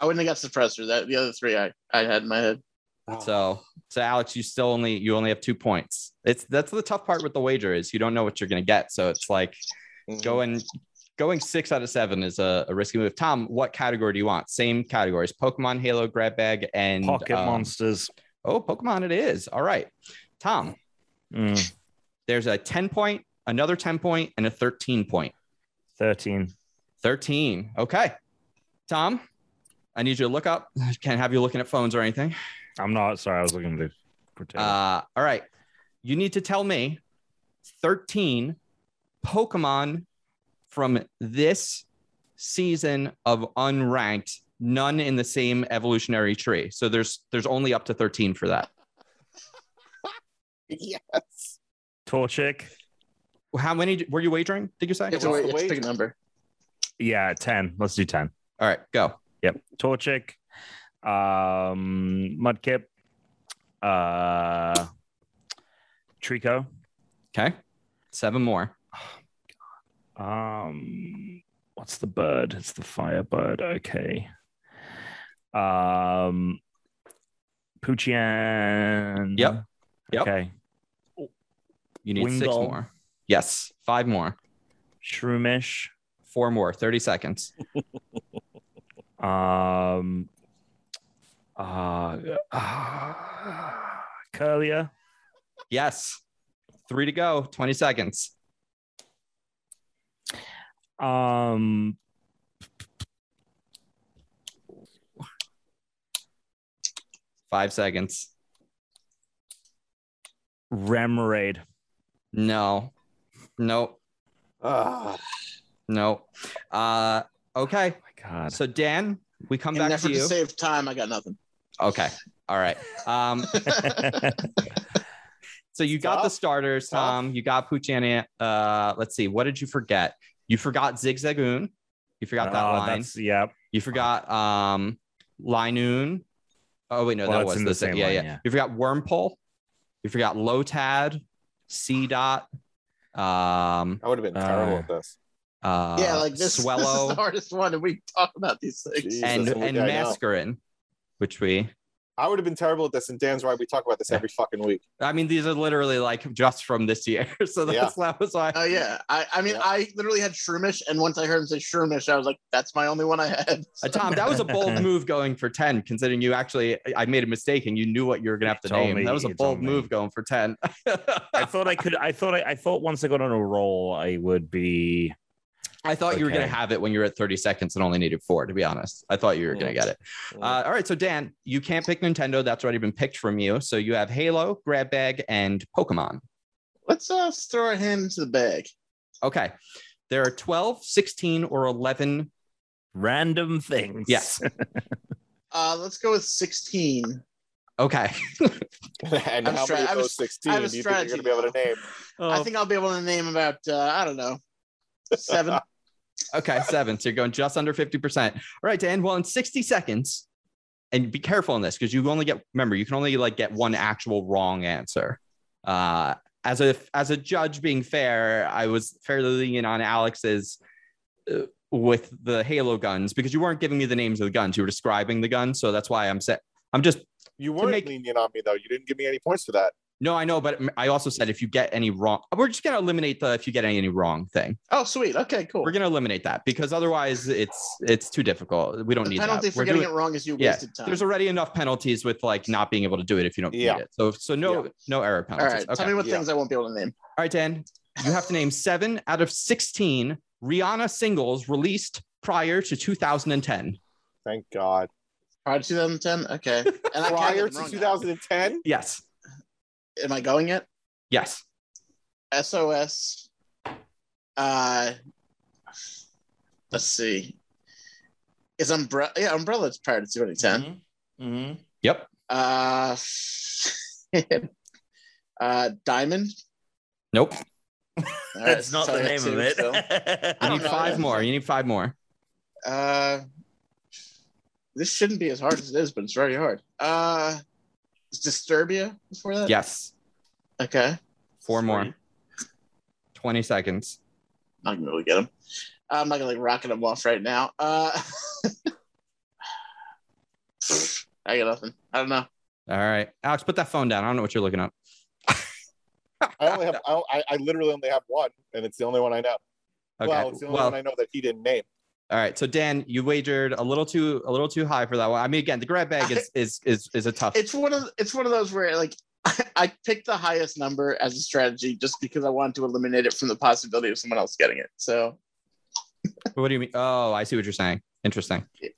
D: I wouldn't have got suppressor. That the other three I, I had in my head.
B: Ah.
A: So, so Alex, you still only you only have two points. It's that's the tough part with the wager is you don't know what you're going to get. So it's like
B: Mhm.
A: going going six out of seven is a, a risky move. Tom, what category do you want? Same categories: Pokemon, Halo, grab bag, and
C: Pocket
A: um,
C: monsters.
A: Oh, Pokemon, it is. All right, Tom.
C: Mm,
A: There's a ten point, another ten point, and a thirteen point.
C: Thirteen.
A: 13. Okay. Tom, I need you to look up. Can't have you looking at phones or anything.
C: I'm not sorry. I was looking at the.
A: Uh, all right. You need to tell me 13 Pokemon from this season of unranked, none in the same evolutionary tree. So there's there's only up to 13 for that.
B: Yes.
C: Torchic.
A: How many were you wagering? Did you say?
B: what's
D: It's a, way,
B: the
D: it's a
B: wager?
D: big number.
C: Yeah, ten. Let's do ten.
A: All right, go.
C: Yep. Torchic. Um, Mudkip. Uh, Trico.
A: Okay. Seven more.
C: Um, what's the bird? It's the firebird. Okay. Um, Poochian.
A: Yep. Yep.
C: Okay.
A: You need six
C: Wingull.
A: more. Yes, five more.
C: Shroomish.
A: Four more. 30 seconds.
C: Um, uh, uh, Curlia.
A: Yes. Three to go, 20 seconds.
C: Um,
A: Five seconds.
C: Remoraid.
A: No. Nope.
B: Ah.
A: Nope. Uh, okay.
C: Oh my God.
A: So, Dan, we come
D: In an
A: back
D: effort
A: to
D: to,
A: you.
D: save time, I got nothing.
A: okay. All right. Um, so, you got the
B: Tough.
A: starters,
B: Tough.
A: Tom. You got Puchani. Uh, let's see. What did you forget? You forgot Zigzagoon. You forgot that
C: Oh,
A: line.
C: That's, yep.
A: You forgot um, Linoon. Oh, wait, no,
C: Well,
A: that
C: that's
A: was
C: in
A: the
C: the
A: same.
C: same
A: yeah,
C: line,
A: yeah,
C: yeah.
A: You forgot Wormpole. You forgot Lotad, C dot. Um,
B: I would have been
C: Uh,
B: terrible at this.
A: uh,
D: yeah, like this, this is the
A: Swellow
D: hardest one, and we talk about these things.
B: Jeez.
A: and
B: Jesus,
A: and
B: yeah, I know.
A: Mascarin, which we.
B: I would have been terrible at this, and Dan's right. We talk about this every fucking week.
A: I mean, these are literally like just from this year, so
B: Yeah.
A: that's that was why.
D: Oh yeah, I, I mean,
B: Yeah.
D: I literally had Shroomish, and once I heard him say Shroomish, I was like, "That's my only one I had."
A: Uh, Tom, that was a bold move going for ten, considering you actually I made a mistake and you knew what you were gonna have to
C: You told
A: name.
C: me,
A: that was a
C: you
A: bold
C: told me.
A: move going for ten.
C: I thought I could. I thought. I, I thought once I got on a roll, I would be.
A: I thought you were going
C: Okay.
A: to have it when you were at 30 seconds and only needed four, to be honest. I thought you were going to get it. Uh, all right. So, Dan, you can't pick Nintendo. That's already been picked from you. So, you have Halo, Grab Bag, and Pokemon.
D: Let's uh, throw our hand into the bag.
A: Okay. There are 12, 16, or 11.
C: Random things.
A: Yes.
D: Uh, let's go with sixteen.
A: Okay.
B: and
D: I'm
B: how
D: stra-
B: many
D: I
B: of
D: was-
B: those sixteen
D: I
B: do you
D: was
B: think you're going to
D: strategy
B: be able to
D: now.
B: name?
D: I
A: Oh.
D: think I'll be able to name about uh, I don't know seven.
A: Okay. Seven. So, you're going just under 50%. All right, Dan. Well, in 60 seconds, and be careful in this because you only get, remember, you can only like get one actual wrong answer. Uh, as a as a judge being fair, I was fairly leaning on Alex's uh, with the Halo guns because you weren't giving me the names of the guns; you were describing the guns. So that's why I'm set. I'm just
B: You weren't
A: make-
B: lenient on me though. You didn't give me any points for that.
A: No, I know, but I also said if you get any wrong, we're just gonna eliminate the if you get any wrong thing.
D: Oh, sweet. Okay, cool.
A: We're gonna eliminate that because otherwise it's it's too difficult. We don't
D: the
A: need
D: penalty
A: that.
D: for
A: We're
D: getting
A: doing-
D: it wrong is you
A: Yeah,
D: wasted time.
A: There's already enough penalties with like not being able to do it if you don't
B: Yeah.
A: need it. So so no no error
D: All
A: penalties.
D: right.
A: okay.
D: Tell me what
B: yeah.
D: things I won't be able to name.
A: All right, Dan, you have to name seven out of 16 Rihanna singles released prior to 2010.
B: Thank God.
D: Prior to 2010. Okay. And I counted
B: Prior
D: them
B: to
D: wrong now.
B: 2010,
A: Yes.
D: Am I going yet?
A: Yes.
D: SOS. Uh, let's see. Is umbrella? Yeah, umbrella's prior to 2010.
A: Mm-hmm.
C: Mhm.
A: Yep.
D: Uh,
C: Mm-hmm.
D: uh, diamond.
A: Nope.
D: All right,
C: That's not
D: so I
C: the
D: got
C: name
D: two
C: of it.
D: still.
A: You
D: I
A: need
D: don't know.
A: five more. You need five more.
D: Uh, this shouldn't be as hard as it is, but it's very hard. Uh, is Disturbia before that?
A: Yes.
D: Okay.
A: Four
C: Three.
A: more. 20 seconds.
D: Not gonna really get them. I'm not gonna like rocket them off right now. Uh, I got nothing. I don't know.
A: All right. Alex, put that phone down. I don't know what you're looking up.
B: I only have I, I- I literally only have one, and it's the only one I know.
A: Okay.
B: Well, it's the only one I know that he didn't name.
A: All right. So Dan, you wagered a little too a little too high for that one. I mean, again, the grab bag is is is is a tough.
D: It's one of it's one of those where like I picked the highest number as a strategy just because I wanted to eliminate it from the possibility of someone else getting it. So
A: What do you mean? Oh, I see what you're saying. Interesting.
D: Yeah.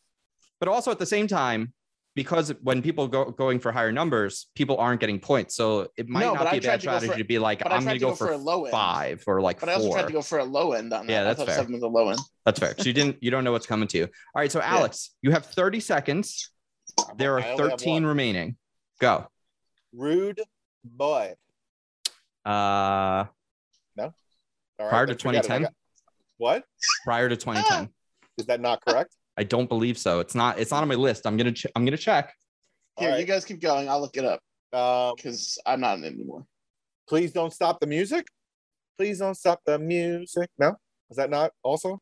A: But also at the same time, because when people go going for higher numbers, people aren't getting points. So it might
D: No, but
A: not
D: I
A: be a
D: tried
A: bad
D: to go for-
A: strategy to be like,
D: but I
A: I'm
D: tried
A: going to go, for,
D: a low end.
A: five or like
D: But I also
A: four.
D: tried to go for a low end on that.
A: Yeah,
D: I
A: that's
D: thought
A: fair.
D: Seven was a low end.
A: That's fair. So you didn't you don't know what's coming to you. All right. So Alex, you have 30 seconds. There are
B: I only have
A: 13
B: one.
A: remaining. Go.
B: Rude boy.
A: Uh,
B: All right,
A: Prior to
B: then forget it. I
A: 2010?
B: got- What
A: prior to
D: Ah.
A: 2010.
B: is that not correct?
A: I don't believe so. It's not. It's not on my list. I'm gonna. Ch- I'm gonna check.
B: All
D: Here, you guys keep going. I'll look it up
B: right. Um,
D: because I'm not in it anymore.
B: please don't stop the music. Please don't stop the music. No, is that not also?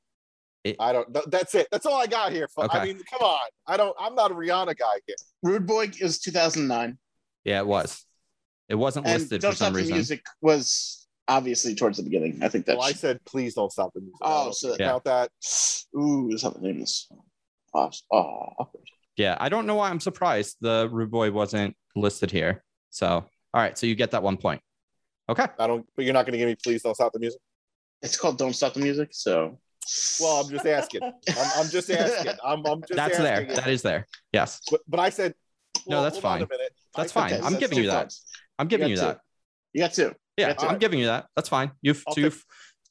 A: It-
B: I don't. th- that's it. That's all I got here. For, I
A: Okay.
B: mean, come on. I don't. I'm not a Rihanna guy here.
D: Rude Boy is 2009,
A: Yeah, it was. It wasn't
D: and
A: listed
D: Don't
A: for
D: Stop
A: some
D: the
A: reason.
D: Music was obviously towards the beginning. I think that's.
B: Well, I said please don't stop the music. I
D: Oh,
B: don't know if
D: so
B: you
D: that-
A: Yeah.
B: count that.
D: Ooh, is that the name of this? Oh, oh, awkward.
A: Yeah, I don't know why I'm surprised the Rude Boy wasn't listed here. So, all right, so you get that one point. Okay.
B: I don't. But you're not going to give me please don't stop the music.
D: It's called Don't Stop the Music. So.
B: Well, I'm just asking. I'm, I'm just asking. I'm. I'm just.
A: That's there.
B: asking it.
A: That is there. Yes.
B: But, but I said.
A: No, that's
B: hold on a
A: fine.
B: minute.
A: That's
B: I said
A: fine.
B: please
A: I'm
B: don't
A: giving
B: stop
A: you that. I'm giving
B: got
A: you
B: two.
A: that.
D: You got two.
A: Yeah,
D: got two.
A: I'm giving you that. That's fine. You've
B: I'll
A: so
B: take-
A: you've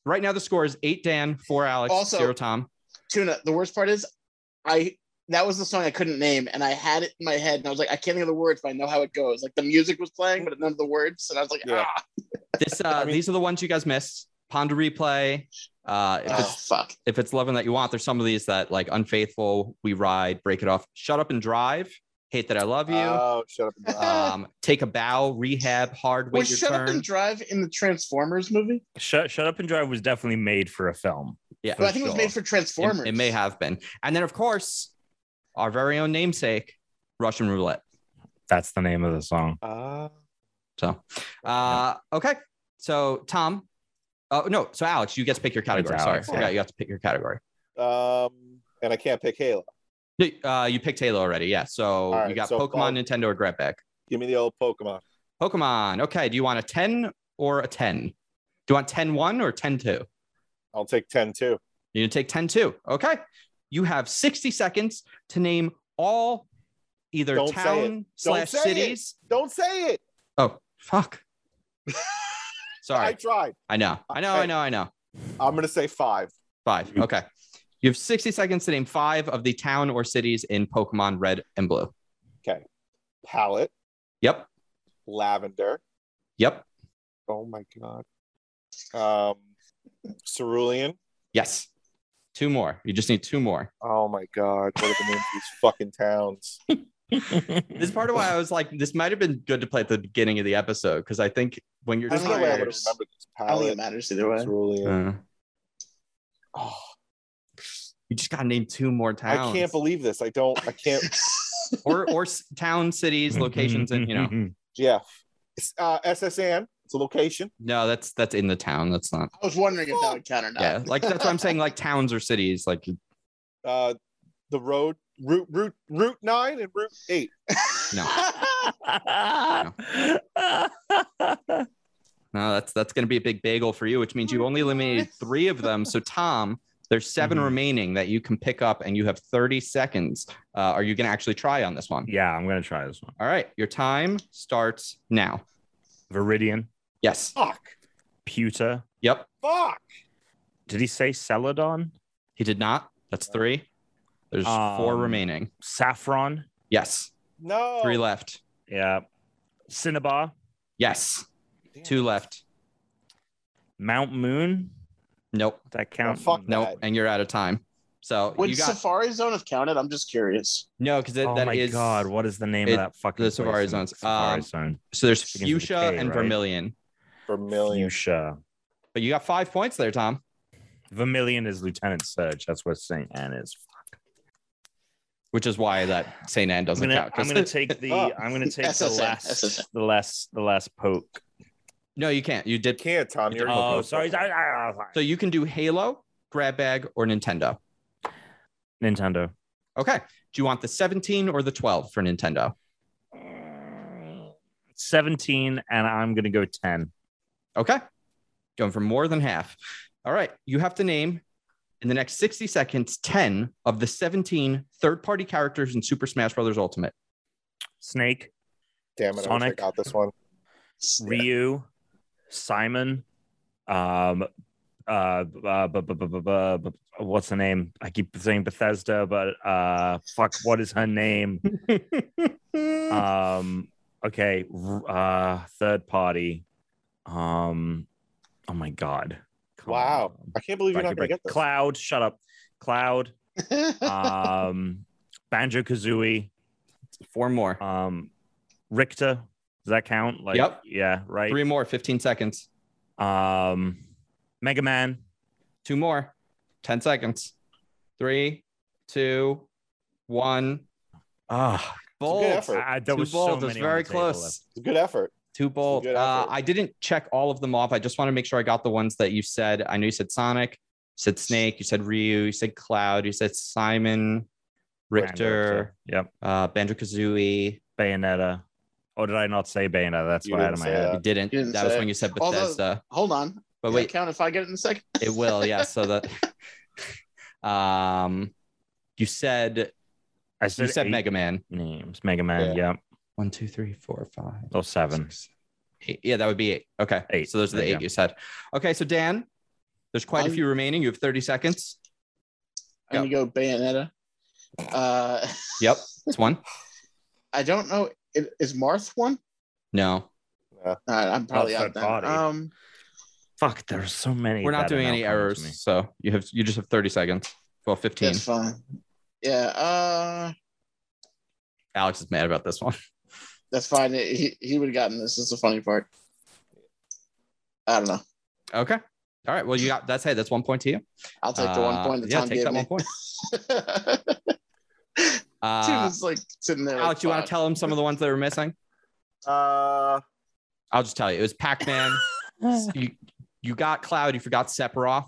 A: right now the score is eight Dan, four Alex,
D: Also-
A: zero Tom.
D: Tuna. The worst part is, I that was the song I couldn't name, and I had it in my head, and I was like, I can't think of the words, but I know how it goes. Like the music was playing, but none of the words, and I was like,
B: Yeah.
D: ah,
A: This uh,
B: mean-
A: these are the ones you guys missed. Ponder replay. Uh, if
D: oh,
A: it's
D: fuck.
A: if it's loving that you want, there's some of these that like unfaithful, we ride, break it off, shut up and drive, hate that I love you.
D: Uh,
B: Oh, shut up. and drive.
A: um, take a bow, rehab, hard wait
D: Was
A: your
D: Shut
A: turn.
D: Up and Drive in the Transformers movie?
C: Shut Shut Up and Drive was definitely made for a film.
A: yeah,
D: Well, I think it was
A: sure.
D: made for Transformers.
A: It, it may have been. And then, of course, our very own namesake, Russian roulette.
C: That's the name of the song.
B: Uh,
A: So, uh, okay. So, Tom, oh, no. So, Alex, you get to pick your category.
C: It's
A: Sorry, I
C: Alex,
A: forgot
C: yeah.
A: you have to pick your category.
B: um, and I can't pick Halo.
A: No, Uh, you picked Halo already. Yeah. So,
B: All
A: you
B: right,
A: got
B: so
A: Pokemon,
B: I'll-
A: Nintendo, or Grab Bag.
B: Give me the old Pokemon.
A: Pokemon. Okay. Do you want a 10 or a 10? Do you want 10 1 or 10 2?
B: I'll take 10 too.
A: You're going to take 10 2. Okay. You have 60 seconds to name all either
B: Don't say it.
A: town slash
B: say it.
A: cities.
B: Don't say it.
A: Oh, fuck.
B: I
A: Sorry.
B: tried.
A: I know. I know. I know. I know.
B: I'm gonna say five.
A: Five. Okay. You have 60 seconds to name five of the town or cities in Pokemon Red and Blue.
B: Palette,
A: Yep.
B: lavender.
A: Yep.
B: Oh my god. Um, cerulean.
A: Yes. Two more. You just need two more.
B: Oh my god. What are the names of these fucking towns?
A: This is part of why I was like, this might have been good to play at the beginning of the episode because I think when you're
D: I
B: There's
D: don't
B: no way I would remember
A: tired,
B: this.
D: matters. I don't think
B: Palette,
D: it matters either way.
B: cerulean.
A: uh,
B: Oh,
A: oh, you just got to name two more towns.
B: I can't believe this. I don't. I can't.
A: or or s- towns, cities, locations, and you know,
B: Jeff. It's, uh, SSN. It's a location.
A: no, that's that's in the town. That's not.
D: I was wondering if that would count or not.
A: Yeah, like that's what I'm saying. Like towns or cities, like
B: Uh, the road route route route nine and route eight.
A: No. no, that's that's gonna be a big bagel for you, which means you only eliminated three of them. So Tom, there's 7
C: Mhm.
A: remaining that you can pick up, and you have 30 seconds. Uh, are you gonna actually try on this one?
C: Yeah, I'm gonna try this one.
A: All right, your time starts now.
C: Viridian,
A: Yes.
B: Fuck.
C: Pewter.
A: Yep.
B: Fuck.
C: Did he say Celadon?
A: He did not. That's three. There's four
C: Um,
A: remaining.
C: Saffron.
A: Yes.
B: No.
A: Three left.
C: Yeah. Cinnabar.
A: Yes.
B: Damn.
A: Two left.
C: Mount Moon.
A: Nope.
C: That count?
B: fuck no.
A: Nope. And you're out of time. So
D: Would
A: you got
D: Safari Zone have counted? I'm just curious.
A: no, because
C: Oh
A: that
C: my
A: is-
C: god! What is the name
A: it-
C: of that fucking
A: the Safari
C: place?
A: Zones.
C: Safari
A: Um,
C: Zone.
A: So there's
C: Begins with a
A: fuchsia
C: K,
A: and
C: right?
A: vermilion,
B: Vermilion.
C: Fuchsia.
A: but you got five points there, Tom.
C: Vermilion is Lieutenant Surge. That's where Saint Anne is.
A: Which is why that Saint Anne
C: I'm
A: doesn't
C: gonna,
A: count. 'cause-
C: I'm gonna take the.
B: Oh.
C: I'm gonna take the
D: SSN, SSN.
C: last. The last. The last poke.
A: no, you can't. You
B: You
A: did.
B: can't, Tom. You're
C: Oh, sorry.
A: So you can do Halo, grab bag, or Nintendo.
C: Nintendo.
A: Okay. Do you want the 17 or the 12 for Nintendo?
C: 17 and I'm going to go 10.
A: Okay. Going for more than half. All right. You have to name in the next 60 seconds 10 of the 17 third party characters in Super Smash Bros. Ultimate.
C: Snake,
B: Damn it! I, wish
C: Sonic.
B: I got this one.
C: Ryu, Simon, um uh, uh bu- bu- bu- bu- bu- bu- what's the name? I keep saying Bethesda, but uh fuck what is her name?
A: Uh,
C: um okay, r- uh third party. Um oh my god. Come
B: Wow.
C: on.
B: I can't believe you're not
C: Bracket
B: gonna
C: break.
B: get this.
C: Cloud, shut up. Cloud,
D: Damn.
C: um, Banjo Kazooie,
A: Four more.
C: um, Richter. Does that count? Like,
A: Yep.
C: Yeah. Right.
A: Three more, 15 seconds.
C: Um, Mega Man.
A: Two more, 10 seconds. Three, two, one.
C: Ah,
A: Bold.
B: effort.
C: I- there
A: Two
C: was so
A: bold. That's
C: many. on
A: very
C: the table
A: close.
C: left.
B: It's a good effort.
A: Two bold.
B: good
A: Uh,
B: effort.
A: I didn't check all of them off. I just want to make sure I got the ones that you said. I know you said Sonic, you said Snake, you said Ryu, you said Cloud, you said Simon, Richter,
C: Yep.
A: uh, Banjo Kazooie.
C: Bayonetta. Or did I not say Bayonetta? That's
B: You
C: what I had
B: didn't
C: in my
B: say
C: head.
B: that.
A: You didn't.
D: You didn't
A: that was
D: say
A: when you said
D: Although-
A: Bethesda.
D: Hold on.
A: but
D: Does that
A: wait,
D: count if I get it in a second?
A: it will. Yeah. So that. um, you said
C: I
A: you said
C: eight
A: Mega Man.
C: names. Mega Man. Yep.
A: One, two, three, four, five.
C: Or seven.
A: Six, eight. Yeah, that would be eight. Okay.
C: Eight.
A: So those are the
C: There you
A: eight
C: go.
A: you said. Okay. So Dan, there's quite a
D: I'm-
A: few remaining. You have 30 seconds.
D: I'm gonna go Bayonetta. Uh,
A: Yep. It's one.
D: I don't know. It, is Marth one?
A: No.
D: All right, I'm probably
C: That's
D: out
C: that
D: then.
C: body.
D: Um,
C: Fuck. There are so many.
A: We're not
C: that
A: doing
C: are now
A: any
C: coming to
A: errors.
C: me.
A: So you have you just have 30 seconds. Well, 15.
D: that's fine. Yeah. Uh,
A: Alex is mad about this one.
D: that's fine. He he would have gotten this. Is the funny part. I don't know.
A: Okay. All right. Well, you got that's hey, that's one point to you.
D: I'll take the one
A: Uh,
D: point that
A: yeah,
D: Tom
A: take
D: gave
A: that
D: me.
A: one point.
D: Dude
A: Uh,
D: was like sitting there.
A: Alex,
D: like,
A: you want
D: "Fuck."
A: to tell him some of the ones that were missing?
B: Uh,
A: I'll just tell you. It was Pac-Man. you, you got Cloud. You forgot Sephiroth.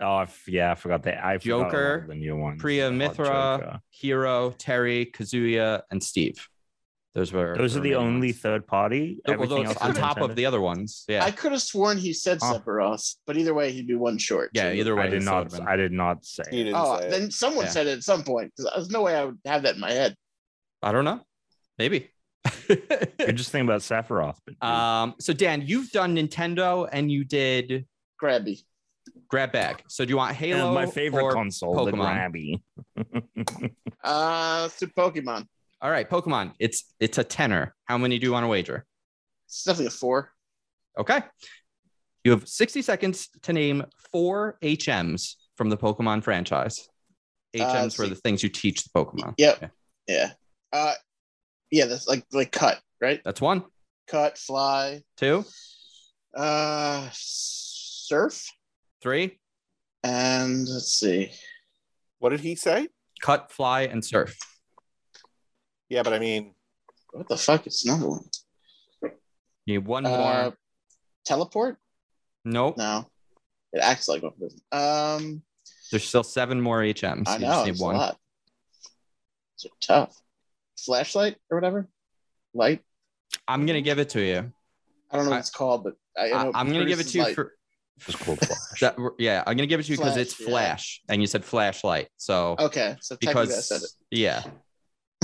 C: Oh, I f- yeah, I forgot that. I forgot a lot
A: Joker,
C: of the new one.
A: Priya Mithra, Hero, Terry, Kazuya, and Steve. Those were
C: Those are the
A: remaining
C: only
A: ones.
C: third party.
A: Th- well,
C: Everything
A: those-
C: else
A: on
C: is
A: top of
C: Nintendo?
A: the other ones. Yeah,
D: I could have sworn he said
C: Huh.
D: Sephiroth, but either way, he'd be one short.
A: yeah.
D: So-
A: Either way,
C: I did
A: this
C: not.
A: would've been-
C: I did not say.
B: you
C: it.
B: didn't
D: Oh,
B: say it.
D: then someone
A: Yeah.
D: said it at some point because there's no way I would have that in my head.
A: I don't know. Maybe.
C: You're just thinking about Sephiroth. But
A: um. So Dan, you've done Nintendo and you did
D: Grabby.
A: grab bag. So do you want
C: And
A: Halo?
C: my favorite
A: or-
C: console, the
A: Pokemon.
C: Grabby.
D: Uh, to Pokemon.
A: All right, Pokemon. It's it's a tenor. How many do you want to wager?
D: It's definitely a four.
A: Okay. You have 60 seconds to name four HMs from the Pokemon franchise. HMs were
D: Uh, see.
A: the things you teach the Pokemon.
D: Yep.
A: Yeah.
D: Yeah. Uh, yeah. That's like like cut, right?
A: That's one,
D: Cut, fly,
A: two,
D: uh, surf,
A: three,
D: and let's see.
B: What did he say?
A: cut, fly, and surf.
B: Yeah, but I mean,
D: What the fuck is another one?
A: You need one
D: Uh,
A: more.
D: teleport?
A: Nope.
D: No. It acts like one. doesn't. Um,
A: There's still seven more HMs.
D: I
A: you
D: know.
A: just need
D: It's a
A: one.
D: lot. These are tough. Flashlight or whatever? Light?
A: I'm gonna give it to you.
D: I don't know what
A: I-
D: it's called, but I, I
A: I,
D: know
A: am gonna give it
D: produces
A: to you
D: light.
A: for
C: It's called Flash.
A: that, yeah. I'm gonna give it to you because
D: Flash,
A: it's
D: yeah. Oh,
A: flash, and you said flashlight. So
D: Okay, so technically I said it.
A: because yeah,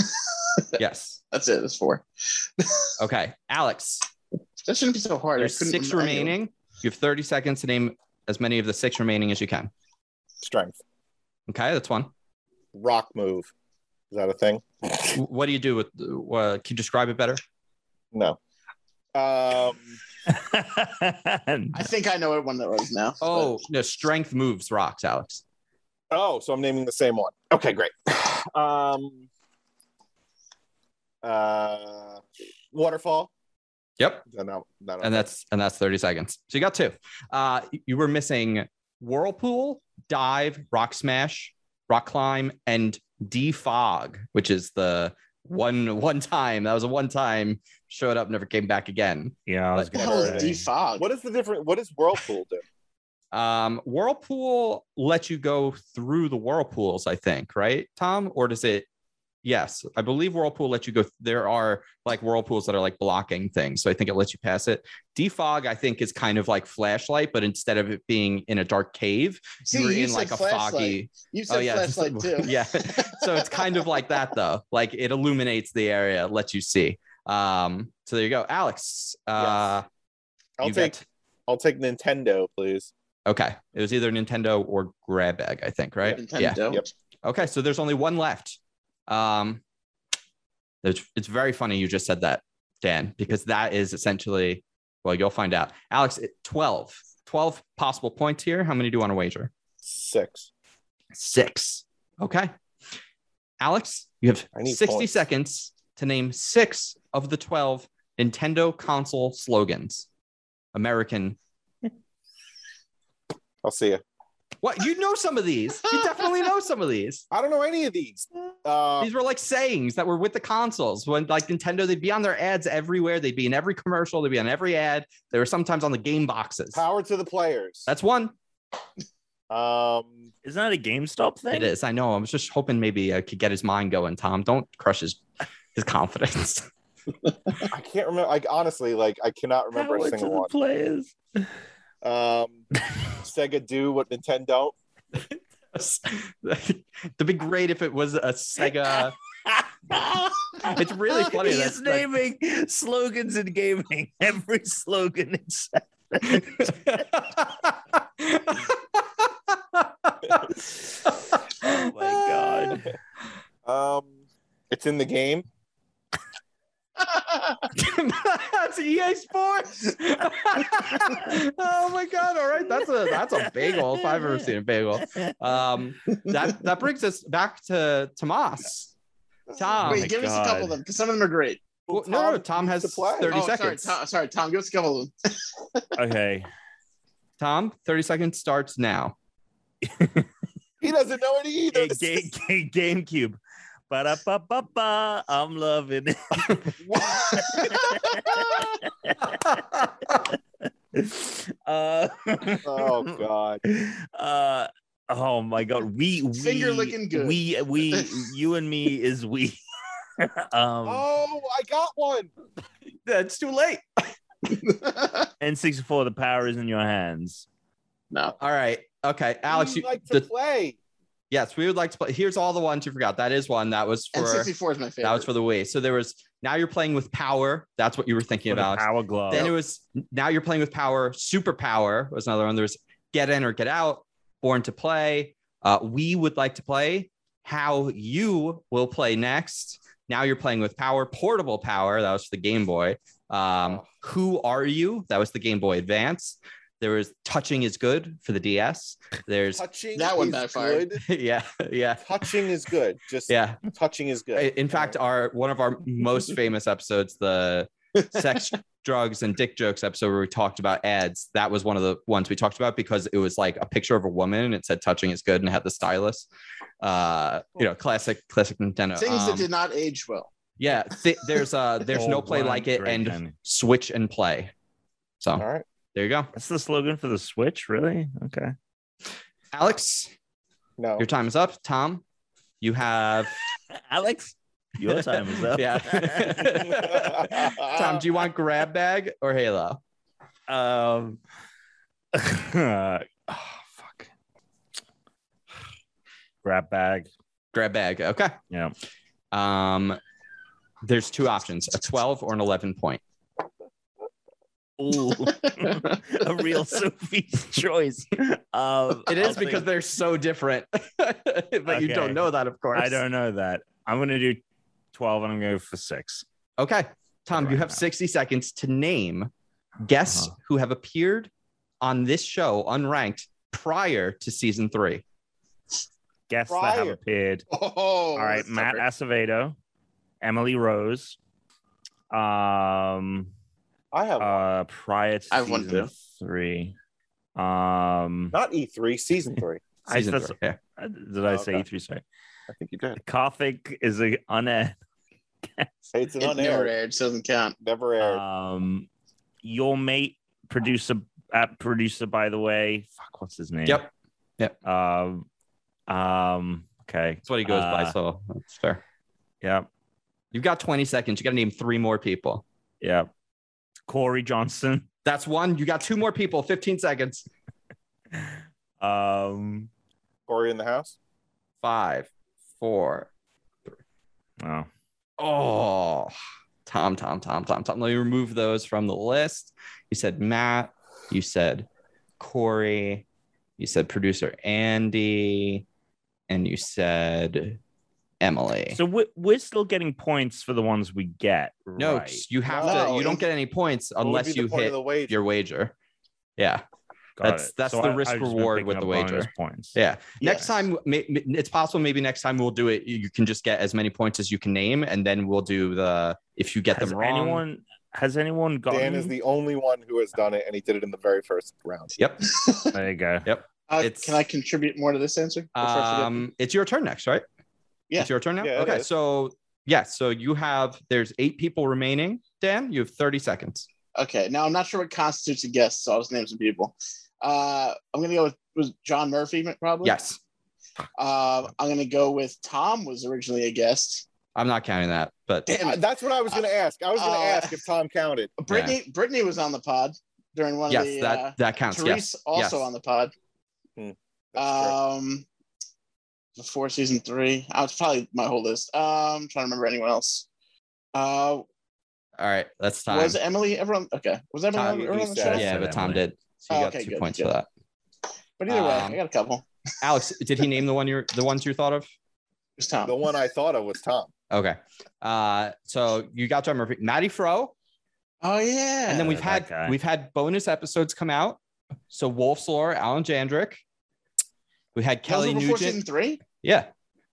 A: yes.
D: That's it. That's four.
A: Okay, Alex.
D: That shouldn't be so hard. I
A: There's
D: couldn't
A: six
D: remember any of
A: remaining. You have 30 seconds to name as many of the six remaining as you can.
B: strength,
A: Okay, that's one.
B: rock move. Is that a thing?
A: W- What do you do with? Uh, can you describe it better?
B: No. Um,
D: them. I think I know what one that was now.
A: Oh no, strength moves rocks, Alex.
B: oh, so I'm naming the same one. Okay, great. Um, uh, waterfall.
A: Yep,
B: No, no, no, no.
A: and that's and that's 30 seconds. So you got two. Uh, you were missing whirlpool, dive, rock smash, rock climb, and defog, which is the one one time that was a one time showed up, never came back again.
C: yeah, I was
D: What the
C: gonna
D: hell is
C: say.
D: defog?
B: What is the different? What does whirlpool do?
A: Um, Whirlpool lets you go through the whirlpools, I think, right, Tom? Or does it? Yes, I believe Whirlpool lets you go. There are like whirlpools that are like blocking things, so I think it lets you pass it. Defog, I think, is kind of like flashlight, but instead of it being in a dark cave,
D: See,
A: you were
D: you
A: in
D: said
A: like a
D: flashlight.
A: foggy.
D: You said
A: Oh yeah,
D: flashlight too.
A: yeah. So it's kind of like that though. Like it illuminates the area, lets you see. Um, so there you go, Alex. Uh,
B: I'll
A: you
B: take.
A: got-
B: I'll take Nintendo, please.
A: Okay. It was either Nintendo or grab bag, I think, right? Yeah.
D: Nintendo.
B: Yep.
A: Okay. So there's only one left. Um, it's, it's very funny you just said that, Dan, because that is essentially, well, you'll find out. Alex, it- 12, 12 possible points here. How many do you want to wager?
B: Six.
A: Six. Okay. Alex, you have
B: I need
A: 60
B: points.
A: seconds to name six of the 12 Nintendo console slogans. American.
B: I'll see you.
A: What? You know some of these. You definitely know some of these.
B: I don't know any of these. Uh,
A: These were like sayings that were with the consoles. When like Nintendo, they'd be on their ads everywhere. They'd be in every commercial. They'd be on every ad. They were sometimes on the game boxes.
B: power to the players.
A: That's one.
B: Um,
C: Isn't that a GameStop thing?
A: It is. I know. I was just hoping maybe I could get his mind going. Tom, don't crush his his confidence.
B: I can't remember. Like honestly, like I cannot remember
C: Power
B: a
C: to
B: single
C: the
B: one.
C: Players.
B: Um, Sega do what Nintendo. don't.
A: It'd be great if it was a Sega. It's really funny.
C: He
A: That's
C: is
A: like-
C: naming slogans in gaming. Every slogan except
A: oh
C: Oh my God.
B: Um, it's in the game.
A: that's EA Sports. oh my god! All right, that's a that's a bagel if I've ever seen a bagel. Um, that that brings us back to Tomas. Tom.
D: Wait,
C: my
D: give us a couple of
C: God.
D: them because some of them are great.
A: Well, no, no, Tom
B: needs
A: has
B: to play.
A: 30
D: oh,
A: seconds.
D: sorry, Tom, sorry, Tom. Give us a couple of them.
C: okay.
A: Tom, thirty seconds starts now.
B: He doesn't know it either.
C: Hey, Ga- Ga- GameCube. Ba-da-ba-ba-ba. I'm loving it. Uh,
B: oh God.
C: uh, oh my god. We, we
D: Finger licking good.
C: We we you and me is we. um
B: Oh, I got one.
A: That's too late.
C: N64, the power is in your hands.
D: no.
A: All right. Okay, Alex.
B: you
A: You,
B: like to
A: the,
B: play?
A: yes, we would like to play. Here's all the ones you forgot. That is one. That was for.
D: N64 is my favorite.
A: That was for the Wii. So there was now you're playing with power. That's what you were thinking
C: With a
A: about.
C: power glove.
A: Then it was now you're playing with power. Superpower was another one. There was get in or get out. Born to play. Uh, we would like to play. How you will play next. Now you're playing with power. Portable power. That was for the Game Boy. Um,
B: Oh.
A: Who are you? That was the Game Boy Advance. There was touching is good for the DS. There's
B: Touching
D: That one
B: is
D: backfired.
B: good.
A: yeah yeah
B: Touching is good. Just
A: yeah.
B: touching is good.
A: In fact, our one of our most famous episodes, the sex, drugs, and dick jokes episode where we talked about ads. That was one of the ones we talked about because it was like a picture of a woman and it said touching is good and it had the stylus. Uh, you know, classic classic Nintendo.
D: Things that
A: Um,
D: did not age well.
A: Yeah, th- there's uh there's no
C: Old
A: play
C: Blind
A: like it and
C: Dragon.
A: switch and play. So
B: All right.
A: there you go.
C: That's the slogan for the Switch, really? Okay.
A: Alex,
B: No.
A: your time is up. Tom, you have
C: Alex, your time is up.
A: Yeah. Tom, do you want grab bag or Halo?
C: Um. oh, fuck. Grab bag.
A: Grab bag. Okay.
C: Yeah.
A: Um there's two options, a 12 or an 11 point.
C: Ooh, a real Sophie's choice. Um,
A: It is because
C: I'll take-
A: they're so different. but you
C: Okay.
A: don't know that, of course.
C: I don't know that. I'm gonna do twelve, and I'm gonna go for six.
A: Okay. Tom, you
C: Right
A: have
C: now.
A: 60 seconds to name guests
C: Uh-huh.
A: who have appeared on this show unranked prior to season three.
C: Guests that
B: Prior.
C: have appeared.
D: Oh,
C: All right,
D: that's
C: Matt
D: tougher.
C: Acevedo, Emily Rose. Um,
B: I
A: Oh.
B: have
C: uh, prior to
D: I have one
C: season
D: too.
C: three. Um,
B: not E3, season three.
C: I-
A: Season
C: that's-
A: three. Oh, Yeah.
C: did I say
B: Okay.
C: E three? Sorry.
B: I think you did.
C: Karthik is a unaired guest.
B: Hey, it's an
D: It never
B: unaired.
D: aired, so it doesn't count.
B: Never aired.
A: Uh,
C: Um, your mate producer uh, producer by the way. Fuck, what's his name?
A: Yep.
C: Um, um. Okay.
A: That's what he goes by.
C: Uh,
A: So that's fair.
C: Yep.
A: You've got 20 seconds. You got to name three more people.
C: Yep. Corey Johnson.
A: That's one. You got two more people, 15 seconds.
C: Um.
B: Corey in the house.
A: Five, four.
C: Oh.
A: Oh, Tom, Tom, Tom, Tom, Tom. Let me remove those from the list. You said Matt. You said Corey. You said producer Andy. And you said Emily.
C: So we're, we're still getting points for the ones we get.
A: no,
C: right?
A: you have to,
B: No,
A: you don't
B: it's-
A: get any points
B: What would
A: unless
B: be the
A: you
B: point
A: hit
B: of the wage.
A: your wager. Yeah.
C: Got
A: That's-
C: it.
A: that's the
C: I- I've
A: risk
C: just been
A: reward
C: picking
A: with
C: up
A: the
C: bonus
A: wager.
C: Points.
A: Yeah. Next
B: Yes.
A: time, may- may- it's possible maybe next time we'll do it. You you can just get as many points as you can name, and then we'll do the if you get
C: Has
A: them wrong.
C: anyone has anyone gotten?
B: Dan is the only one who has done it, and he did it in the very first round.
A: Yep.
C: There you go.
D: Uh,
A: It's-
D: can I contribute more to this answer? before I forget?
A: Um, it's your turn next, right?
D: Yeah.
A: It's your turn now.
B: Yeah, it
A: okay.
B: is.
A: So yeah, so you have there's eight people remaining. Dan, you have 30 seconds.
D: okay, now I'm not sure what constitutes a guest, so I'll just name some people. Uh, I'm gonna go with was John Murphy probably.
A: Yes.
D: Uh, I'm gonna go with Tom was originally a guest.
A: I'm not counting that, but
D: Damn
B: Uh,
D: it,
B: That's what I was going to ask. I was going to
D: Uh,
B: ask if Tom counted.
D: Brittany Brittany was on the pod during one
A: yes,
D: of the.
A: that
D: uh,
A: that counts.
D: Therese
A: yes.
D: also
A: yes.
D: on the pod.
B: That's
A: uh,
B: true.
D: Um, before season three, I was probably my whole list. Um, trying to remember anyone else. Uh,
A: All right, that's time.
D: was Emily ever on? Okay, was Emily
A: Time,
D: ever on the
B: Lisa.
D: show?
A: yeah, but Tom did. So you
D: Oh,
A: got
D: okay,
A: two
D: good,
A: points
D: good.
A: for that.
D: But either way,
A: Um,
D: I got a couple. It
A: Alex, did he name the one you're the ones you thought of?
D: was Tom.
B: the one I thought of was Tom.
A: Okay. Uh, so you got John Murphy, Maddie Fro,
D: oh yeah.
A: and then we've
C: that
A: had
C: guy.
A: we've had bonus episodes come out. So Wolf's Lore, Alan Jandrick. We had
D: Those were
A: Kelly
D: before
A: Nugent.
D: season three.
A: Yeah.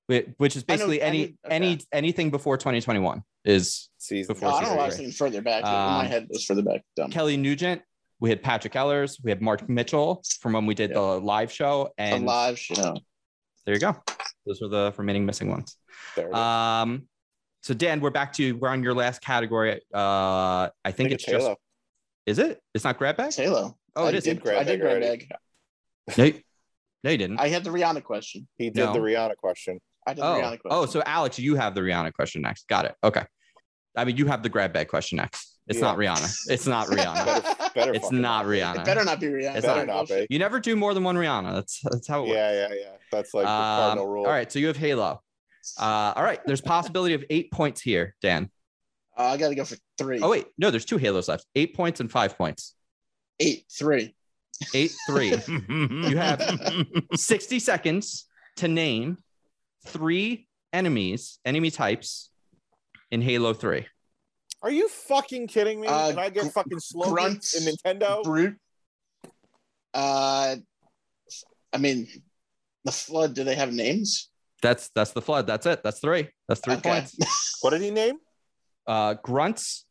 A: Whi- Which is
D: I know-
A: basically
D: I
A: any
D: knew- okay.
A: any anything before 2021 is
B: Season.
A: Before
D: Oh, I don't know why I was
A: three.
D: thinking further back. but in
A: Um,
D: my head it was further back. Dumb.
A: Kelly Nugent. We had Patrick Ellers. We had Mark Mitchell from when we did the live show.
D: a
A: And
D: live show.
A: there you go. Those are the remaining missing ones.
B: There it is.
A: Um, so Dan, we're back to we're on your last category. Uh, I think,
B: I think
A: it's, just
B: Halo.
A: is it? It's not grab bag.
D: Talo.
A: Oh,
D: I
A: it is.
D: Did,
B: grab
D: I
B: bag
D: did grab
B: already.
D: bag.
A: No, you, no, you didn't.
D: I had the Rihanna question.
B: He did
A: No.
B: the Rihanna question.
D: I did the
A: oh,
D: Rihanna question.
A: oh, so Alex, you have the Rihanna question next. Got it. Okay. I mean, you have the grab bag question next. It's
B: Yeah.
A: not Rihanna. It's not Rihanna.
B: Better- Better
A: it's
B: fucking
A: not
B: not be.
A: Rihanna.
D: it better not be Rihanna. Uh,
A: It's
B: Better
A: not-
B: not be.
A: You never do more than one Rihanna. That's that's how it works.
B: Yeah, yeah, yeah. That's like the
A: Um,
B: cardinal rule.
A: All right, so you have Halo. Uh, all right, there's possibility of eight points here, Dan.
D: Uh, I got to go for three.
A: Oh wait, no, there's two Halos left. Eight points and five points.
D: eight, three.
A: Eight three.
C: you
A: have- 60 seconds to name three enemies, enemy types in Halo 3.
B: Are you fucking kidding me?
D: Uh,
B: and I
D: gr-
B: get fucking slogans
D: grunts.
B: in Nintendo.
D: Brute. Uh, I mean, the flood. Do they have names?
A: That's that's the flood. That's it. That's three. That's three
D: Okay.
A: points.
B: What did he name?
A: Uh, grunts,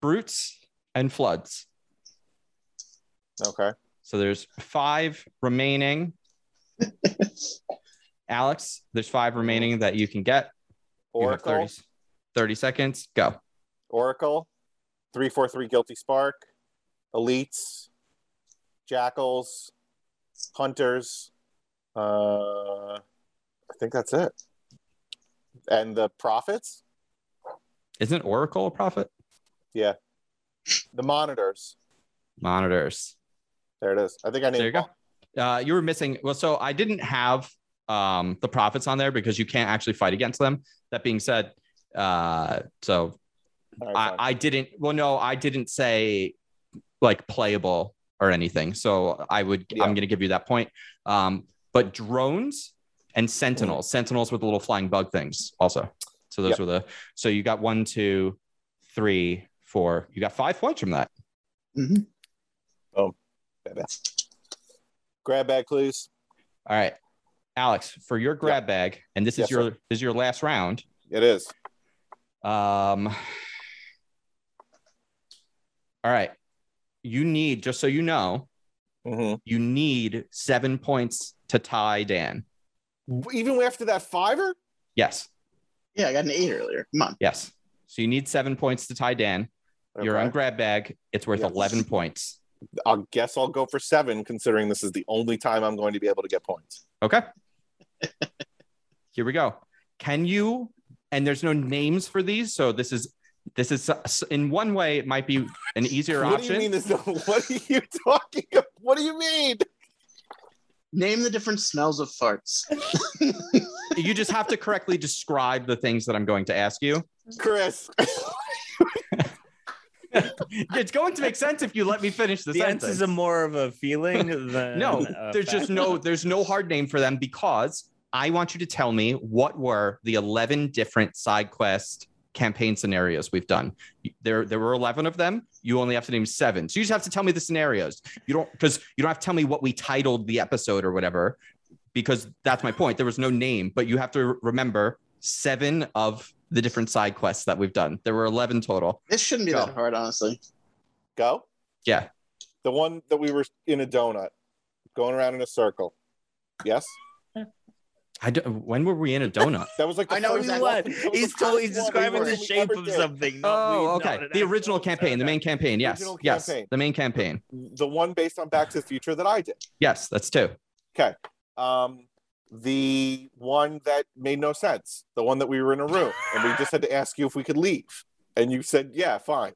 A: brutes, and floods.
B: Okay.
A: So there's five remaining. Alex, there's five remaining that you can get. You have
B: Oracle.
A: 30 30 seconds. Go.
B: Oracle, 343 Guilty Spark, Elites, Jackals, Hunters. Uh, I think that's it. And the Prophets,
A: Isn't Oracle a prophet?
B: the Monitors.
A: Monitors.
B: There it is. I think I named
A: There you
B: them
A: go. Uh, you were missing. Well, so I didn't have um, the profits on there because you can't actually fight against them. That being said, uh, so
B: all. All right,
A: I,
B: fine.
A: I didn't. Well, no, I didn't say like playable or anything. So I would.
B: Yeah.
A: I'm going to give you that point. Um, but drones and sentinels, sentinels with little flying bug things, also. So those
B: Mm. Yep.
A: were the. So you got one, two, three, four. You got five points from that.
B: Grab bag clues.
A: All right, Alex, for your grab bag, and this is
B: Yes,
A: your
B: sir.
A: this is your last round.
B: It is.
A: Um, all right. You need, just so you know,
B: Mhm.
A: you need seven points to tie Dan.
B: Even after that fiver,
A: Yes.
D: Yeah, I got an eight earlier. Come on.
A: Yes. So you need seven points to tie Dan. Your
B: Okay.
A: own grab bag, it's worth
B: Yes.
A: 11 points.
B: I'll guess I'll go for seven, considering this is the only time I'm going to be able to get points.
A: Okay. Here we go. Can you, and there's no names for these. So this is, this is in one way, it might be an easier
B: what
A: option.
B: do you mean? There's no, what are you talking? About? What do you mean?
D: Name the different smells of farts.
A: you just have to correctly describe the things that I'm going to ask you.
B: Chris,
A: it's going to make sense if you let me finish the,
C: the sense
A: sentence.
C: is a more of a feeling than
A: no,
C: a
A: there's
C: fact.
A: just no there's no hard name for them because I want you to tell me what were the 11 different side quest campaign scenarios we've done. There there were 11 of them. You only have to name 7. So you just have to tell me the scenarios. You don't cuz you don't have to tell me what we titled the episode or whatever because that's my point. There was no name, but you have to remember 7 of the different side quests that we've done. There were 11 total.
D: This shouldn't be
A: Go.
D: that hard, honestly.
B: go.
A: Yeah.
B: The one that we were in a donut, going around in a circle. Yes,
A: I don't, when were we in a donut?
B: that was like the
D: I know
B: first one-
D: exactly
C: What?
B: that was the
C: He's
B: first
C: told, he's
B: one
C: describing
B: we
C: the shape
B: ever
C: of
B: did.
C: something. not
A: Oh,
C: we- not
A: okay.
C: an
A: The
C: actual
A: original campaign, the main campaign. Yes.
B: Original
A: yes.
B: campaign.
A: The main campaign.
B: The one based on Back to the Future that I did.
A: Yes, that's two.
B: Um, the one that made no sense. The one that we were in a room and we just had to ask you if we could leave, and you said, "Yeah, fine."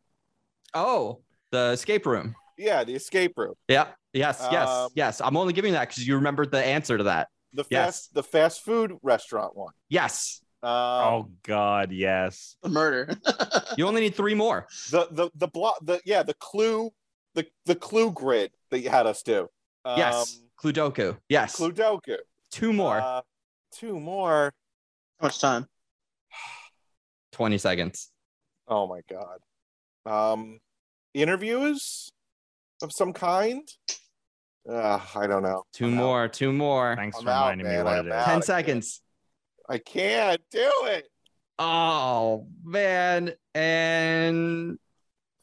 A: Oh, the escape room.
B: Yeah, the escape room.
A: Yeah. Yes, yes,
B: Um,
A: yes. I'm only giving that because you remembered the answer to that.
B: The fast
A: Yes.
B: the fast food restaurant one.
A: Yes.
B: Um,
C: Oh God, yes.
D: The murder.
A: You only need three more.
B: the the the block the yeah the clue the the clue grid that you had us do. Um,
A: Yes. Cludoku. Yes.
B: Cludoku.
A: two more.
B: Uh, two more.
D: How much time?
A: 20 seconds.
B: Oh my god. Um, interviews of some kind. Uh, I don't know.
A: 2
B: I'm out.
A: more. Two more.
C: Thanks
B: I'm
C: for
B: out,
C: reminding
B: man,
C: me
B: I'm
C: what it is.
B: out.
A: Ten
B: I can't.
A: seconds.
B: I can't do it.
A: Oh man. And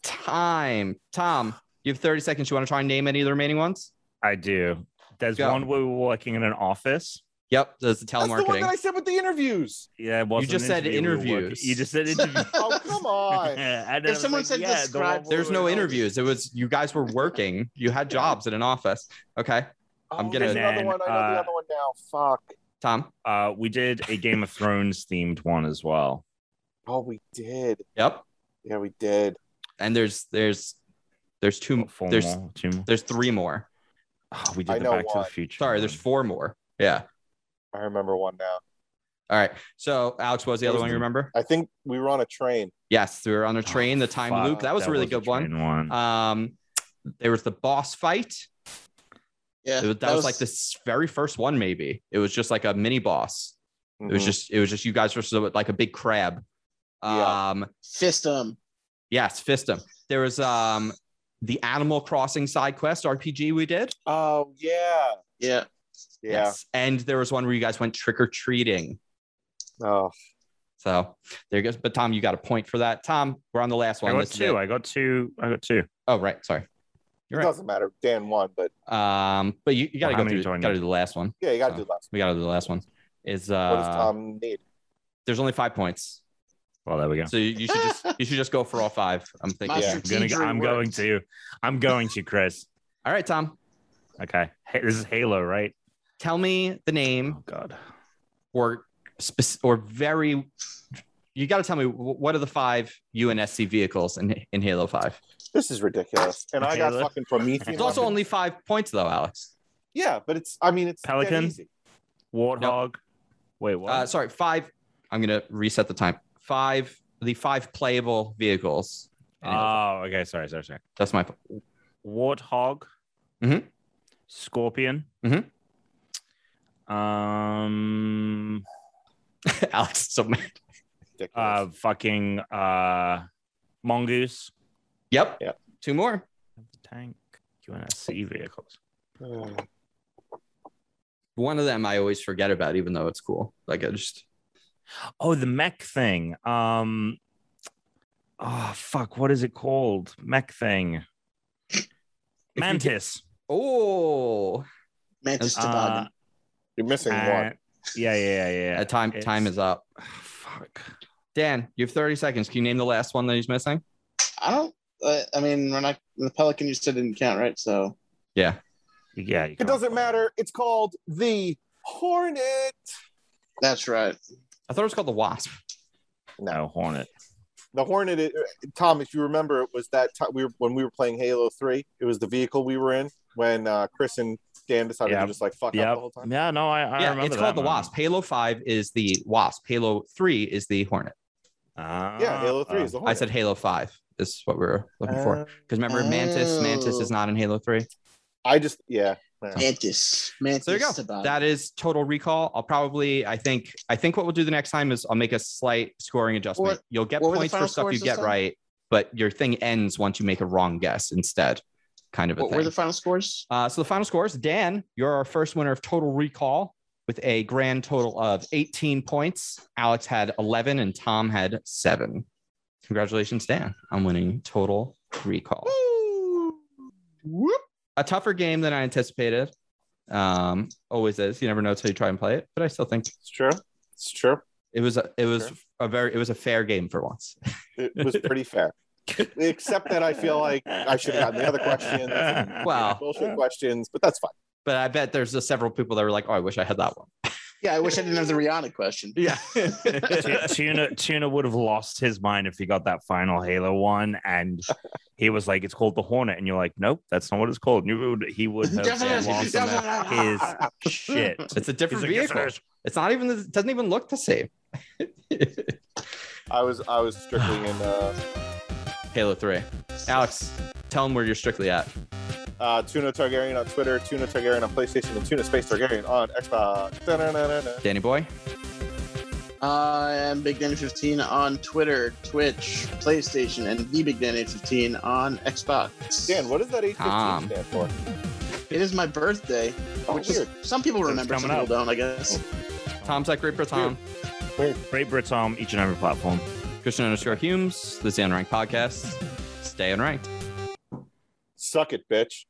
A: time. Tom, you have 30 seconds. You want to try and name any of the remaining ones?
C: I do. There's
A: Go.
C: one where we were working in an office.
A: Yep. That's the
B: That's the one
A: telemarketing.
B: that I said with the interviews.
C: Yeah, it was
A: just said interviews.
C: you just said interviews.
B: Oh come on.
C: And then I
D: If
C: was
D: someone said
C: the
D: describe-
C: one where
A: There's
C: we
A: no
C: were-
A: interviews. It was you guys were working. You had jobs in an office. Okay, I'm
B: Oh,
A: gonna-
B: there's another
C: Then,
B: one. I know
C: uh,
B: the other one now. Fuck.
A: Tom.
C: Uh, we did a Game of Thrones themed one as well.
B: Oh, we did.
A: Yep.
B: Yeah, we did.
A: And there's there's there's two
C: Oh, Four
A: there's
C: more, two more.
A: there's three more.
C: Oh, we
B: I
C: did the
B: know
C: Back to
B: one.
C: the Future.
A: Sorry,
C: one.
A: there's four more. Yeah.
B: I remember one now.
A: All right. So Alex what was the
B: That
A: other
B: was
A: one you
C: the-
A: remember?
B: I think we were on a train.
A: Yes, we were on a train. the
C: Oh,
A: time
C: fuck,
A: loop. That was a really
C: a
A: good one.
C: train one.
A: Um, there was the boss fight.
D: Yeah.
A: It was- that, was, like this very first one. Maybe it was just like a mini boss. It was
B: Mhm.
A: just it was just you guys versus like a big crab.
B: Yeah.
A: Um,
D: fist 'em.
A: Yes, Fistum. There was um the Animal Crossing side quest RPG we did.
B: Oh yeah.
D: Yeah.
B: Yeah.
A: Yes. And there was one where you guys went trick or treating.
B: Oh,
A: So there goes. But Tom, you got a point for that. Tom, we're on the last
C: I
A: one.
C: got
A: This is
C: two.
A: it.
C: I got two. I got two.
A: Oh, right. Sorry.
B: it
A: You're right.
B: doesn't matter. Dan won, but
A: Um, but you, you gotta
C: Well, how
A: go
C: many
A: through.
C: do I need?
A: Gotta do the last one.
B: yeah, you got to
A: So,
B: do last.
A: We gotta do the last one. Is
B: What does
A: uh,
B: Tom need?
A: there's only five points.
C: Well, there we go.
A: So you, you should just you should just go for all five. I'm thinking.
D: My
B: Yeah.
C: I'm, gonna,
D: strategery
C: I'm going
D: worked.
C: to. I'm going to, Chris.
A: All right, Tom.
C: Okay. Hey, this is Halo, right?
A: Tell me the name
C: Oh, God.
A: or spec- or very. You got to tell me wh- what are the five UNSC vehicles in in Halo Five?
B: This is ridiculous. And I got
C: Halo.
B: fucking Promethean.
A: It's also
B: weapons.
A: only five points though, Alex.
B: yeah, but it's I mean it's dead
C: Pelican?
B: easy.
C: Warthog. Wait, what?
A: Uh, sorry, five. I'm gonna reset the time. Five. The five playable vehicles.
C: oh, okay. Sorry, sorry, sorry.
A: That's my.
C: Warthog.
A: Mhm.
C: Scorpion.
A: Mhm. Mm-hmm.
C: Um.
A: Alex. So mad.
B: Ridiculous.
C: Uh. Fucking. Uh. Mongoose.
A: Yep.
B: Yep.
A: Two more.
C: Tank. UNSC vehicles. Uh,
B: Mm.
A: One of them I always forget about, even though it's cool. Like I just.
C: Oh, the mech thing. Um. Oh fuck! What is it called? Mech thing.
A: you
C: Mantis.
A: Oh,
D: Mantis
C: Uh,
D: Toboggan.
B: You're missing
C: Uh,
B: one.
C: yeah, yeah, yeah, yeah.
A: uh, time time
C: It's-
A: is up.
C: Fuck.
A: Dan, you have 30 seconds. Can you name the last one that he's missing?
D: I don't. Uh, I mean, we're not. The Pelican you said didn't count, right? So
A: Yeah.
C: Yeah. you
B: It
C: can't-
B: doesn't matter. It's called the Hornet.
D: that's right.
A: I thought it was called the Wasp.
C: No, Hornet.
B: The Hornet. It, Tom, if you remember, it was that time we were when we were playing Halo Three. It was the vehicle we were in when uh, Chris and Dan decided
C: Yep.
B: to just like fuck up
C: Yep.
B: the whole time.
C: Yeah, no, I, I
A: yeah,
C: remember
A: it's
C: that
A: called the
C: moment.
A: Wasp. Halo 5 is the Wasp. Halo 3 is the Hornet.
C: Ah,
B: Yeah, Halo Three is the
A: I
B: Hornet.
A: said Halo 5 is what we were looking for.
B: Uh,
A: Because remember, Mantis, Mantis is
D: oh.
A: not in Halo 3.
B: I just yeah.
D: Mantis. Mantis
A: So there you go.
D: Toboggan.
A: That is total recall. I'll probably, I think, I think what we'll do the next time is I'll make a slight scoring adjustment.
D: What-
A: You'll get
D: what were the
A: points for
D: final
A: stuff you
D: scores this
A: get
D: time?
A: right, but your thing ends once you make a wrong guess instead, kind of a
D: what
A: thing.
D: were the final scores?
A: Uh, so the final scores, Dan, you're our first winner of Total Recall with a grand total of 18 points. Alex had 11 and Tom had seven. Congratulations, Dan, on winning Total Recall.
D: Whoop.
A: A tougher game than I anticipated. Um, always is. You never know till you try and play it, but I still think
B: It's true. It's true.
A: it was a, it was
B: Sure.
A: a very it was a fair game for once.
B: It was pretty fair. Except that I feel like I should have gotten the other questions. and
A: Wow.
B: Bullshit questions, but that's fine.
A: But I bet there's uh, several people that were like, "Oh, I wish I had that one."
D: Yeah, I wish I didn't have the Rihanna question.
A: Yeah.
C: Tu- Tuna Tuna would have lost his mind if he got that final Halo one, and he was like, "It's called the Hornet," and you're like, "Nope, that's not what it's called." And you would, he would have
D: Definitely.
C: lost his
D: Definitely.
C: shit.
A: it's a
C: He's
A: different
C: like, "Yes,
A: vehicle.
C: it is."
A: It's not even it doesn't even look the same.
B: I was I was strictly in uh,
A: Halo 3. Alex, tell them where you're strictly at.
B: uh, Tuna Targaryen on Twitter, Tuna Targaryen on PlayStation, and Tuna Space Targaryen on Xbox. Da-na-na-na-na.
A: Danny Boy,
D: I am Big Danny 15 on Twitter, Twitch, PlayStation, and the Big Danny 15 on Xbox.
B: Dan, what does that 815
A: Tom.
B: stand for?
D: It is my birthday,
B: Oh,
D: which
B: weird.
D: is some people
C: It's
D: remember, some
C: coming
D: people
C: up.
D: don't. I guess.
A: Tom's at Great for Tom,
C: Great Brits on each and every platform.
A: Christian underscore Humes, this is the Unranked Podcast. Stay unranked.
B: Suck it, bitch.